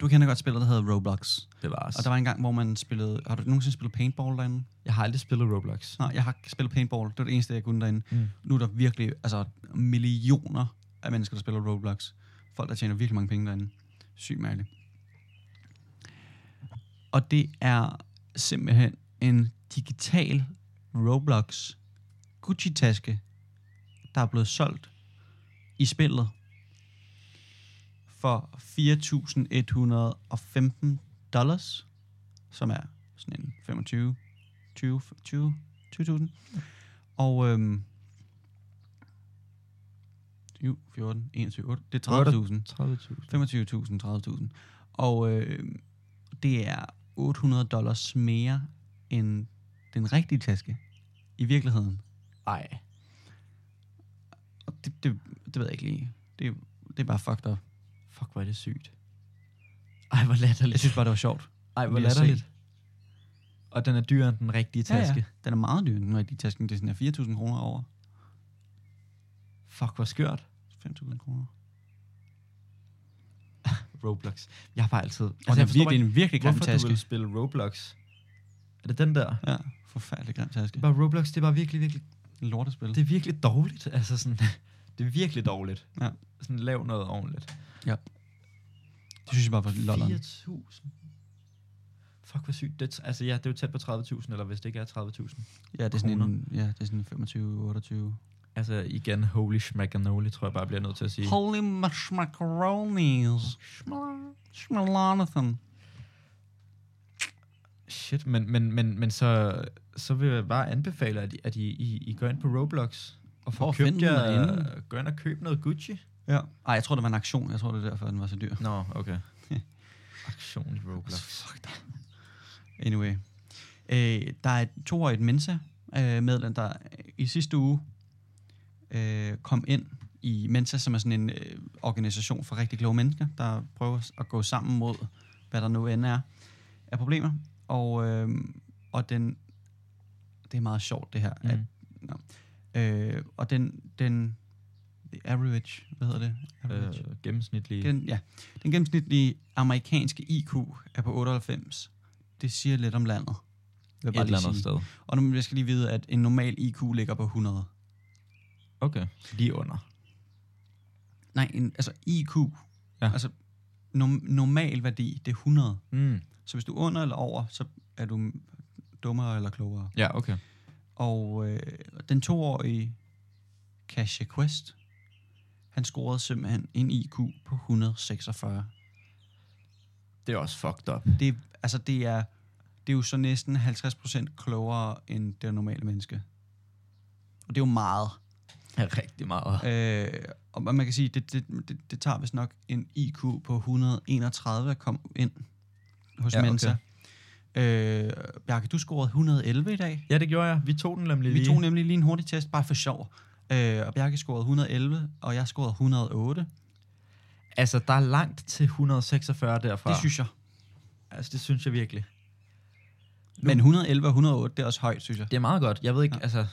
[SPEAKER 1] du kender godt spillet, der hedder Roblox.
[SPEAKER 2] Det var også.
[SPEAKER 1] Og der var en gang, hvor man spillede... Har du nogensinde spillet paintball derinde?
[SPEAKER 2] Jeg har aldrig spillet Roblox.
[SPEAKER 1] Nej, jeg har ikke spillet paintball. Det var det eneste, jeg kunne derinde.
[SPEAKER 2] Mm.
[SPEAKER 1] Nu er der virkelig altså, millioner af mennesker, der spiller Roblox. Folk, der tjener virkelig mange penge derinde. Sygt mærkeligt. Og det er simpelthen en digital Roblox Gucci-taske, der er blevet solgt i spillet for 4.115 dollars, som er sådan en 25, 20, 20, 20.000. Og øhm, 7, 14, 21, 8, det er 30.000.
[SPEAKER 2] 30.000.
[SPEAKER 1] 25.000, 30.000. Og øh, det er 800 dollars mere end den rigtige taske i virkeligheden.
[SPEAKER 2] Ej.
[SPEAKER 1] Og det, det, det ved jeg ikke lige. Det, det er bare fucked up.
[SPEAKER 2] Fuck, hvor er det sygt. Ej, hvor
[SPEAKER 1] Jeg
[SPEAKER 2] latterligt.
[SPEAKER 1] synes bare, det var sjovt.
[SPEAKER 2] Ej, hvor
[SPEAKER 1] lige at
[SPEAKER 2] latterligt. Og den er dyrere end den rigtige taske. Ja, ja.
[SPEAKER 1] Den er meget dyr, den rigtige taske. Det er sådan her 4.000 kroner over.
[SPEAKER 2] Fuck, hvor skørt.
[SPEAKER 1] 5.000 kroner.
[SPEAKER 2] Roblox. Jeg har bare altid...
[SPEAKER 1] Og altså, det, er
[SPEAKER 2] forstår
[SPEAKER 1] virkelig, det er en virkelig
[SPEAKER 2] ikke,
[SPEAKER 1] grim
[SPEAKER 2] hvorfor du
[SPEAKER 1] taske.
[SPEAKER 2] vil spille Roblox. Er det den der?
[SPEAKER 1] Ja, forfærdelig grim taske.
[SPEAKER 2] Det er bare Roblox, det er bare virkelig, virkelig...
[SPEAKER 1] En Lortespil.
[SPEAKER 2] Det er virkelig dårligt. Altså sådan... det er virkelig dårligt.
[SPEAKER 1] Ja.
[SPEAKER 2] Sådan, lav noget ordentligt.
[SPEAKER 1] det synes jeg bare var lolleren.
[SPEAKER 2] 4.000. Fuck, hvor sygt. Det, er- altså ja, det er jo tæt på 30.000, eller hvis det ikke er 30.000.
[SPEAKER 1] Ja, det er sådan en, ja, det er sådan en 25, 28.
[SPEAKER 2] Altså igen, holy schmaganoli, tror jeg bare, jeg bliver nødt til at sige.
[SPEAKER 1] Holy much macaronis. Schmalanathan.
[SPEAKER 2] Shit, men, men, men, men så, så vil jeg bare anbefale, at, I- at I, I, I går ind på Roblox
[SPEAKER 1] Hvor
[SPEAKER 2] og får købt
[SPEAKER 1] find den
[SPEAKER 2] jer,
[SPEAKER 1] derinde?
[SPEAKER 2] gå ind og køb noget Gucci.
[SPEAKER 1] Ja. Ej, jeg tror, det var en aktion. Jeg tror, det er derfor, den var så dyr.
[SPEAKER 2] Nå, okay. Altså, Aktion i Roblox.
[SPEAKER 1] Fuck dig. Anyway. Øh, der er et toårigt Mensa øh, medlem, der i sidste uge øh, kom ind i Mensa, som er sådan en øh, organisation for rigtig kloge mennesker, der prøver at gå sammen mod, hvad der nu end er af problemer. Og, øh, og den, det er meget sjovt det her, mm. at
[SPEAKER 2] Mm.
[SPEAKER 1] Øh, og den, den the average, hvad hedder det? Average.
[SPEAKER 2] Øh, gennemsnitlige.
[SPEAKER 1] Den, ja, den gennemsnitlige amerikanske IQ er på 98. Det siger lidt om landet. vil jeg
[SPEAKER 2] et
[SPEAKER 1] bare lige
[SPEAKER 2] eller
[SPEAKER 1] sige.
[SPEAKER 2] andet sted.
[SPEAKER 1] Og nu jeg skal lige vide, at en normal IQ ligger på 100.
[SPEAKER 2] Okay. Lige under.
[SPEAKER 1] Nej, en, altså IQ.
[SPEAKER 2] Ja.
[SPEAKER 1] Altså norm, normal værdi, det er 100.
[SPEAKER 2] Mm.
[SPEAKER 1] Så hvis du er under eller over, så er du dummere eller klogere.
[SPEAKER 2] Ja, okay.
[SPEAKER 1] Og øh, den toårige Cache Quest, han scorede simpelthen en IQ på 146.
[SPEAKER 2] Det er også fucked up.
[SPEAKER 1] Det, er- altså, det er, det er jo så næsten 50% klogere end det normale menneske. Og det er jo meget.
[SPEAKER 2] Rigtig meget.
[SPEAKER 1] Øh, og man man kan sige, det, det, det, det tager vist nok en IQ på 131 at komme ind hos
[SPEAKER 2] Ja,
[SPEAKER 1] ja,
[SPEAKER 2] okay.
[SPEAKER 1] Mensa. Okay. Øh, Bjarke, du scorede 111 i dag.
[SPEAKER 2] Ja, det gjorde jeg. Vi tog den nemlig
[SPEAKER 1] Vi
[SPEAKER 2] lige.
[SPEAKER 1] tog nemlig lige en hurtig test, bare for sjov. Øh, og Bjarke scorede 111, og jeg scorede 108.
[SPEAKER 2] Altså, der er langt til 146 derfra.
[SPEAKER 1] Det synes jeg.
[SPEAKER 2] altså, det synes jeg virkelig.
[SPEAKER 1] Men 111 og 108, det er også højt, synes jeg.
[SPEAKER 2] Det er meget godt. Jeg ved ikke, ja. altså,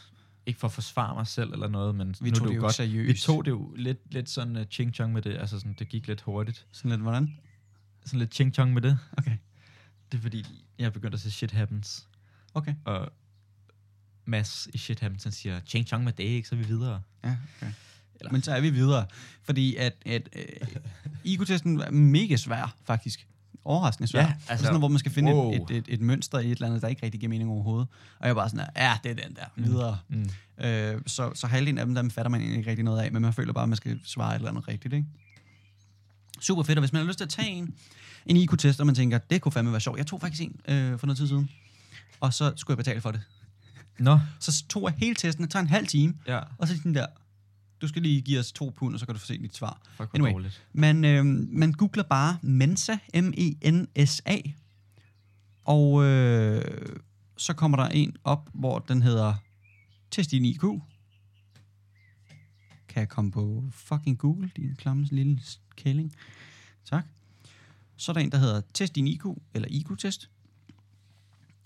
[SPEAKER 2] ikke for at forsvare mig selv eller noget, men
[SPEAKER 1] Vi
[SPEAKER 2] nu
[SPEAKER 1] tog
[SPEAKER 2] er
[SPEAKER 1] det
[SPEAKER 2] det
[SPEAKER 1] jo
[SPEAKER 2] godt.
[SPEAKER 1] ikke seriøst.
[SPEAKER 2] Vi tog det jo lidt, lidt sådan uh, ching-chong med det, altså sådan, det gik lidt hurtigt.
[SPEAKER 1] Sådan lidt, hvordan?
[SPEAKER 2] Sådan lidt ching-chong med det.
[SPEAKER 1] Okay.
[SPEAKER 2] Det er fordi, jeg er begyndt at se Shit Happens,
[SPEAKER 1] Okay.
[SPEAKER 2] og Mads i Shit Happens, han siger, ching-chong med det, ikke? Så er vi videre.
[SPEAKER 1] Ja, okay. Eller. Men så er vi videre, fordi at, at øh, IQ-testen er mega svær, faktisk. Overraskende svær.
[SPEAKER 2] Ja,
[SPEAKER 1] Ja, altså,
[SPEAKER 2] altså,
[SPEAKER 1] sådan, noget, hvor man skal finde wow.
[SPEAKER 2] wow.
[SPEAKER 1] et, et, et, mønster i et eller andet, der ikke rigtig giver mening overhovedet. Og jeg er bare sådan, her, ja, det er den der, videre.
[SPEAKER 2] Mm.
[SPEAKER 1] Mm. Øh, så, så halvdelen af dem, der fatter man egentlig ikke rigtig noget af, men man føler bare, at man skal svare et eller andet rigtigt, ikke? Super fedt, og hvis man har lyst til at tage en, en IQ-test, og man tænker, det kunne fandme være sjovt. Jeg tog faktisk en øh, for noget tid siden, og så skulle jeg betale for det.
[SPEAKER 2] Nå,
[SPEAKER 1] Så tog jeg hele testen, det tager en halv time,
[SPEAKER 2] ja.
[SPEAKER 1] og så sådan der, du skal lige give os to pund, og så kan du få set dit svar.
[SPEAKER 2] Fuck, hvor
[SPEAKER 1] Anyway.
[SPEAKER 2] anyway. dårligt.
[SPEAKER 1] Man, øh, man googler bare Mensa, E M-E-N-S-A, og øh, så kommer der en op, hvor den hedder Test din IQ. Kan jeg komme på fucking Google, din klamme lille s- kælling? Tak. Så er der en, der hedder Test din IQ, eller IQ-test.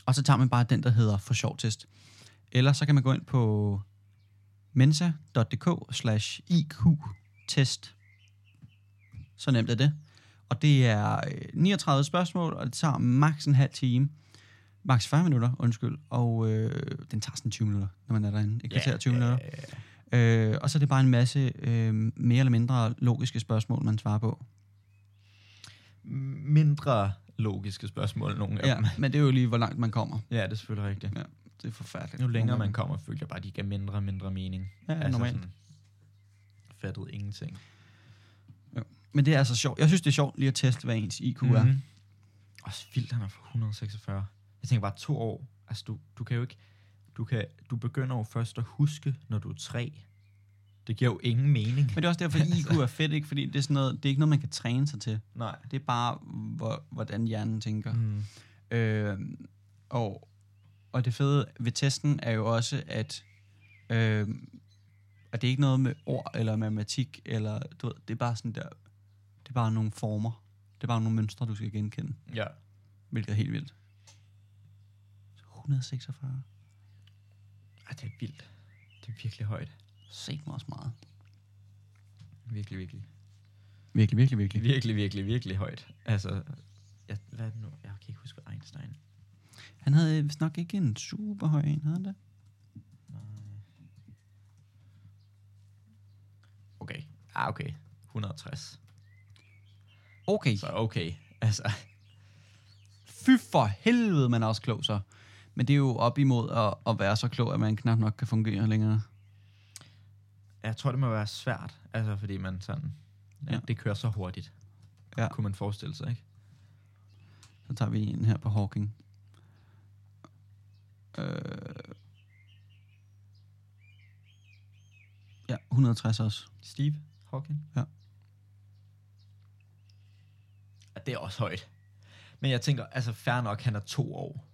[SPEAKER 1] Og så tager man bare den, der hedder For sjov test. Eller så kan man gå ind på mensa.dk slash IQ-test. Så nemt er det. Og det er øh, 39 spørgsmål, og det tager maks en halv time. Maks 40 minutter, undskyld. Og øh, den tager sådan 20 minutter, når man er derinde. Et kvarter 20 minutter. Øh, og så er det bare en masse øh, mere eller mindre logiske spørgsmål, man svarer på.
[SPEAKER 2] Mindre logiske spørgsmål, nogle af
[SPEAKER 1] Ja,
[SPEAKER 2] dem.
[SPEAKER 1] men det er jo lige, hvor langt man kommer.
[SPEAKER 2] Ja, det er selvfølgelig rigtigt.
[SPEAKER 1] Ja, det er forfærdeligt.
[SPEAKER 2] Jo længere man kommer, føler jeg bare, at de giver mindre og mindre mening. Altså
[SPEAKER 1] Ja, normalt.
[SPEAKER 2] Sådan, fattede ingenting.
[SPEAKER 1] Men det er altså sjovt. Jeg synes, det er sjovt lige at teste, hvad ens IQ er.
[SPEAKER 2] Mhm. Også vildt, han er for 146. Jeg tænker bare to år. Altså, du, du kan jo ikke... Du, kan, du begynder jo først at huske, når du er tre. Det giver jo ingen mening.
[SPEAKER 1] Men det er også derfor, IQ er fedt, ikke? Fordi det er, sådan noget, det er ikke noget, man kan træne sig til.
[SPEAKER 2] Nej.
[SPEAKER 1] Det er bare, hvor, hvordan hjernen tænker.
[SPEAKER 2] Mm.
[SPEAKER 1] Mm. Øh, og, og det fede ved testen er jo også, at, øh, at det er ikke noget med ord eller matematik, eller du ved, det er bare sådan der, det er bare nogle former. Det er bare nogle mønstre, du skal genkende,
[SPEAKER 2] Ja.
[SPEAKER 1] hvilket er helt vildt. 146.
[SPEAKER 2] Ej, det er vildt. Det er virkelig højt.
[SPEAKER 1] Set mig også meget.
[SPEAKER 2] Virkelig, virkelig.
[SPEAKER 1] Virkelig, virkelig, virkelig.
[SPEAKER 2] Virkelig, virkelig, virkelig højt. Altså, jeg, hvad er det nu? Jeg kan ikke huske Einstein.
[SPEAKER 1] Han havde vist nok ikke en super høj en, havde han det?
[SPEAKER 2] Okay. Ah, okay. 160.
[SPEAKER 1] Okay.
[SPEAKER 2] Så okay. Altså,
[SPEAKER 1] Fy for helvede, man er også klog så. Men det er jo op imod at, at være så klog, at man knap nok kan fungere længere.
[SPEAKER 2] jeg tror, det må være svært. Altså, fordi man sådan... Ja,
[SPEAKER 1] Ja.
[SPEAKER 2] ja. det kører så hurtigt.
[SPEAKER 1] Ja.
[SPEAKER 2] Ja. Kunne man forestille sig, ikke?
[SPEAKER 1] Så tager vi en her på Hawking. Øh. Ja, 160 også.
[SPEAKER 2] Steve Hawking?
[SPEAKER 1] Ja.
[SPEAKER 2] Ja, det er også højt. Men jeg tænker, altså fair nok, han er to år.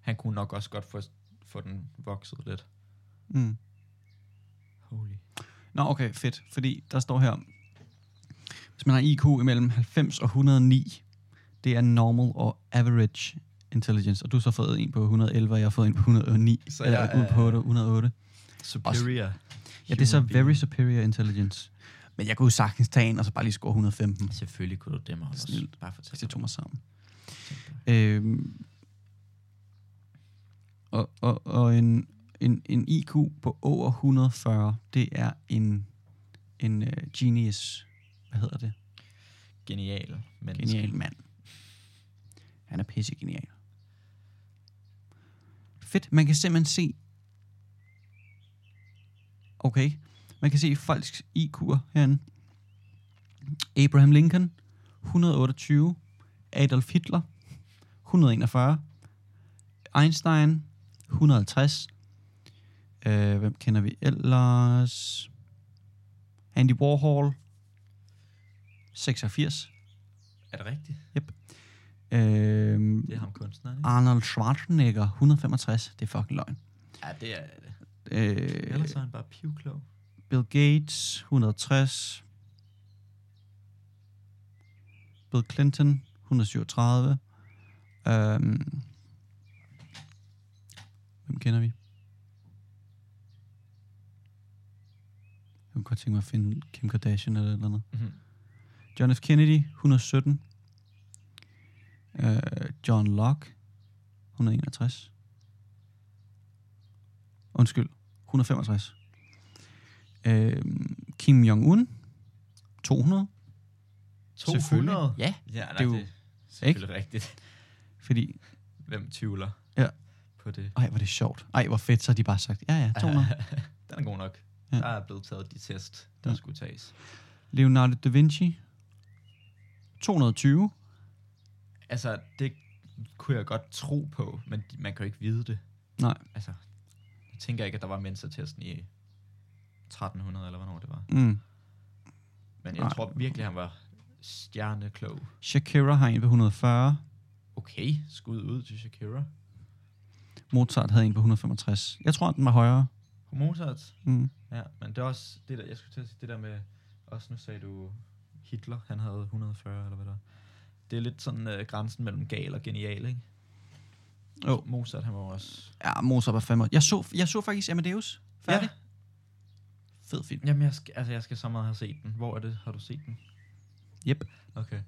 [SPEAKER 2] Han kunne nok også godt få, få den vokset lidt.
[SPEAKER 1] Mm.
[SPEAKER 2] Holy.
[SPEAKER 1] Nå, okay, fedt. Fordi der står her, hvis man har IQ imellem 90 og 109, det er normal og average intelligence. Og du har så fået en på 111, og jeg har fået en på 109.
[SPEAKER 2] Så
[SPEAKER 1] eller
[SPEAKER 2] jeg
[SPEAKER 1] ud på
[SPEAKER 2] er-
[SPEAKER 1] 108.
[SPEAKER 2] Superior.
[SPEAKER 1] Ja, det er så
[SPEAKER 2] human being.
[SPEAKER 1] very superior intelligence. Men jeg kunne jo sagtens tage en, og så bare lige score 115,
[SPEAKER 2] Selvfølgelig kunne du det, Magnus.
[SPEAKER 1] Snilt.
[SPEAKER 2] Bare
[SPEAKER 1] hvis
[SPEAKER 2] fortæl
[SPEAKER 1] det
[SPEAKER 2] mig.
[SPEAKER 1] tog mig sammen. Øhm, og og, og en, en, en IQ på over 140, det er en, en uh, genius, hvad hedder det?
[SPEAKER 2] Genial. Men
[SPEAKER 1] Genial mand. Han er pissegenial. Fedt, man kan simpelthen se... Okay, man kan se folks IQ'er herinde. Abraham Lincoln, 128. Adolf Hitler, 141. Einstein, 150. Øh, hvem kender vi ellers? Andy Warhol, 86.
[SPEAKER 2] Er det rigtigt?
[SPEAKER 1] Øhm,
[SPEAKER 2] Det er ham kunstneren, ikke?
[SPEAKER 1] Arnold Schwarzenegger, 165. Det er fucking løgn.
[SPEAKER 2] Ja, det er det.
[SPEAKER 1] Øh,
[SPEAKER 2] Ellers er han bare pivklog.
[SPEAKER 1] Bill Gates, 160. Bill Clinton, 137. Øhm, hvem kender vi? kunne godt tænke mig at finde Kim Kardashian eller et eller andet.
[SPEAKER 2] Mhm.
[SPEAKER 1] Mm-hmm. John F. Kennedy, 117. Uh, John Locke, 161. Undskyld, 165. Uh, Kim Jong-un, 200.
[SPEAKER 2] 200?
[SPEAKER 1] Ja,
[SPEAKER 2] Ja, nej,
[SPEAKER 1] Det er jo-
[SPEAKER 2] det er selvfølgelig ikke? rigtigt.
[SPEAKER 1] fordi...
[SPEAKER 2] Hvem tvivler
[SPEAKER 1] Ja.
[SPEAKER 2] på det?
[SPEAKER 1] Ej, hvor det sjovt. Ej, hvor fedt, så har de bare sagt, ja, ja, 200.
[SPEAKER 2] Den er god nok.
[SPEAKER 1] Ja.
[SPEAKER 2] Der er blevet taget de test, der
[SPEAKER 1] Ja.
[SPEAKER 2] skulle tages.
[SPEAKER 1] Leonardo da Vinci, 220.
[SPEAKER 2] Altså, det kunne jeg godt tro på, men de- man kan jo ikke vide det.
[SPEAKER 1] Nej.
[SPEAKER 2] Altså, jeg tænker ikke, at der var mensatesten i 1300, eller hvornår det var.
[SPEAKER 1] Mm.
[SPEAKER 2] Men jeg
[SPEAKER 1] Nej.
[SPEAKER 2] tror virkelig, han var stjerneklog.
[SPEAKER 1] Shakira har en ved 140.
[SPEAKER 2] Okay, skud ud til Shakira.
[SPEAKER 1] Mozart havde en på 165. Jeg tror, den var højere.
[SPEAKER 2] På Mozart.
[SPEAKER 1] Mm.
[SPEAKER 2] Ja, men det er også det der, jeg skulle til at sige, det der med, også nu sagde du Hitler, han havde 140 eller hvad der. Det er lidt sådan øh, grænsen mellem gal og genial, ikke?
[SPEAKER 1] Jo.
[SPEAKER 2] Mozart, han var også...
[SPEAKER 1] Ja, Mozart var fandme... Jeg så, jeg så faktisk Amadeus færdig. Ja. Fed film.
[SPEAKER 2] Jamen, jeg skal, altså, jeg skal så meget have set den. Hvor er det? Har du set den?
[SPEAKER 1] Yep.
[SPEAKER 2] Okay.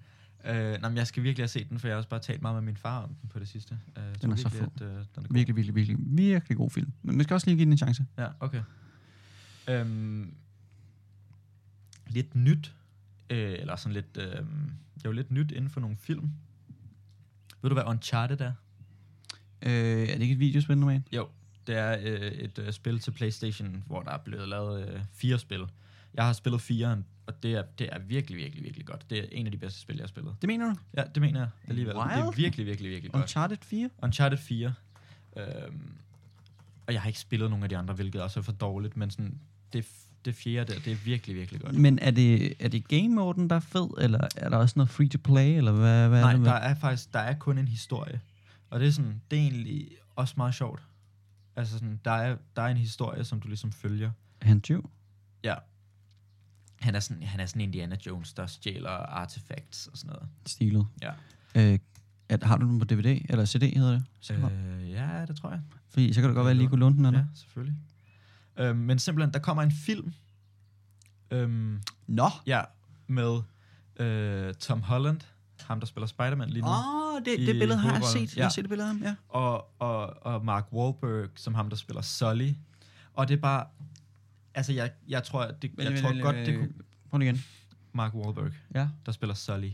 [SPEAKER 2] Øh, nej, men jeg skal virkelig have set den, for jeg har også bare talt meget med min far om den på det sidste. Øh, jeg tror
[SPEAKER 1] er så
[SPEAKER 2] virkelig, at, øh, den er god.
[SPEAKER 1] Virkelig, virkelig, virkelig, virkelig god film. Men man skal også lige give den en chance.
[SPEAKER 2] Ja, okay. Øhm, lidt nyt, øh, eller sådan lidt, øh, jo lidt nyt inden for nogle film. Ved du, hvad Uncharted er?
[SPEAKER 1] Øh, er det ikke et videospil normalt?
[SPEAKER 2] Jo, det er øh, et øh, spil til Playstation, hvor der er blevet lavet øh, fire spil. Jeg har spillet firen, og det er, det er virkelig, virkelig, virkelig godt. Det er en af de bedste spil, jeg har spillet.
[SPEAKER 1] Det mener du?
[SPEAKER 2] Ja, det mener jeg alligevel. Det er
[SPEAKER 1] Wild.
[SPEAKER 2] virkelig, virkelig, virkelig godt.
[SPEAKER 1] Uncharted 4?
[SPEAKER 2] Uncharted 4. Øhm, og jeg har ikke spillet nogen af de andre, hvilket også er for dårligt, men sådan, det, det fjerde der, det er virkelig, virkelig godt.
[SPEAKER 1] Men er det, er det game moden, der er fed, eller er der også noget free to play, eller hvad, hvad
[SPEAKER 2] Nej,
[SPEAKER 1] er det?
[SPEAKER 2] der er faktisk der er kun en historie. Og det er, sådan, det er egentlig også meget sjovt. Altså sådan, der er, der er en historie, som du ligesom følger.
[SPEAKER 1] Er han tyv?
[SPEAKER 2] Ja. Han er sådan, han er sådan Indiana Jones, der stjæler artefacts og sådan noget.
[SPEAKER 1] Stilet.
[SPEAKER 2] Ja.
[SPEAKER 1] Øh, at, har du den på DVD, eller CD hedder det? Øh.
[SPEAKER 2] Øh, ja, det tror jeg.
[SPEAKER 1] Fordi så kan det godt være, at jeg lige kunne låne den, eller?
[SPEAKER 2] Ja, selvfølgelig. Øhm, men simpelthen, der kommer en film. Øhm,
[SPEAKER 1] Nå!
[SPEAKER 2] Ja, med øh, Tom Holland, ham der spiller Spider-Man lige nu, oh.
[SPEAKER 1] Åh, oh, det, det
[SPEAKER 2] I
[SPEAKER 1] billede har jeg
[SPEAKER 2] hovedrollen.
[SPEAKER 1] set. Jeg har
[SPEAKER 2] Ja.
[SPEAKER 1] set det billede af ham, ja.
[SPEAKER 2] og, og, og Mark Wahlberg, som ham der spiller Sully. Og det er bare, altså jeg, jeg tror, at det, jeg tror godt, det kunne...
[SPEAKER 1] Prøv lige igen.
[SPEAKER 2] Mark Wahlberg,
[SPEAKER 1] Ja.
[SPEAKER 2] der spiller Sully.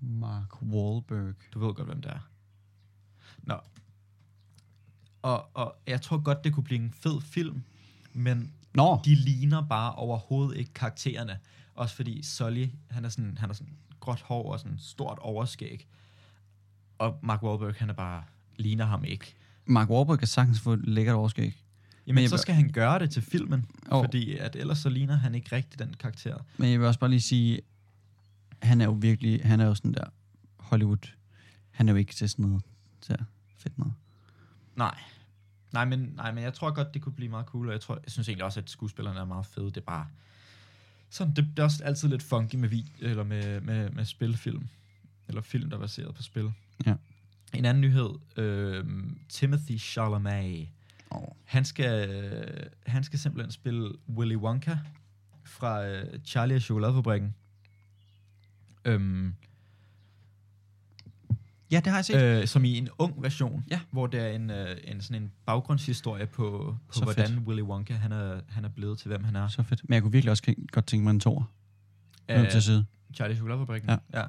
[SPEAKER 1] Mark Wahlberg.
[SPEAKER 2] Du ved godt, hvem det er. Nå. Og, og jeg tror godt, det kunne blive en fed film, men
[SPEAKER 1] Nå,
[SPEAKER 2] de ligner bare overhovedet ikke karaktererne. Også fordi Sully, han er sådan, han er sådan gråt hår og sådan stort overskæg. Og Mark Wahlberg, han er bare, ligner ham ikke.
[SPEAKER 1] Mark Wahlberg kan sagtens få et lækkert overskæg.
[SPEAKER 2] Jamen,
[SPEAKER 1] Men
[SPEAKER 2] Men
[SPEAKER 1] jeg
[SPEAKER 2] så
[SPEAKER 1] vil-
[SPEAKER 2] skal han gøre det til filmen, oh.
[SPEAKER 1] Åh.
[SPEAKER 2] fordi at ellers så ligner han ikke rigtig den karakter.
[SPEAKER 1] Men jeg vil også bare lige sige, han er jo virkelig, han er jo sådan der Hollywood. Han er jo ikke til sådan noget. Så fedt noget.
[SPEAKER 2] Nej. Nej men, nej, men jeg tror godt, det kunne blive meget cool, og jeg, tror, jeg synes egentlig også, at skuespillerne er meget fede. Det er bare... Sådan, det, det er også altid lidt funky med, vid- eller med, med, med spilfilm. Eller film, der er baseret på spil.
[SPEAKER 1] Ja.
[SPEAKER 2] En anden nyhed. Øh, Timothy Chalamet.
[SPEAKER 1] Oh.
[SPEAKER 2] Han skal, øh, han skal simpelthen spille Willy Wonka fra øh, Charlie og Chokoladefabrikken. Øhm,
[SPEAKER 1] Ja, det har jeg set. Øh,
[SPEAKER 2] Øh, som i en ung version,
[SPEAKER 1] Ja.
[SPEAKER 2] hvor der er en, øh, en, sådan en baggrundshistorie på, på
[SPEAKER 1] Så
[SPEAKER 2] hvordan Willy Wonka han er, han er blevet til, hvem han er.
[SPEAKER 1] Øh, så fedt. Men jeg kunne virkelig også kæ- godt tænke mig en tor. Øh, til side.
[SPEAKER 2] Charlie Chokoladefabrikken.
[SPEAKER 1] Ja.
[SPEAKER 2] ja.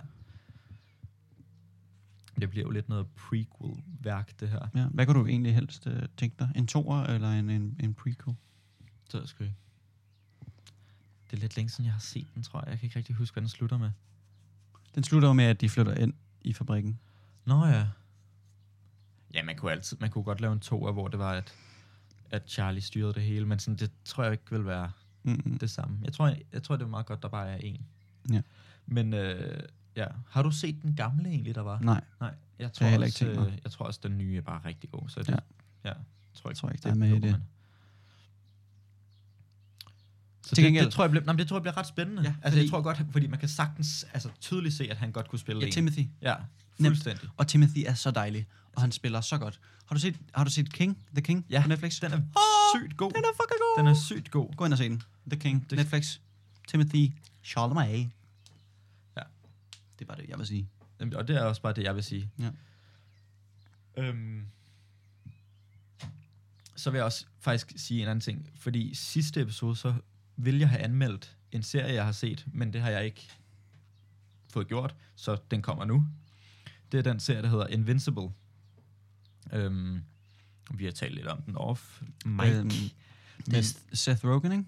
[SPEAKER 2] Det bliver jo lidt noget prequel-værk, det her.
[SPEAKER 1] Ja. Hvad kunne du egentlig helst øh, tænke dig? En tor eller en, en, en prequel?
[SPEAKER 2] Det ved jeg sgu ikke. Det er lidt længe siden, jeg har set den, tror jeg. Jeg kan ikke rigtig huske, hvad den slutter med.
[SPEAKER 1] Den slutter jo med, at de flytter ind i fabrikken.
[SPEAKER 2] Nå ja. Ja, man kunne, altid, man kunne godt lave en toer, hvor det var, at, at Charlie styrede det hele, men sådan, det tror jeg ikke vil være
[SPEAKER 1] Mm-hmm.
[SPEAKER 2] det samme. Jeg tror, jeg, jeg tror, det er meget godt, der bare er en.
[SPEAKER 1] Ja.
[SPEAKER 2] Men øh, ja, har du set den gamle egentlig, der var?
[SPEAKER 1] Nej,
[SPEAKER 2] Nej, jeg
[SPEAKER 1] har
[SPEAKER 2] tror,
[SPEAKER 1] heller
[SPEAKER 2] jeg,
[SPEAKER 1] ikke
[SPEAKER 2] også,
[SPEAKER 1] tænkt mig.
[SPEAKER 2] øh, jeg tror også, den nye er bare rigtig god. Så det,
[SPEAKER 1] Ja.
[SPEAKER 2] ja. ja jeg tror ikke,
[SPEAKER 1] jeg tror ikke, der
[SPEAKER 2] det
[SPEAKER 1] er med i
[SPEAKER 2] behøver
[SPEAKER 1] det.
[SPEAKER 2] man.
[SPEAKER 1] Til
[SPEAKER 2] Så det,
[SPEAKER 1] gengæld-
[SPEAKER 2] det, tror jeg bliver, nej, men det tror jeg bliver ret spændende.
[SPEAKER 1] Ja,
[SPEAKER 2] Ja, altså,
[SPEAKER 1] fordi-
[SPEAKER 2] jeg tror godt, fordi man kan sagtens altså, tydeligt se, at han godt kunne spille
[SPEAKER 1] Ja,
[SPEAKER 2] en.
[SPEAKER 1] Timothy.
[SPEAKER 2] Ja, fuldstændig.
[SPEAKER 1] Og Timothy er så dejlig, og han spiller så godt. Har du set, har du set King, The King
[SPEAKER 2] Ja.
[SPEAKER 1] på Netflix?
[SPEAKER 2] Den er
[SPEAKER 1] sygt god.
[SPEAKER 2] Den er fucking god. Den er sygt god.
[SPEAKER 1] Gå ind og se den. The King,
[SPEAKER 2] Det-
[SPEAKER 1] Netflix, Timothy Chalamet.
[SPEAKER 2] Ja.
[SPEAKER 1] Det er bare det, jeg vil sige.
[SPEAKER 2] Jamen, Og det er også bare det, jeg vil sige.
[SPEAKER 1] Ja.
[SPEAKER 2] Øhm. Så vil jeg også faktisk sige en anden ting, fordi sidste episode, så ville jeg have anmeldt en serie, jeg har set, men det har jeg ikke fået gjort, så den kommer nu. Det er den serie, der hedder Invincible. Øhm, vi har talt lidt om den off. Mike.
[SPEAKER 1] Øhm,
[SPEAKER 2] Øhm,
[SPEAKER 1] Det er Seth Rogen, ikke?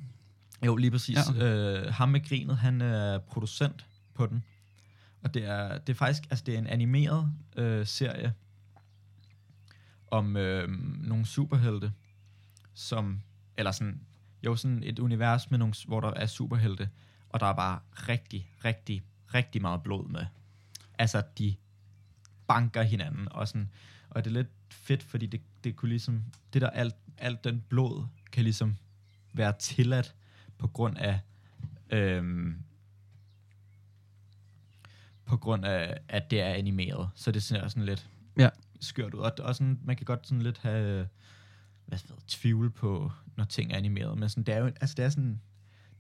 [SPEAKER 2] jo, lige præcis.
[SPEAKER 1] Ja,
[SPEAKER 2] Ja, okay. øh, ham med grinet, han er producent på den. Og det er, det er faktisk altså det er en animeret øh, serie om øh, nogle superhelte, som, eller sådan, jo sådan et univers, med nogle, s- hvor der er superhelte, og der er bare rigtig, rigtig, rigtig meget blod med. Altså, de banker hinanden, og, sådan, og det er lidt fedt, fordi det, det kunne ligesom, det der alt, alt den blod, kan ligesom være tilladt på grund af øhm, på grund af, at det er animeret. Så det ser sådan lidt
[SPEAKER 1] Ja.
[SPEAKER 2] skørt ud. Og, og sådan, man kan godt sådan lidt have øh, hvad ved, jeg, tvivl på, når ting er animeret. Men sådan, det er jo, altså det er sådan,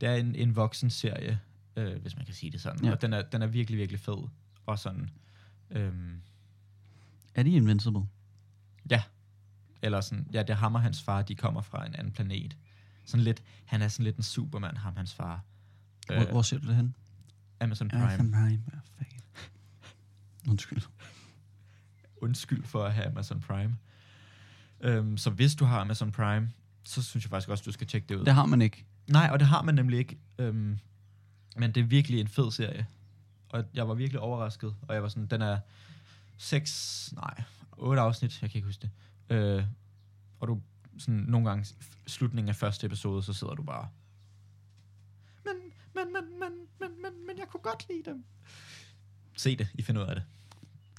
[SPEAKER 2] det er en, en voksen serie, øh, hvis man kan sige det sådan.
[SPEAKER 1] Ja.
[SPEAKER 2] Ja. Og den er, den er virkelig, virkelig fed. Og sådan, øhm,
[SPEAKER 1] Er de Invincible?
[SPEAKER 2] Ja. Eller sådan, ja, det er ham og hans far, de kommer fra en anden planet. Sådan lidt, han er sådan lidt en Superman, ham og hans far.
[SPEAKER 1] Hvor,
[SPEAKER 2] Øh.
[SPEAKER 1] hvor ser du det hen?
[SPEAKER 2] Amazon Prime.
[SPEAKER 1] Prime. Prime. Ja, Ah, fuck it. Undskyld.
[SPEAKER 2] Undskyld for at have Amazon Prime. Øhm, så hvis du har Amazon Prime, så synes jeg faktisk også, du skal tjekke det ud.
[SPEAKER 1] Det har man ikke.
[SPEAKER 2] Nej, og det har man nemlig ikke. Øhm, men det er virkelig en fed serie. Og jeg var virkelig overrasket. Og jeg var sådan, den er seks, nej, otte afsnit, jeg kan ikke huske det. Øh, og du, sådan nogle gange, f- slutningen af første episode, så sidder du bare... Men, men, men, men, men, men, men jeg kunne godt lide dem. Se det, I finder ud af det.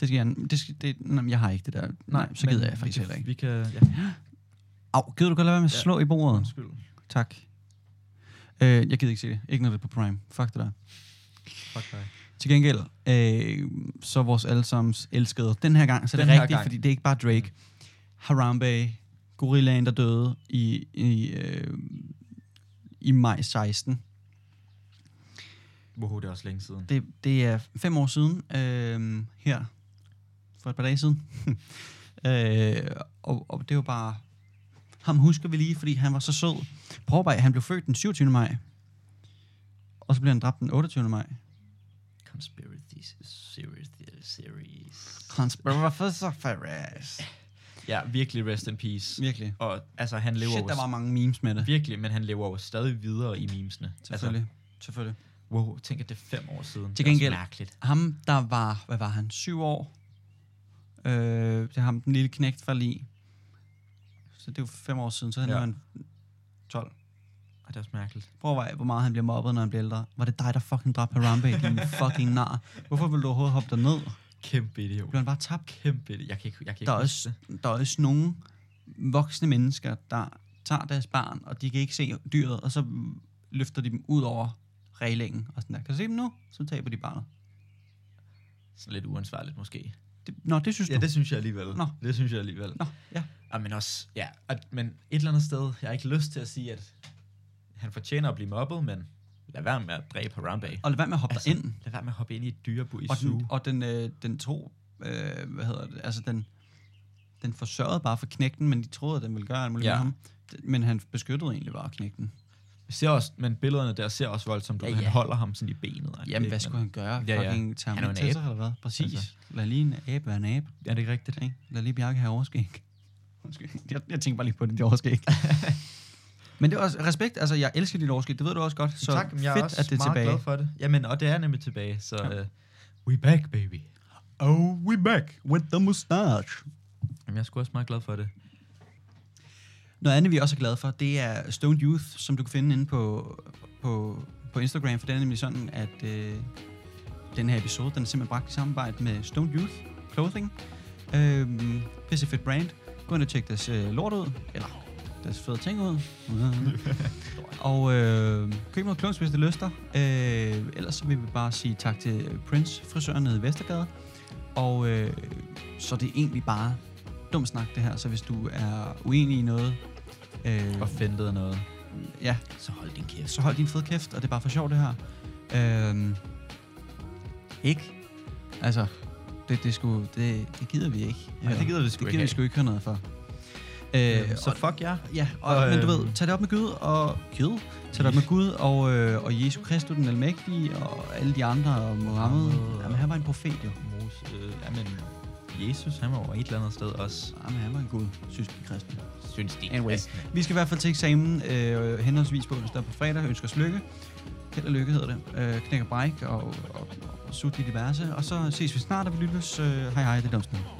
[SPEAKER 1] Det skal jeg... Det skal, det, nej, jeg har ikke det der. Nej, så
[SPEAKER 2] men
[SPEAKER 1] gider jeg
[SPEAKER 2] vi
[SPEAKER 1] faktisk
[SPEAKER 2] kan-
[SPEAKER 1] heller ikke.
[SPEAKER 2] Vi kan, ja,
[SPEAKER 1] Au, gider du godt lade være med at
[SPEAKER 2] Ja.
[SPEAKER 1] slå i bordet?
[SPEAKER 2] undskyld.
[SPEAKER 1] Tak. Øh, jeg gider ikke se det. Ikke når det er på Prime. Fuck det der.
[SPEAKER 2] Fuck dig.
[SPEAKER 1] Til gengæld, øh, så vores allesammens elskede. Den her gang, så er det
[SPEAKER 2] Den her
[SPEAKER 1] rigtigt,
[SPEAKER 2] gang.
[SPEAKER 1] fordi det er ikke bare Drake. Harambe, gorillaen, der døde i, i, øh, i maj 16.
[SPEAKER 2] Wow, det er også længe siden.
[SPEAKER 1] Det, det er fem år siden, øh, her for et par dage siden. øh, og, og det var bare... Ham husker vi lige, fordi han var så sød. Prøv bare, han blev født den 27. maj. Og så blev han dræbt den 28. maj.
[SPEAKER 2] Conspiracies, series, series.
[SPEAKER 1] Conspiracy Ferris.
[SPEAKER 2] Ja, virkelig rest in peace.
[SPEAKER 1] Virkelig.
[SPEAKER 2] Og altså, han lever
[SPEAKER 1] Shit,
[SPEAKER 2] jo
[SPEAKER 1] der var mange memes med det.
[SPEAKER 2] virkelig, men han lever jo stadig videre i memesene.
[SPEAKER 1] Selvfølgelig. Altså, Selvfølgelig.
[SPEAKER 2] Altså, wow, tænk, at det er fem år siden.
[SPEAKER 1] Til
[SPEAKER 2] Det er også
[SPEAKER 1] gengæld-
[SPEAKER 2] mærkeligt.
[SPEAKER 1] Ham, der var, hvad var han, syv år? Øh, det er ham, den lille knægt fra lige. Så det er jo fem år siden, så han
[SPEAKER 2] Ja.
[SPEAKER 1] ja. han 12.
[SPEAKER 2] Ej, det er også mærkeligt.
[SPEAKER 1] Prøv at overveje, hvor meget han bliver mobbet, når han bliver ældre. Var det dig, der fucking dræbte Harambe, din fucking nar? Hvorfor ville du overhovedet hoppe derned?
[SPEAKER 2] Kæmpe idiot.
[SPEAKER 1] Blev han bare tabt?
[SPEAKER 2] Kæmpe idiot. Jeg kan ikke, jeg kan ikke
[SPEAKER 1] Der er,
[SPEAKER 2] huske
[SPEAKER 1] også,
[SPEAKER 2] det.
[SPEAKER 1] der er også nogle voksne mennesker, der tager deres barn, og de kan ikke se dyret, og så løfter de dem ud over reglingen. Og sådan der. Kan du se dem nu? Så taber de barnet.
[SPEAKER 2] Sådan lidt uansvarligt måske.
[SPEAKER 1] Det, nå, det synes
[SPEAKER 2] Ja,
[SPEAKER 1] du?
[SPEAKER 2] det synes jeg alligevel.
[SPEAKER 1] Nå.
[SPEAKER 2] Det synes jeg alligevel.
[SPEAKER 1] Nå, ja.
[SPEAKER 2] Ja, Ah, men også, ja. Og, men et eller andet sted, jeg har ikke lyst til at sige, at han fortjener at blive mobbet, men lad være med at dræbe Harambe.
[SPEAKER 1] Og lad være med at hoppe altså, derind.
[SPEAKER 2] lad være med at hoppe ind i et dyrebu i
[SPEAKER 1] Og
[SPEAKER 2] zoo.
[SPEAKER 1] den, og den, øh, den tro, øh, hvad hedder det, altså den, den forsørgede bare for knægten, men de troede, at den ville gøre alt muligt ja.
[SPEAKER 2] Ja.
[SPEAKER 1] med ham. D- Men han beskyttede egentlig bare knægten.
[SPEAKER 2] Ser også, men billederne der ser også voldsomt ud.
[SPEAKER 1] Ja,
[SPEAKER 2] Ja, ja.
[SPEAKER 1] ja.
[SPEAKER 2] Han holder ham sådan i benet. og
[SPEAKER 1] Jamen,
[SPEAKER 2] det-
[SPEAKER 1] hvad skulle han gøre?
[SPEAKER 2] Ja, ja.
[SPEAKER 1] Fucking tage
[SPEAKER 2] Han er jo
[SPEAKER 1] ham
[SPEAKER 2] en
[SPEAKER 1] til
[SPEAKER 2] abe.
[SPEAKER 1] sig, eller hvad? Præcis. Altså.
[SPEAKER 2] Altså.
[SPEAKER 1] Lad lige en abe være en abe.
[SPEAKER 2] Er det ikke rigtigt?
[SPEAKER 1] Ikke? Lad lige Bjarke have overskæg. Undskyld. Jeg, jeg tænkte bare lige på det, det overskæg. men det er også respekt. Altså, jeg elsker dit overskæg. Det ved du også godt. Så
[SPEAKER 2] Så tak, men jeg
[SPEAKER 1] fedt,
[SPEAKER 2] er også
[SPEAKER 1] at det er
[SPEAKER 2] meget
[SPEAKER 1] tilbage.
[SPEAKER 2] glad for det. Jamen, og det er nemlig tilbage, så
[SPEAKER 1] Ja.
[SPEAKER 2] ja. uh, we back, baby.
[SPEAKER 1] Oh, we back with the mustache.
[SPEAKER 2] Jamen, jeg er sgu også meget glad for det.
[SPEAKER 1] Noget andet, vi også er glade for, det er Stone Youth, som du kan finde inde på, på, på Instagram, for det er nemlig sådan, at øh, den her episode, den er simpelthen bragt i samarbejde med Stone Youth Clothing, øh, Pacific Brand. Gå ind og tjek deres øh, lort ud, eller deres fede ting ud. og øh, køb noget klunks, hvis det lyster. Øh, ellers så vil vi bare sige tak til Prince, frisøren nede i Vestergade. Og øh, så er det egentlig bare dum snak, det her. Så hvis du er uenig i noget, Øh,
[SPEAKER 2] offentet af noget,
[SPEAKER 1] ja,
[SPEAKER 2] så hold din kæft.
[SPEAKER 1] så hold din fede kæft, og det er bare for sjov, det her. Øh, ikke? Altså, det, det, sku, det, det gider vi ikke.
[SPEAKER 2] Nej, det gider vi sgu
[SPEAKER 1] det gider
[SPEAKER 2] ikke
[SPEAKER 1] vi
[SPEAKER 2] have.
[SPEAKER 1] sgu ikke høre noget for. Øh,
[SPEAKER 2] Øhm, så fuck jer.
[SPEAKER 1] Ja, og,
[SPEAKER 2] Og,
[SPEAKER 1] og, men du
[SPEAKER 2] øhm,
[SPEAKER 1] ved, tag det op med Gud og Gud. Tag det op med Gud og, øh, og Jesus Kristus den almægtige og alle de andre og Mohammed.
[SPEAKER 2] Mohammed.
[SPEAKER 1] Jamen, han var en profet jo.
[SPEAKER 2] Mose, øh, jamen, Jesus, han var over et eller andet sted også.
[SPEAKER 1] Jamen, han var en god, synes vi kristne.
[SPEAKER 2] Synes de.
[SPEAKER 1] Anyways, vi skal i hvert fald til eksamen øh, henholdsvis på onsdag og på fredag. Ønsker os lykke. Held og lykke hedder det. Øh, knæk og bræk og, og, og, og sut i diverse. Og så ses vi snart, og vi lyttes. Øh, hej hej, det er Domsnede.